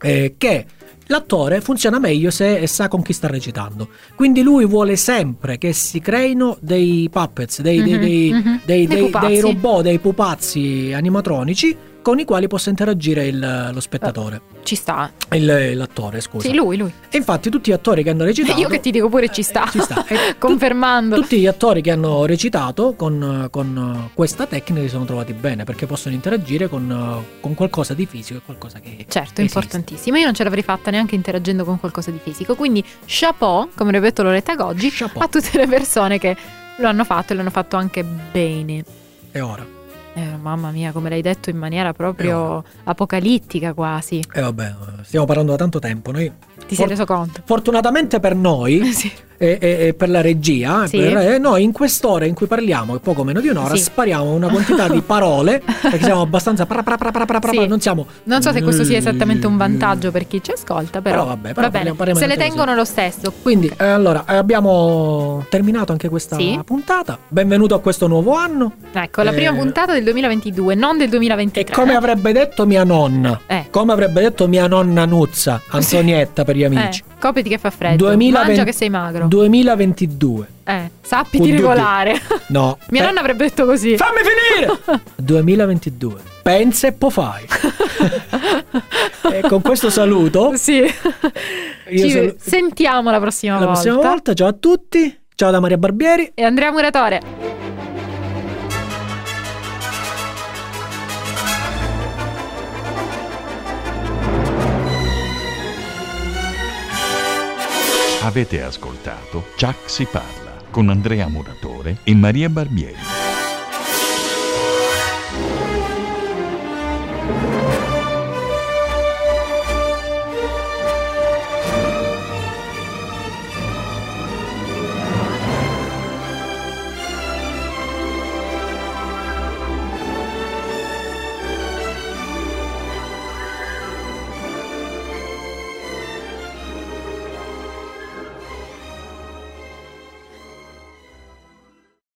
[SPEAKER 2] eh, che l'attore funziona meglio se sa con chi sta recitando. Quindi lui vuole sempre che si creino dei puppets, dei, dei-
[SPEAKER 3] Mhm,
[SPEAKER 2] dei-
[SPEAKER 3] mhm.
[SPEAKER 2] dei- dei-
[SPEAKER 3] Dei
[SPEAKER 2] dei
[SPEAKER 3] pupazzi.
[SPEAKER 2] robot, dei pupazzi animatronici con i quali possa interagire il- lo spettatore,
[SPEAKER 3] Ci sta.
[SPEAKER 2] il- l'attore, scusa.
[SPEAKER 3] Sì, lui, lui.
[SPEAKER 2] E infatti tutti gli attori che hanno recitato...
[SPEAKER 3] (laughs) Io che ti dico pure ci sta.
[SPEAKER 2] Eh, ci
[SPEAKER 3] (laughs)
[SPEAKER 2] sta. E tu-
[SPEAKER 3] Confermando.
[SPEAKER 2] tutti gli attori che hanno recitato con, con, eh, questa tecnica si sono trovati bene perché possono interagire con, eh, con qualcosa di fisico e qualcosa che... esiste.
[SPEAKER 3] Certo, importantissimo. Io non ce l'avrei fatta neanche interagendo con qualcosa di fisico. Quindi, chapeau, come avrebbe detto Loretta Goggi,
[SPEAKER 2] Chapeau.
[SPEAKER 3] a tutte le persone che lo hanno fatto e lo hanno fatto anche bene.
[SPEAKER 2] E ora?
[SPEAKER 3] Eh, mamma mia, come l'hai detto in maniera proprio apocalittica quasi.
[SPEAKER 2] E Eh, vabbè, stiamo parlando da tanto tempo. Noi,
[SPEAKER 3] Ti sei
[SPEAKER 2] For-
[SPEAKER 3] reso conto? (laughs)
[SPEAKER 2] fortunatamente per noi
[SPEAKER 3] Sì.
[SPEAKER 2] e, e- e per la regia, e
[SPEAKER 3] Sì.
[SPEAKER 2] per- eh, noi in quest'ora in cui parliamo, che è poco meno di un'ora,
[SPEAKER 3] Sì.
[SPEAKER 2] spariamo una quantità di parole perché siamo abbastanza. pra- pra- pra- pra- pra- pra-
[SPEAKER 3] Sì.
[SPEAKER 2] Non siamo.
[SPEAKER 3] Non so se questo sia esattamente un vantaggio per chi ci ascolta, però,
[SPEAKER 2] Però vabbè, però
[SPEAKER 3] va bene.
[SPEAKER 2] parliamo- parliamo
[SPEAKER 3] se
[SPEAKER 2] di
[SPEAKER 3] le
[SPEAKER 2] cose.
[SPEAKER 3] tengono lo stesso.
[SPEAKER 2] Quindi, eh, allora, eh, abbiamo terminato anche questa
[SPEAKER 3] Sì.
[SPEAKER 2] puntata. Benvenuto a questo nuovo anno.
[SPEAKER 3] Ecco, la
[SPEAKER 2] Eh.
[SPEAKER 3] prima puntata del 2022, non del
[SPEAKER 2] E
[SPEAKER 3] 2023.
[SPEAKER 2] come avrebbe detto mia nonna,
[SPEAKER 3] Eh.
[SPEAKER 2] come avrebbe detto mia nonna Nuzza, Antonietta per gli amici.
[SPEAKER 3] Eh, copiti che fa freddo.
[SPEAKER 2] 2020
[SPEAKER 3] Mangia che sei magro.
[SPEAKER 2] 2022.
[SPEAKER 3] eh, sappi
[SPEAKER 2] Pududu. (laughs)
[SPEAKER 3] di regolare.
[SPEAKER 2] No.
[SPEAKER 3] Mia
[SPEAKER 2] eh,
[SPEAKER 3] (laughs) nonna avrebbe detto così.
[SPEAKER 2] Fammi finire! 2022. pensa e poi
[SPEAKER 3] (laughs)
[SPEAKER 2] fai. e Eh, con questo saluto,
[SPEAKER 3] Sì.
[SPEAKER 2] io
[SPEAKER 3] Ci
[SPEAKER 2] salu-
[SPEAKER 3] sentiamo la prossima
[SPEAKER 2] la prossima
[SPEAKER 3] volta.
[SPEAKER 2] volta. Ciao a tutti, ciao da Maria Barbieri.
[SPEAKER 3] E Andrea Muratore.
[SPEAKER 1] Avete ascoltato Chuck si parla con Andrea Muratore e Maria Barbieri.